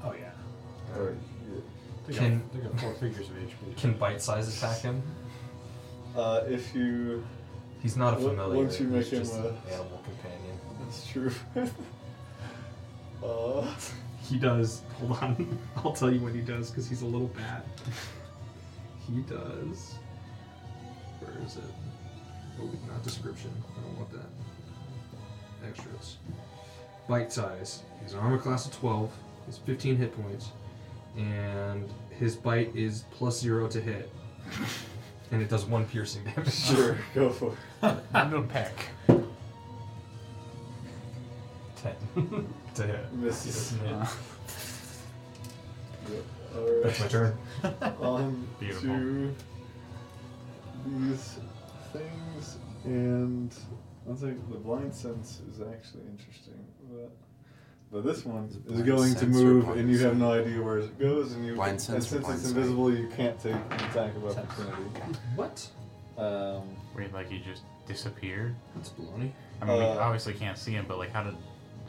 Oh yeah.
alright,
They got,
Can-
they got four figures of HP.
Can bite size attack him?
yeah. Uh, if you,
He's not a
Once-
familiar.
once you make
he's just
him uh,
an
a-
animal companion.
that's true. uh,
He does. Hold on. I'll tell you when he does because he's a little bad. He does. Where is it? Oh, not description. I don't want that. Extras. Bite size. He's an armor class of 12. He's 15 hit points. And his bite is plus zero to hit.
And it does one piercing damage.
sure, go for it.
I'm gonna peck.
10 to hit.
Misses.
Yeah. That's my
Alright,
turn.
on
Beautiful.
Um, to these things, and I think the blind sense is actually interesting, but. But this one
Is it
is
blind
going to
sense or
move,
blind
and you have
sight?
no idea where it goes, and you
Blind
and
sense or
since
blind
it's
sight?
invisible, you can't take an attack of opportunity.
What?
Um,
Wait, like he just disappeared?
That's baloney.
I mean,
Uh,
we obviously can't see him, but like, how did?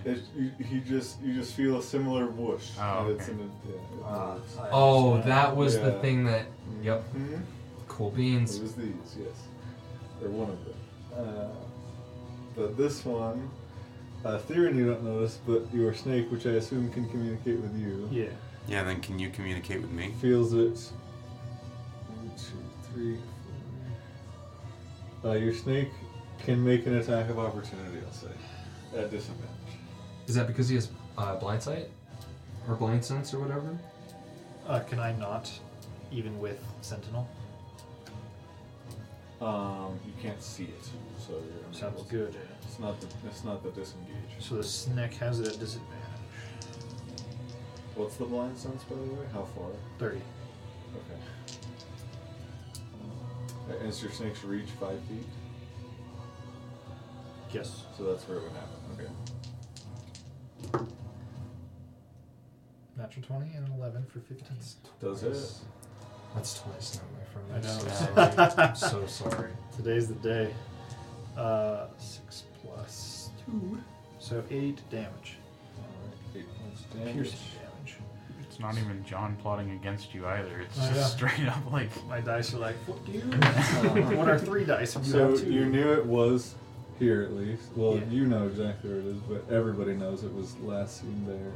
it, you, he just you just feel a similar whoosh.
Oh,
and It's
okay.
in a, yeah,
Uh,
Oh, that was the
Yeah.
thing that. Yep.
hmm
Cool
It
beans.
was these, yes, or one of them. Uh, but this one, uh, Theron, you don't notice, but your snake, which I assume can communicate with you,
Yeah.
Yeah, then can you communicate with me?
feels it. One, two, three, four. Uh, your snake can make an attack of opportunity. I'll say at disadvantage.
Is that because he has uh, blind sight? Or blind sense or whatever?
Uh, can I not, even with Sentinel?
Um, you can't see it, so you're unable
Sounds
to-
good.
It's not the it's not the disengage.
So the snack has it at disadvantage.
What's the blind sense, by the way? How far?
Thirty.
Okay. Uh, Is your snake's reach five feet?
Yes.
So that's where it would happen. Okay.
Natural twenty and an eleven for fifteen.
Does
Yes.
it?
That's twice now, my friend.
I
I'm
know.
So sorry. I'm so sorry.
Today's the day. Uh, six plus two. So eight damage.
Alright, eight points damage.
Piercing damage.
It's not even John plotting against you either. It's
I
just
know.
straight up like
My dice are like, what do you?
Uh-huh.
what are three dice? if You
So
have two.
you knew it was here at least. Well,
Yeah.
you know exactly where it is, but everybody knows it was last seen there.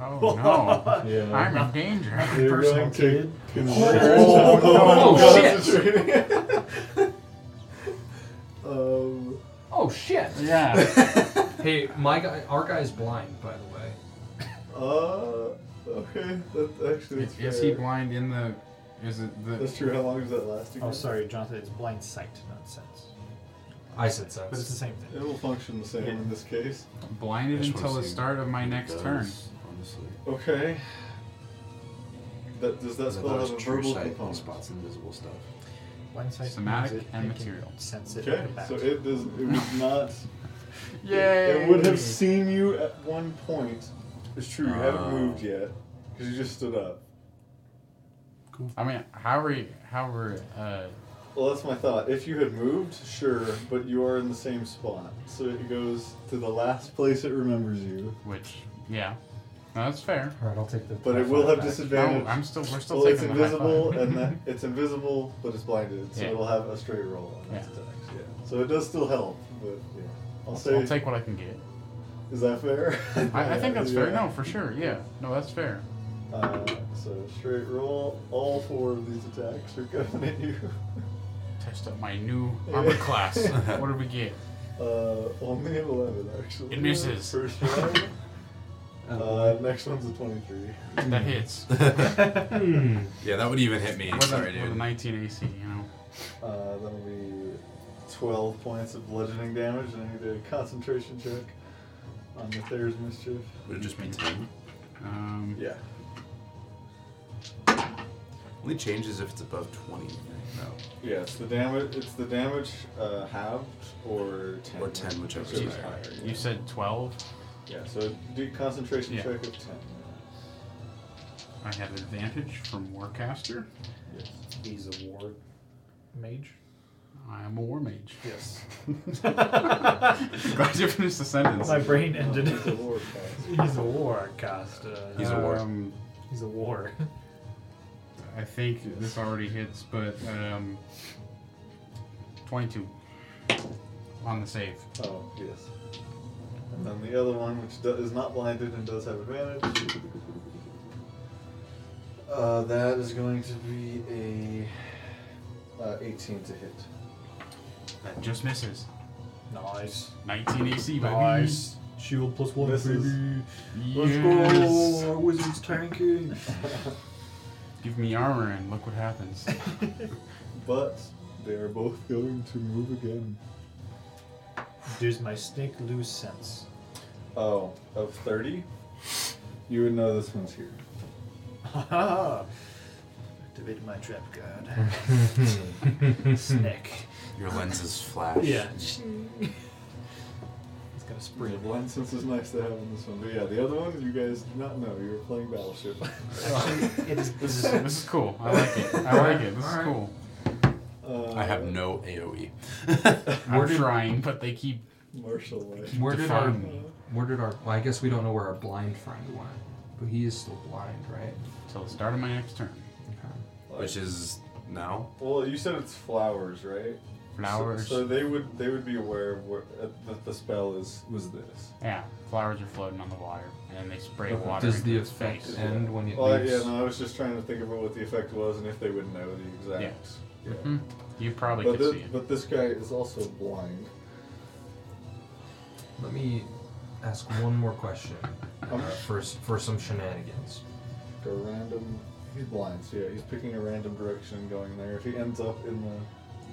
Oh no.
Yeah.
I'm in danger.
They're
Personal
going to
kid.
converge
Oh,
on-
no,
concentrating. um,
Oh shit!
Yeah.
Hey, my guy, our guy's blind, by the way.
uh, okay, that's actually
Is,
that's
is he
fair.
blind in the? Is it the?
That's true. How long does that last?
Oh,
again?
sorry, Jonathan. It's blind sight, not sense.
I said
But it's the
sense.
same thing.
It will function the same in this case.
blinded
I just
until
wanna
the
see
start of my
It
next
does,
turn.
Honestly.
Okay. That does that
Because I
spell
thought it
have
was
a
true
verbal
sight, all
component?
spots, invisible stuff.
Blind sight. means
Somatic
it-
and
they can
material.
Sense it.
Okay,
like a
so
bat.
it does. It was not.
Yay!
It would have seen you at one point. It's true. You
Oh.
haven't
Uh.
moved yet because you just stood up.
I mean, how are you? How were? Uh,
Well, that's my thought. If you had moved, sure, but you are in the same spot, so it goes to the last place it remembers you.
which? Yeah. No, that's fair.
All right, I'll take the.
But it
my
will
five
have
back.
disadvantage.
No, I'm still. We're still
well, it's
taking the high
invisible,
five.
and that it's invisible, but it's blinded, so
Yeah.
it'll have a straight roll on its attacks. Yeah. So it does still help, but yeah. I'll say,
I'll take what I can get.
is that fair?
I, I think that's fair.
Yeah.
No, for sure. Yeah. No, that's fair.
Uh, so straight roll. All four of these attacks are coming at you.
Test out my new armor class. What did we get?
Uh, only an eleven actually.
It misses.
First one. uh, next one's a twenty-three.
That hits.
Hmm.
yeah, that would even hit me.
With a,
Sorry,
with a
dude.
19 AC, you know.
Uh, that'll be 12 points of bludgeoning damage, and I need a concentration check on the Thayer's Mischief.
Would it just be 10?
Um,
Yeah.
Only changes if it's above 20. No.
Yeah, it's the damage. It's the damage uh, halved or ten.
Or 10, whichever
Whichever
is higher.
yeah.
You said 12.
yeah. So do concentration
Yeah.
check of ten.
I have advantage from Warcaster.
Yes.
He's a war mage.
I am a war mage.
Yes.
Glad you finished the sentence.
My brain ended.
It's a lord cast.
He's a war, Costa.
He's a war.
Um,
He's a war.
I think this already hits, but um, 22 on the save.
Oh yes. And then the other one, which do- is not blinded and does have advantage. Uh, that is going to be a uh, 18 to hit.
That just misses.
Nice.
19 AC, baby.
Nice. Shield plus one,
Misses.
baby.
Yes.
Our wizard's tanking.
Give me armor and look what happens.
But they are both going to move again.
Does my snake lose sense?
Oh, of 30? You would know this one's here.
Activate my trap guard. snake.
Your lenses flash.
Yeah. He's got a spring.
The blind sense is nice to have in this one. But yeah, the other one, you guys did not know. You were playing Battleship.
Actually, it is.
This is, this is cool. I like it. I like it. This is cool.
Uh,
I have no E, AoE.
I'm trying, but they keep
Martial life.
Where did our?
defying me
Where did our? Well, I guess we don't know where our blind friend went, but he is still blind, right?
till the start of my next turn.
Okay.
Which is now.
Well, you said it's flowers, right?
Flowers.
So, so they would they would be aware of where, uh, that the spell is was this.
Yeah, flowers are floating on the water, and then they spray water.
Does
into
the
its
effect
face.
end when it
Well,
leaves?
yeah, no, I was just trying to think about what the effect was and if they would know the exact. Yeah.
Hmm, You probably
But,
could
this,
see it.
but this guy is also blind.
Let me ask one more question uh,
Um.
for s- for some shenanigans.
a random. He's blind, so yeah, he's picking a random direction and going there. If he ends up in the,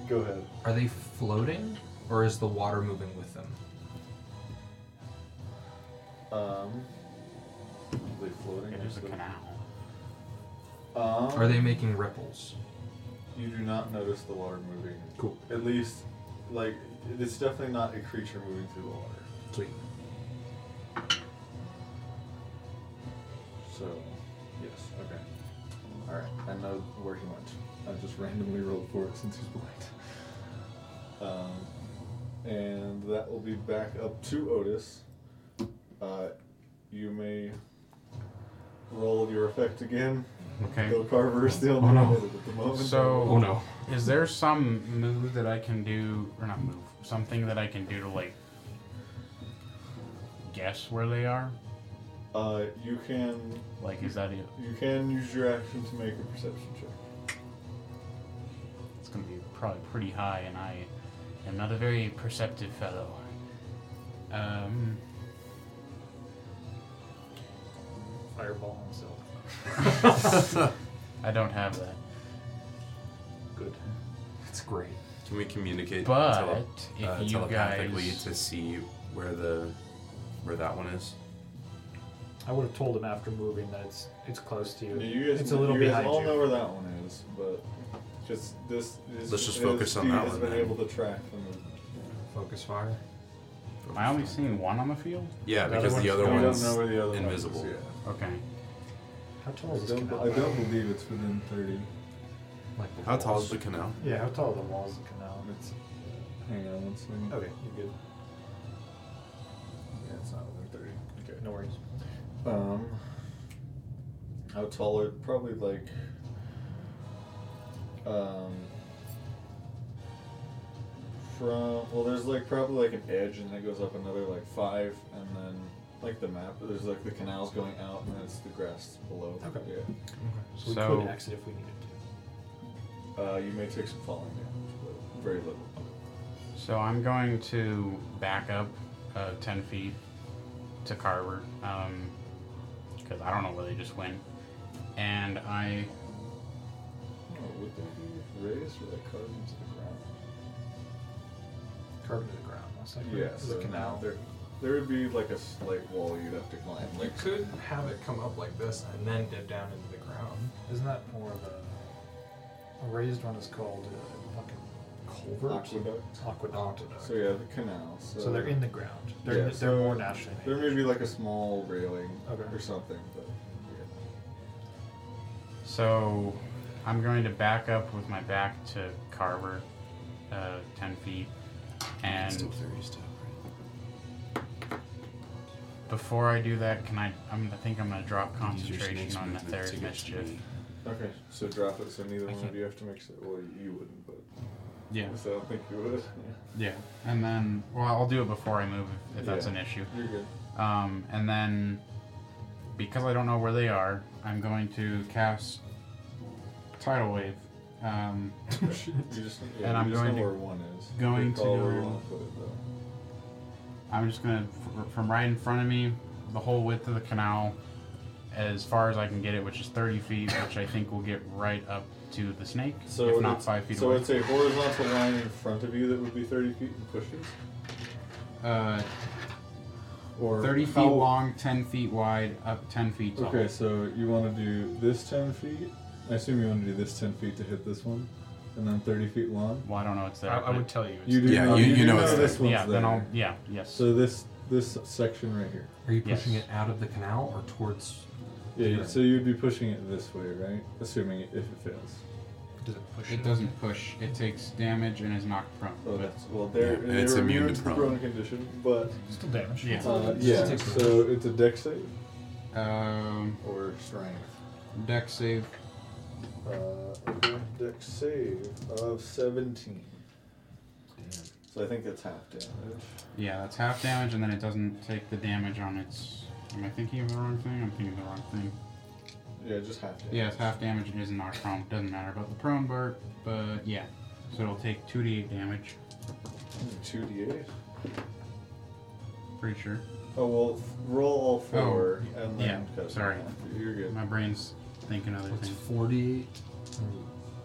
go ahead.
Are they floating, or is the water moving with them?
Um, are they floating?
It is a
Actually.
canal.
Um,
Are they making ripples?
You do not notice the water moving.
Cool.
At least, like it's definitely not a creature moving through the water.
Sweet.
So, yes, okay. All right, I know where he went. I just randomly rolled for it since he's blind. Um, and that will be back up to Otis. Uh, you may roll your effect again.
Okay.
Bill Carver is still
Oh, no.
limited at the moment.
So-
Oh no.
Is there some move that I can do, or not move, something that I can do to like guess where they are?
uh, you can
Like, is that it?
you can use your action to make a perception check.
It's gonna be probably pretty high, and I am not a very perceptive fellow. Um,
Fireball himself.
I don't have that,
Good.
It's great.
Can we communicate
but
tele-
if
uh,
you
telepathically
guys,
to see where the where that one is?
I would have told him after moving that it's it's close to you.
You guys,
it's a little
you guys
behind
all
you.
know where that one is, but just this. Is,
Let's just
is-
focus on
Steve
that
has
one
been
then.
able to track the movement.
Focus fire.
am I only seeing one on the field?
Yeah,
The other
because
one's-
the other
We
one's.
don't know where the other
invisible.
One is,
Okay.
How tall
yeah. I
is this
don't,
canal?
I don't believe it's within thirty.
Like the
How tall is
walls.
the canal?
Yeah, how tall are the walls of the canal?
Um, It's hang on one second.
Okay, you're good.
Yeah, it's not within thirty. Okay.
No worries.
Um, how tall are probably like um from well there's like probably like an edge and then it goes up another like five and then like the map there's like the canals going out and then it's the grass below.
Okay.
Yeah.
So we
So-
could exit if we needed to.
Uh, you may take some falling damage, but very little.
So I'm going to back up uh, 10 feet to Carver because I don't know where they just went. And I.
Oh, would they be raised or they carved into the ground?
Carve to the ground. That's like
Yeah,
this is
so
a canal.
now there there would be like a slight wall you'd have to climb.
You
Like
could have it come up like this and then dip down into the ground.
Isn't that more of a, a raised one is called a fucking culvert?
aqueduct.
Aqueduct.
So yeah, the canal. So,
So they're in the ground. They're,
Yeah,
they're
so
more naturally
There
made.
may be like a small railing
Okay.
or something, but
So I'm going to back up with my back to Carver uh, 10 feet. And
Still thirty stuff, right?
before I do that, can I? I'm, I think I'm going to drop
Use your
concentration
snake's
on the
movement to
third
get to
mischief.
me.
yeah. Okay. So drop it. So neither
I
one
can't-
of you have to make. Well, you wouldn't, but
Yeah.
so I don't think you would.
Yeah. And then, well, I'll do it before I move if, if that's
Yeah.
an issue.
You're good.
Um, and then, because I don't know where they are, I'm going to cast Tidal Wave. Um,
Okay. you just, yeah, you
And I'm
just
going
know
to-
where one is.
going
Recall
to
where you
go-
want to put it though.
I'm just going to, from right in front of me, the whole width of the canal, as far as I can get it, which is 30 feet, which I think will get right up to the snake,
So
if not
it's-
five feet
So
away.
it's a horizontal line in front of you that would be 30 feet and pushes.
uh,
Or
30 feet
how-
long, 10 feet wide, up 10 feet tall.
Okay, so you want to do this 10 feet. I assume you want to do this 10 feet to hit this one, and then 30 feet long.
Well, I don't know what's there.
I, I
but-
would tell you. It's
You do
Yeah,
know,
you- you
do
know it's
this one's
yeah,
there.
then I'll, yeah, yes.
So this this section right here.
Are you pushing
Yes.
it out of the canal or towards?
Yeah. you-
Right.
So you'd be pushing it this way, right? Assuming it, if it fails.
Does it push?
It doesn't push. It takes damage and is knocked prone.
Oh,
but
that's well. They're,
Yeah,
they're
it's immune
immune to
to
the
prone.
prone condition, but
Still damage.
Yeah.
uh,
It's
yeah.
just a-
So it's a dex save
um,
or strength.
deck save.
Uh, okay, dex save of 17. So I think that's half damage.
Yeah, that's half damage, and then it doesn't take the damage on its. Am I thinking of the wrong thing? I'm thinking of the wrong thing.
Yeah, just half damage.
Yeah, it's half damage and isn't knocked prone. Doesn't matter about the prone part, but yeah. So it'll take 2d8 damage,
Two d eight.
pretty sure.
Oh well, f- roll all four and then
yeah,
cut it
sorry.
in half. You're good.
My brain's thinking other
It's
things.
forty-eight.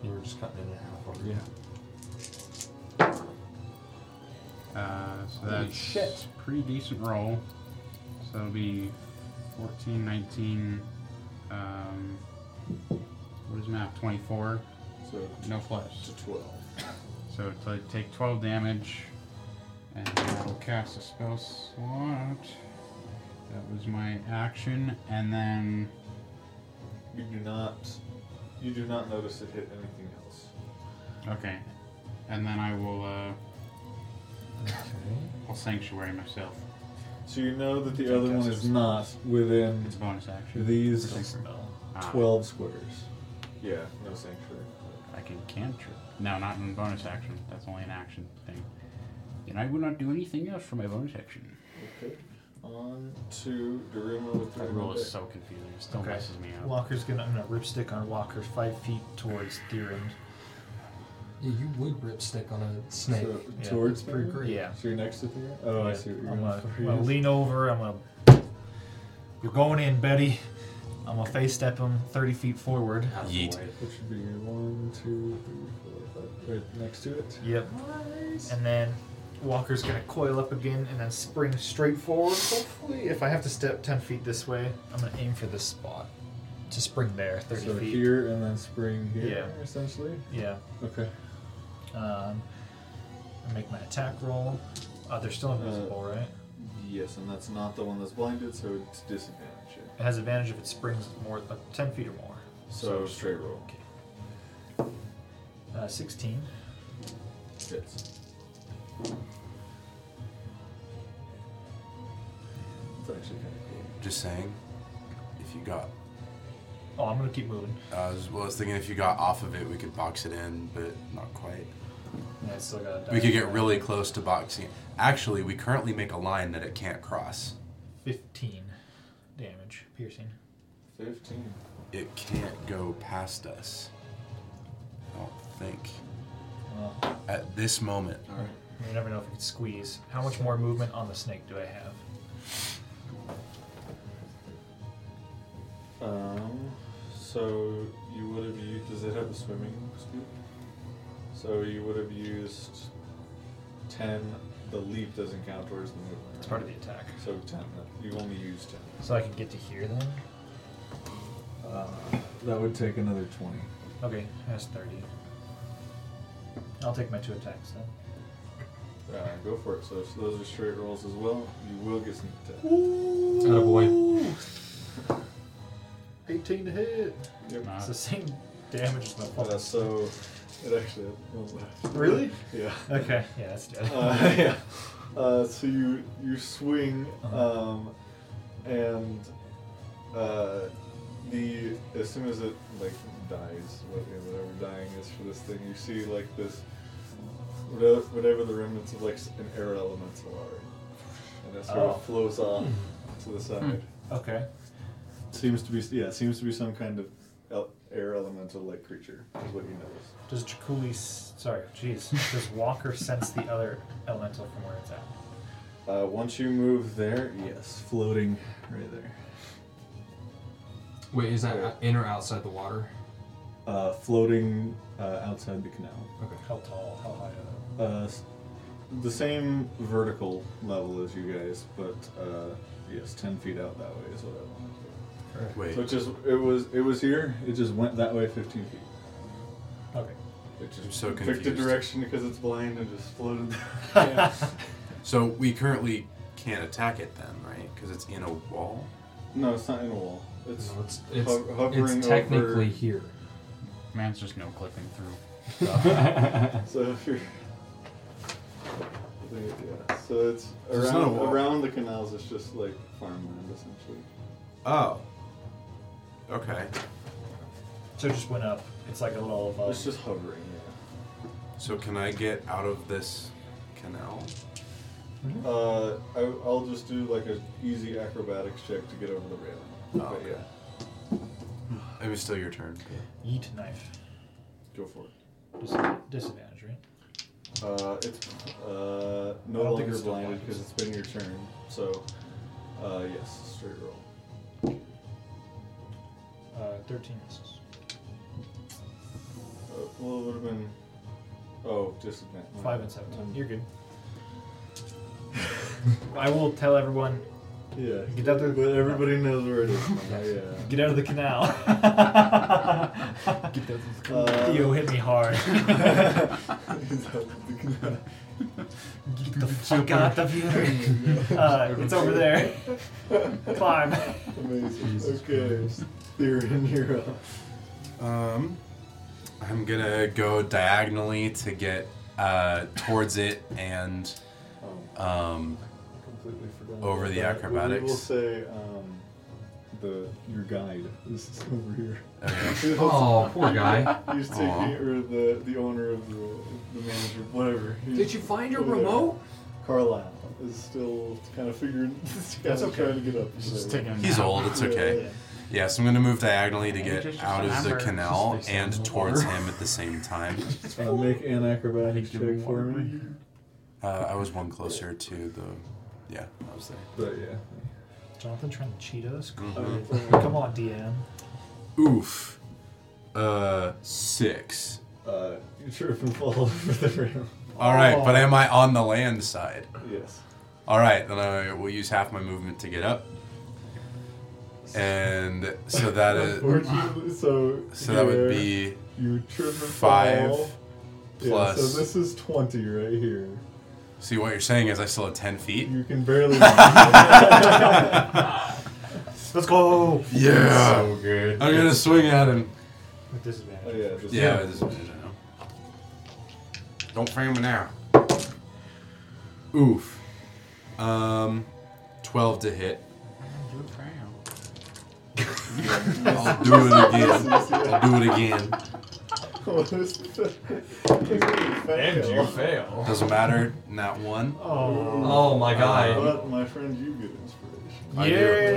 You were just cutting it in half. Over. Yeah.
Uh, so
Holy
that's
shit.
pretty decent roll. So it'll be 14, 19, um, what is map? 24.
So
No plus.
to twelve.
So to take 12 damage, and I will cast a spell slot. That was my action, and then
You do not. You do not notice it hit anything else.
okay, and then I will uh,
Okay.
I'll sanctuary myself.
So you know that the other one is not within
It's a bonus action.
these
Perfect.
spell.
Ah,
12 squares. Yeah, no sanctuary.
I can cantrip. No, not in bonus action. That's only an action thing. And I will not do anything else for my bonus action.
Okay. On to Durima with
That
the
roll is so confusing. It still
Okay.
messes me up.
Walker's gonna. I'm gonna ripstick on Walker five feet towards Theorem.
Yeah, you would ripstick on a snake.
So,
Yeah.
towards
It's pretty
Thera?
great.
Yeah.
So you're next to Thera? Oh, I see what you're
I'm
going
gonna,
for.
I'm gonna lean over. I'm gonna. You're going in, Betty. I'm gonna face step him 30 feet forward.
Out of the
Yeet.
way.
Which should be one, two, three, four, five. Right next to it.
Yep. And then Walker's gonna coil up again and then spring straight forward. Hopefully, if I have to step 10 feet this way, I'm gonna aim for this spot to spring there 30
So
feet.
here and then spring here,
Yeah.
essentially.
Yeah.
Okay.
Um, I make my attack roll. Uh, they're still invisible, right?
Yes, and that's not the one that's blinded, so it's disadvantage.
It has advantage if it springs more uh, 10 feet or more.
So straight roll.
Uh, 16.
Hits. It's actually kind of cool.
Just saying, if you got,
Oh, I'm gonna keep moving.
I was, well, I was thinking if you got off of it, we could box it in, but not quite.
Yeah, I still got.
We could get really close to boxing. it. Actually, we currently make a line that it can't cross.
15 damage, piercing.
15.
It can't go past us. I don't think.
Wow.
At this moment,
Alright.
You never know if it could squeeze. How much more movement on the snake do I have?
Um, so you would have used. Does it have a swimming speed? So you would have used 10. The leap doesn't count towards the movement.
It's part of the attack.
So 10. You only use 10.
So I can get to here then?
Uh, that would take another 20.
Okay, that's 30. I'll take my two attacks then.
Uh, go for it. So, if those are straight rolls as well. You will get sneak attack.
Out of way.
18 to hit!
Yep.
Nah.
It's the same damage as my
Uh,
pulse.
so it actually won't last.
Oh. Really?
Yeah.
Okay, yeah, that's dead.
Uh, yeah. Uh, so you you swing,
Uh-huh.
um, and uh, the as soon as it like dies, what- whatever dying is for this thing, you see like this whatever, whatever the remnants of like an air elemental are, and it sort
Oh. Hmm.
of flows off to the side.
okay.
Seems to be yeah, seems to be some kind of el- air elemental like creature is what you notice.
Does Jakuli. s- Sorry, jeez. Does Walker sense the other elemental from where it's at?
Uh, once you move there, yes, floating right there.
Wait, is that o- in or outside the water?
Uh, floating uh, outside the canal.
Okay.
How tall? How high are
Uh, s- the same vertical level as you guys, but uh, yes, ten feet out that way is what I wanted. to do.
wait.
So it just it was it was here. It just went that way fifteen feet.
they? Okay.
It just
I'm so
picked a
confused.
direction because it's blind and just floated. There.
So we currently can't attack it then, right? Because it's in a wall.
No, it's not in a wall. It's
No, it's it's,
ho- hovering
it's technically
over-
here.
Man's just no clipping through.
So if you're. I think it- Yeah. So it's
So it's not a
around,
wall.
around the canals, it's just like farmland essentially.
Oh. Okay.
So it just went up. It's like a little above.
It's just hovering,
So can I get out of this canal?
Mm-hmm.
yeah. Uh, I, I'll just do like an easy acrobatics check to get over the railing.
Oh,
but
okay.
yeah,
It was still your turn.
Yeet knife.
go for it.
Dis- disadvantage, right?
Uh, it's uh, no
I don't think
longer
it's still
blinded
blinded.
because it's been your turn. So, uh, yes, straight roll.
Uh, 13 misses.
Uh, well, it would have been. Oh, disadvantage.
5 and 17.
Um,
You're good. I will tell everyone
Yeah.
Get out there.
But everybody knows where it is. now,
get out of the canal. get out of
canal. Uh,
Theo hit me hard.
yeah.
get the fuck out of here. uh, it's over there. Climb.
Amazing. okay. Theron, you're up.
Um, I'm gonna go diagonally to get uh, towards it and
Oh,
um,
I completely forgot.
Over
about
the
that. We will
acrobatics.
say um, the your guide. This is over here.
Okay.
Oh, poor guy.
He's taking
Aw.
or the the owner of the, the manager, whatever. He's-
Did you find your
whatever.
remote?
Carlisle is still kind of figuring. this guy's
That's
trying to get up. uh,
He's just taking a
He's
nap.
old. It's okay.
Yeah.
Yeah, so I'm gonna move diagonally to
Maybe
get
just
out of the
remember-
canal
Just fix it in
and
the
towards
water.
him at the same time.
Uh, make an acrobatics check for me.
Uh, I was one closer to the. Yeah, I was there.
But yeah,
Jonathan trying to cheat us?
Mhm.
Come on, DM.
Oof. Uh, six.
Uh, you trip and fall over the rail.
All right, but am I on the land side?
Yes.
All right, then I will use half my movement to get up. And so that is.
Unfortunately, so
So that would
you're-
be
you trip and
five
fall. Yeah,
plus-
so this is twenty right here.
See, what you're saying is I still have 10 feet?
You can barely. yeah.
Let's go!
Yeah!
good.
I'm gonna swing at him.
With disadvantage.
Just
Yeah, this is what I know. Don't frame me now. Oof. Um, 12 to hit.
Do it fail.
I'll do it again. I'll do it again.
What is that? And
fail.
Doesn't matter. Not one.
Oh.
Oh my god.
But my friend, you get inspiration.
I do.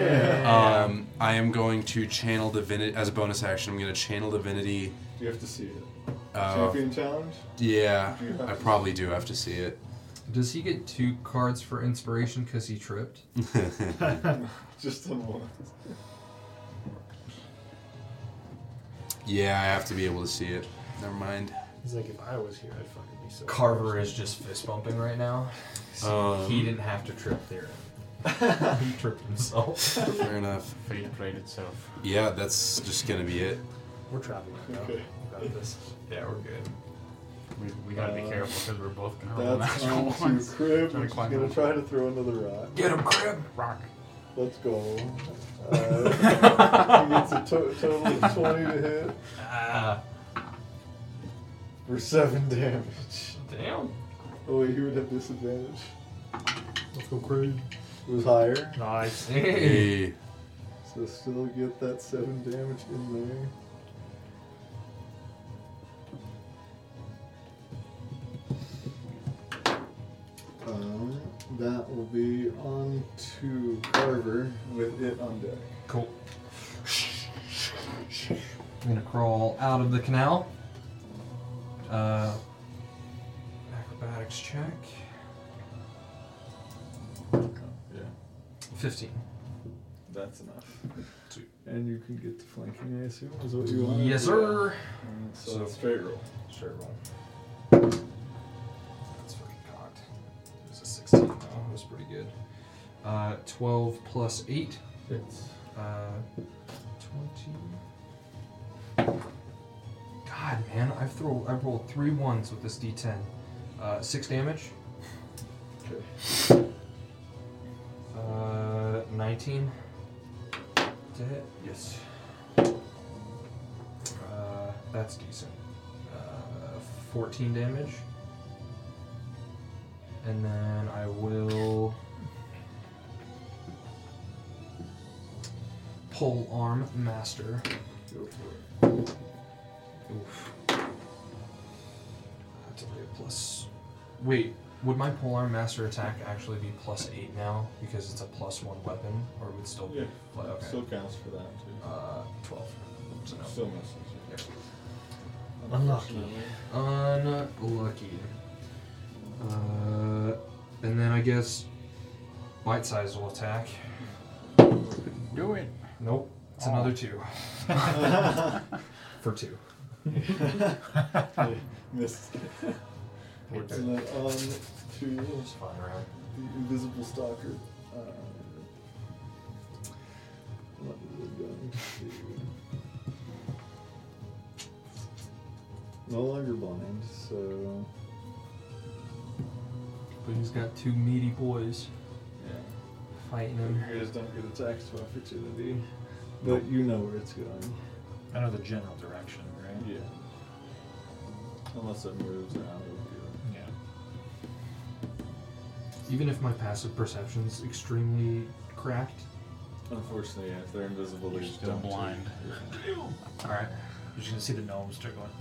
Yeah.
Um, I am going to channel divinity as a bonus action. I'm going to channel divinity.
You have to see it.
Uh,
Champion challenge.
yeah, I probably do have to see it.
Does he get two cards for inspiration because he tripped?
Just on one.
yeah, I have to be able to see it. Never mind.
He's like, if I was here, I'd fucking be so.
Carver is just fist bumping right now.
Um,
he didn't have to trip there. he tripped himself.
Fair enough.
Fate played itself.
Yeah, that's just gonna be it.
We're traveling right now.
Okay.
We got this.
Yeah, we're good.
We, we gotta be
Uh,
careful because we're both gonna roll
That's
natural
on to
ones.
crib.
Trying to
Which is
climb
gonna
up.
try to throw another rock.
Get him, crib.
Rock.
Let's go. Uh, he gets a to- total of 20 to hit
Ah,
for 7 damage.
damn.
Oh, wait, he would have disadvantage.
Let's go, Craig.
It was higher,
Nice.
Hey.
Hey,
so still get that 7 damage in there. Um, that will be on to Carver with it on deck.
Cool. I'm gonna crawl out of the canal. Uh, acrobatics check.
Yeah,
Fifteen.
that's enough. And you can get to flanking, I assume, is what you want. Um,
Yes, sir.
So,
So-
straight roll.
Straight roll. That's pretty cocked. It was a sixteen. though. That was pretty good. Uh, twelve plus eight.
It's
Uh, twenty. God, man, I've throw I've rolled three ones with this D10. Uh, six damage.
okay.
Uh, 19 to hit? Yes. Uh, that's decent. Uh, 14 damage. And then I will pole arm master.
Go for
Oof. That's only a plus. Wait, would my polearm master attack actually be plus eight now because it's a plus one weapon, or would it still be?
Yeah.
pl-
it.
Okay.
Still counts for that too.
uh, twelve. So no.
Still misses.
Yep.
Unlucky.
Unlucky. Uh, and then I guess bite size will attack.
Do it.
Nope, it's another two for two.
Unfortunately. Missed.
We're
And
good.
then on to
Just fine around.
the invisible stalker. Uh, what is it going to do? No longer blind, so
But he's got two meaty boys
yeah.
fighting him.
You guys don't get a tax of opportunity, but you know where it's going.
I know the general direction, right?
Yeah. Unless it moves out of
Yeah.
Even if my passive perception's extremely cracked,
Unfortunately, yeah, if they're invisible, they
You're
just
still
don't.
blind.
All right. You're just gonna see the gnomes start going.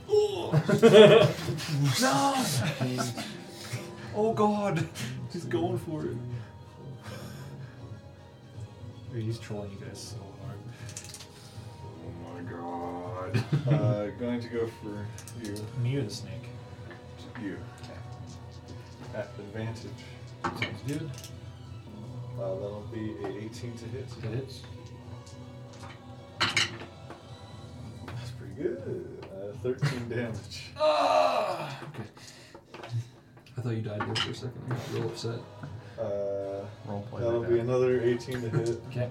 No! oh god!
Just going for it.
Dude, he's trolling you guys so hard.
Oh my god.
Uh, going to go for you.
Me or the snake?
You. At advantage.
Sounds good.
Uh, that'll be a 18 to hit.
That hits.
That's pretty good. Uh, 13 damage.
Oh.
I thought you died there for a second. I got real upset.
Uh,
Role play.
that'll
that
be
out.
another 18 to hit.
Okay.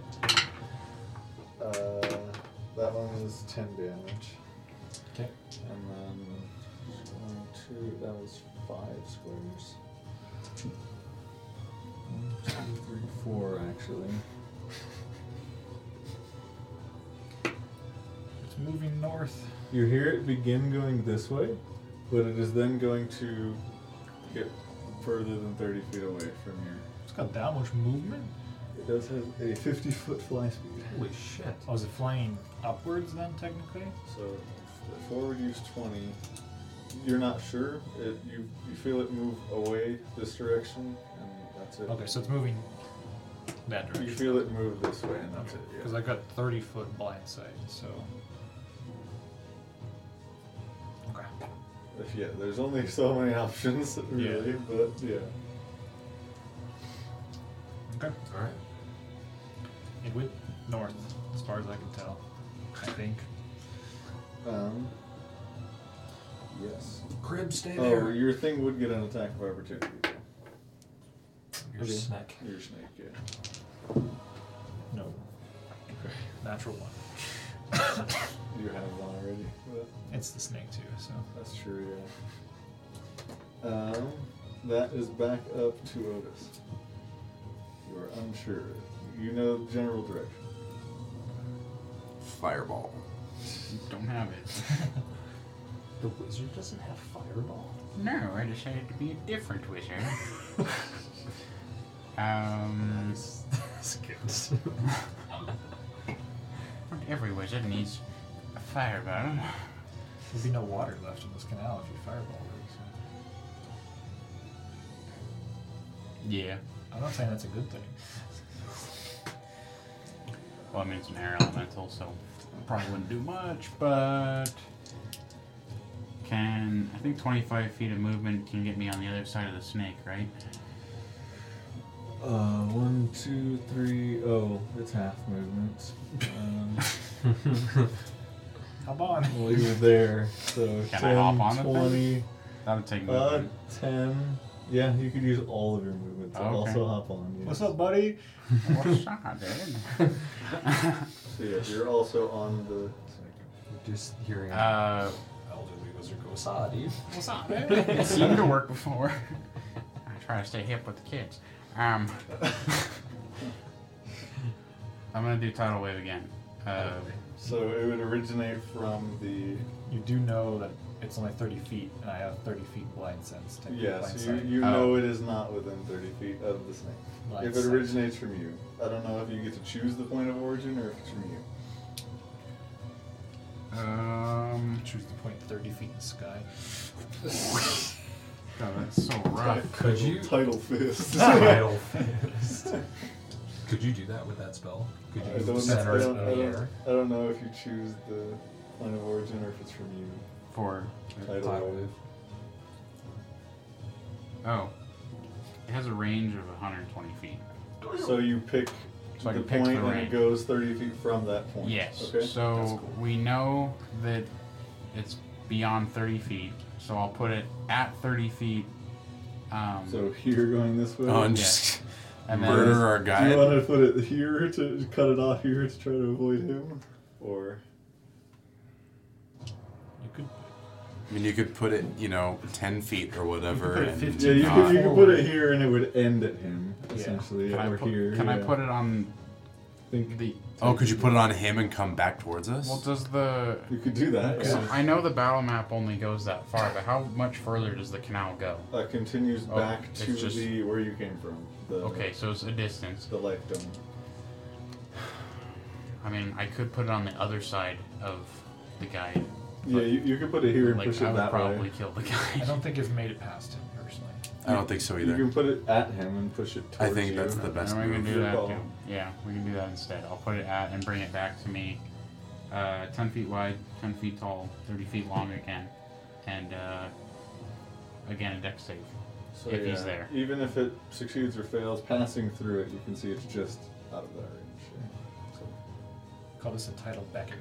Uh, that one was 10 damage.
Okay.
And then one, two, that was five squares. One, two, three, four, actually.
It's moving north.
You hear it begin going this way, but it is then going to get further than 30 feet away from here.
It's got that much movement.
It does have a 50 foot fly speed.
Holy shit.
Oh, is it flying upwards then, technically?
So the forward use 20. You're not sure. It, you, you feel it move away this direction, and that's it.
Okay, so it's moving that
You
direction.
feel it move this way, and that's
Okay,
it. yeah.
because I got 30 foot blind sight, so. Okay.
If, yeah, there's only so many options, really, but yeah.
Okay.
Alright.
It went north, as far as I can tell. I think.
Um, yes.
Crib, stay
Oh,
there.
your thing would get an attack of opportunity. though.
You're
okay.
snack.
Your snake, yeah.
No. Natural one.
You have one already. But
It's the snake, too, so.
that's true, yeah. Um, that is back up to Otis. You are unsure. You know the general direction.
Fireball.
Don't have it.
The wizard doesn't have fireball.
No, I decided to be a different wizard. um,
Skips.
not every wizard needs a fireball.
There'd be no water left in this canal if you fireball it. So.
Yeah.
I'm not saying that's a good thing.
Well, I mean, it's an air elemental, so probably wouldn't do much, but. Can. I think 25 feet of movement can get me on the other side of the snake, right?
Uh, one, two, three, oh, it's half movement. Um,
Hop on.
well, you're there, so
Can
10,
I hop on the thing?
20,
That would take
uh,
movement.
10. Yeah, you could use all of your movement to
Okay.
also hop on. Yes.
What's up, buddy?
What's up, dude?
So yeah, you're also on the.
Just hearing
Uh,
Ah. elderly wizard go, "Saw, dude."
What's up, dude? It seemed to work before. I try to stay hip with the kids. Um, I'm gonna do tidal wave again. Uh,
So it would originate from the.
You do know that it's only 30 feet, and I have 30 feet blind sense. technique,
Yeah,
blind
so you,
sight.
you
Oh.
know it is not within 30 feet of the snake.
Blind
if it
sight.
originates from you, I don't know if you get to choose the point of origin or if it's from you.
um,
Choose the point 30 feet in the sky.
God, oh, that's so rough.
Could you-
title fist?
Smile. Could you do that with that spell? Could
I
you
don't,
center
I,
it
don't,
in
I,
the
don't,
air?
I don't know if you choose the point of origin or if it's from you.
For
Tidal wave.
oh, it has a range of 120 feet.
So you pick
So I
the
can pick
point
the
and
range.
it goes 30 feet from that point.
Yes.
Okay.
So we know that it's beyond 30 feet. So I'll put it at 30 feet. Um,
So here going this way.
Oh, and
Yeah.
just
and then
murder our
Do you want
guy.
to put it here to cut it off here to try to avoid him, or
You could.
I mean, you could put it, you know, ten feet or whatever.
put it
and
15
yeah, you
not-
could, you could put it here and it would end at him essentially,
can I
or
put-
here.
Can I
yeah.
put it on
Think
the?
Oh, could you put it on him and come back towards us?
Well, does the?
you could do that.
Okay.
yeah.
I know the battle map only goes that far, but how much further does the canal go?
That Uh, continues
Oh,
back
it's
to
just-
the where you came from. The,
Okay, so it's a distance.
The life dome.
I mean, I could put it on the other side of the guide.
Yeah, you, you could put it here and
Like,
push
I
it
would
that
probably
way.
kill the
I
guide.
don't think I've made it past him personally.
I don't think so
You
either.
can put it at him and push it
I
towards
think
you.
that's the best
And we can
move.
do
Your
that
ball.
too. Yeah, we can do that instead. I'll put it at and bring it back to me. Uh, 10 feet wide, 10 feet tall, 30 feet long again. And uh, again, a deck save.
So,
if he's there.
Even if it succeeds or fails, passing through it, you can see it's just out of that range. Yeah. So,
Call this entitled Beckett.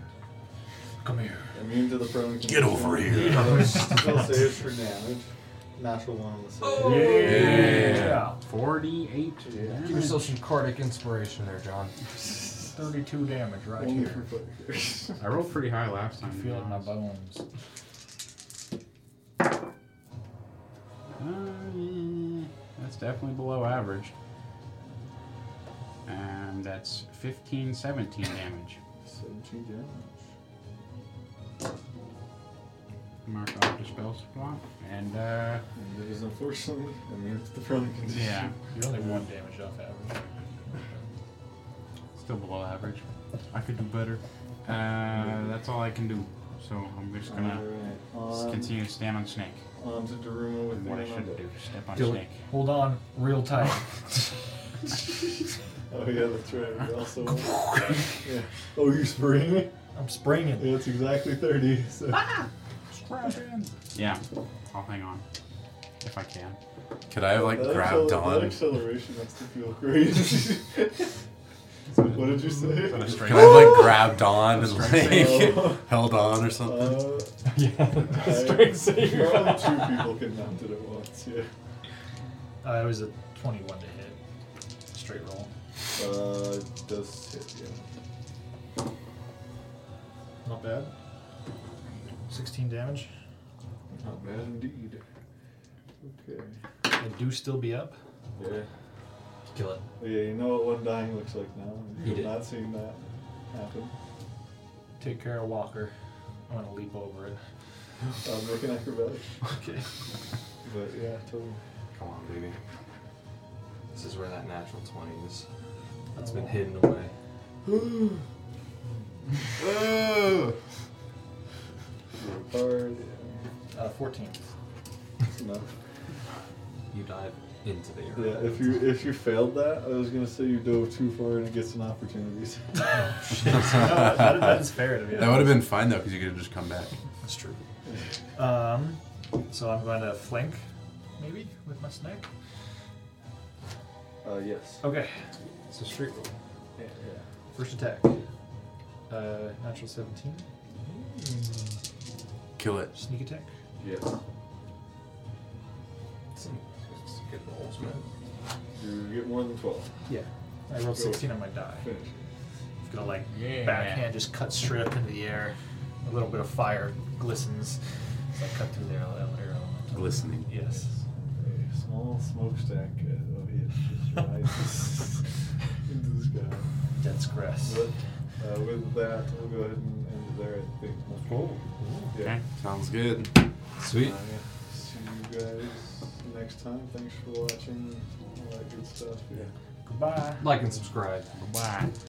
Come here.
immune to the prone.
Get over
condition.
here.
Uh, Still saves for damage. Natural one on the save.
Oh,
Yeah.
48.
Give yourself some cardiac inspiration there, John.
32 damage right
Only
here.
for fighters.
I rolled pretty high last
I
time.
feel it in my bones.
Uh, that's definitely below average. Um, that's 15, 17 damage.
17 damage.
Mark off the spell slot. And, uh,
And it is unfortunately immune to the prone condition.
yeah,
You're only one damage off average.
still below average. I could do better. Uh, that's all I can do. So I'm just gonna
Alright,
s-
on,
continue to stand on Snake.
on to Daruma with
And
the
what I
Yamada.
shouldn't do, step on
Do it.
Snake.
Hold on, real tight.
Oh yeah, that's right. We also yeah. Oh, you spring? Yeah,
I'm springing.
it's exactly 30. So.
Yeah, I'll hang on. If I can.
Could I have like
That
grabbed
accel- That
on?
acceleration makes me feel great. what did you say?
But a
Could
straight
I have like grabbed on and
Oh.
like held on or something?
Uh,
yeah,
I-
strength saving.
Probably two people can mount it at once. Yeah.
I was a 21 to hit. Straight roll.
Uh, it does hit. Yeah.
Not bad. 16 damage.
Not bad indeed. Okay.
I do still be up.
Yeah. Oh,
Kill it.
Yeah. You know what one dying looks like now.
He
You've
did.
not seen that happen.
Take care of Walker. I'm gonna leap over it.
I'm making Uh, acrobatics,
Okay.
but yeah, totally.
Come on, baby. This is where that natural 20 is. That's been hidden away.
Hard. Yeah.
Uh, 14.
That's enough.
You dive into the area.
Yeah, if you if you failed that, I was gonna say you dove too far and it gets an opportunity. yeah,
Oh, that, that is fair to be
That would have been fine though, because you could have just come back.
That's true.
Um, so I'm going to flank, maybe, with my snipe.
Uh, yes.
Okay.
It's a street roll.
Yeah,
First attack. Uh, natural 17.
Kill it.
Sneak attack.
yeah.
It's, it's good rolls, man.
You get more than twelve.
Yeah. I rolled
Go.
16 on my die.
Finish.
It's gonna like
Yeah.
backhand just cut straight up into the air. A little bit of fire glistens. It's like cut through the air air elemental.
Glistening.
Yes.
A small smokestack uh, of it just rises into the sky.
Dense grass.
But uh, with that, we'll go ahead and end it there. I think.
Cool.
Yeah.
Okay.
Sounds good.
Uh,
Sweet.
yeah. See you guys next time. Thanks for watching. All that good stuff.
Yeah.
Goodbye.
Like and subscribe.
Bye.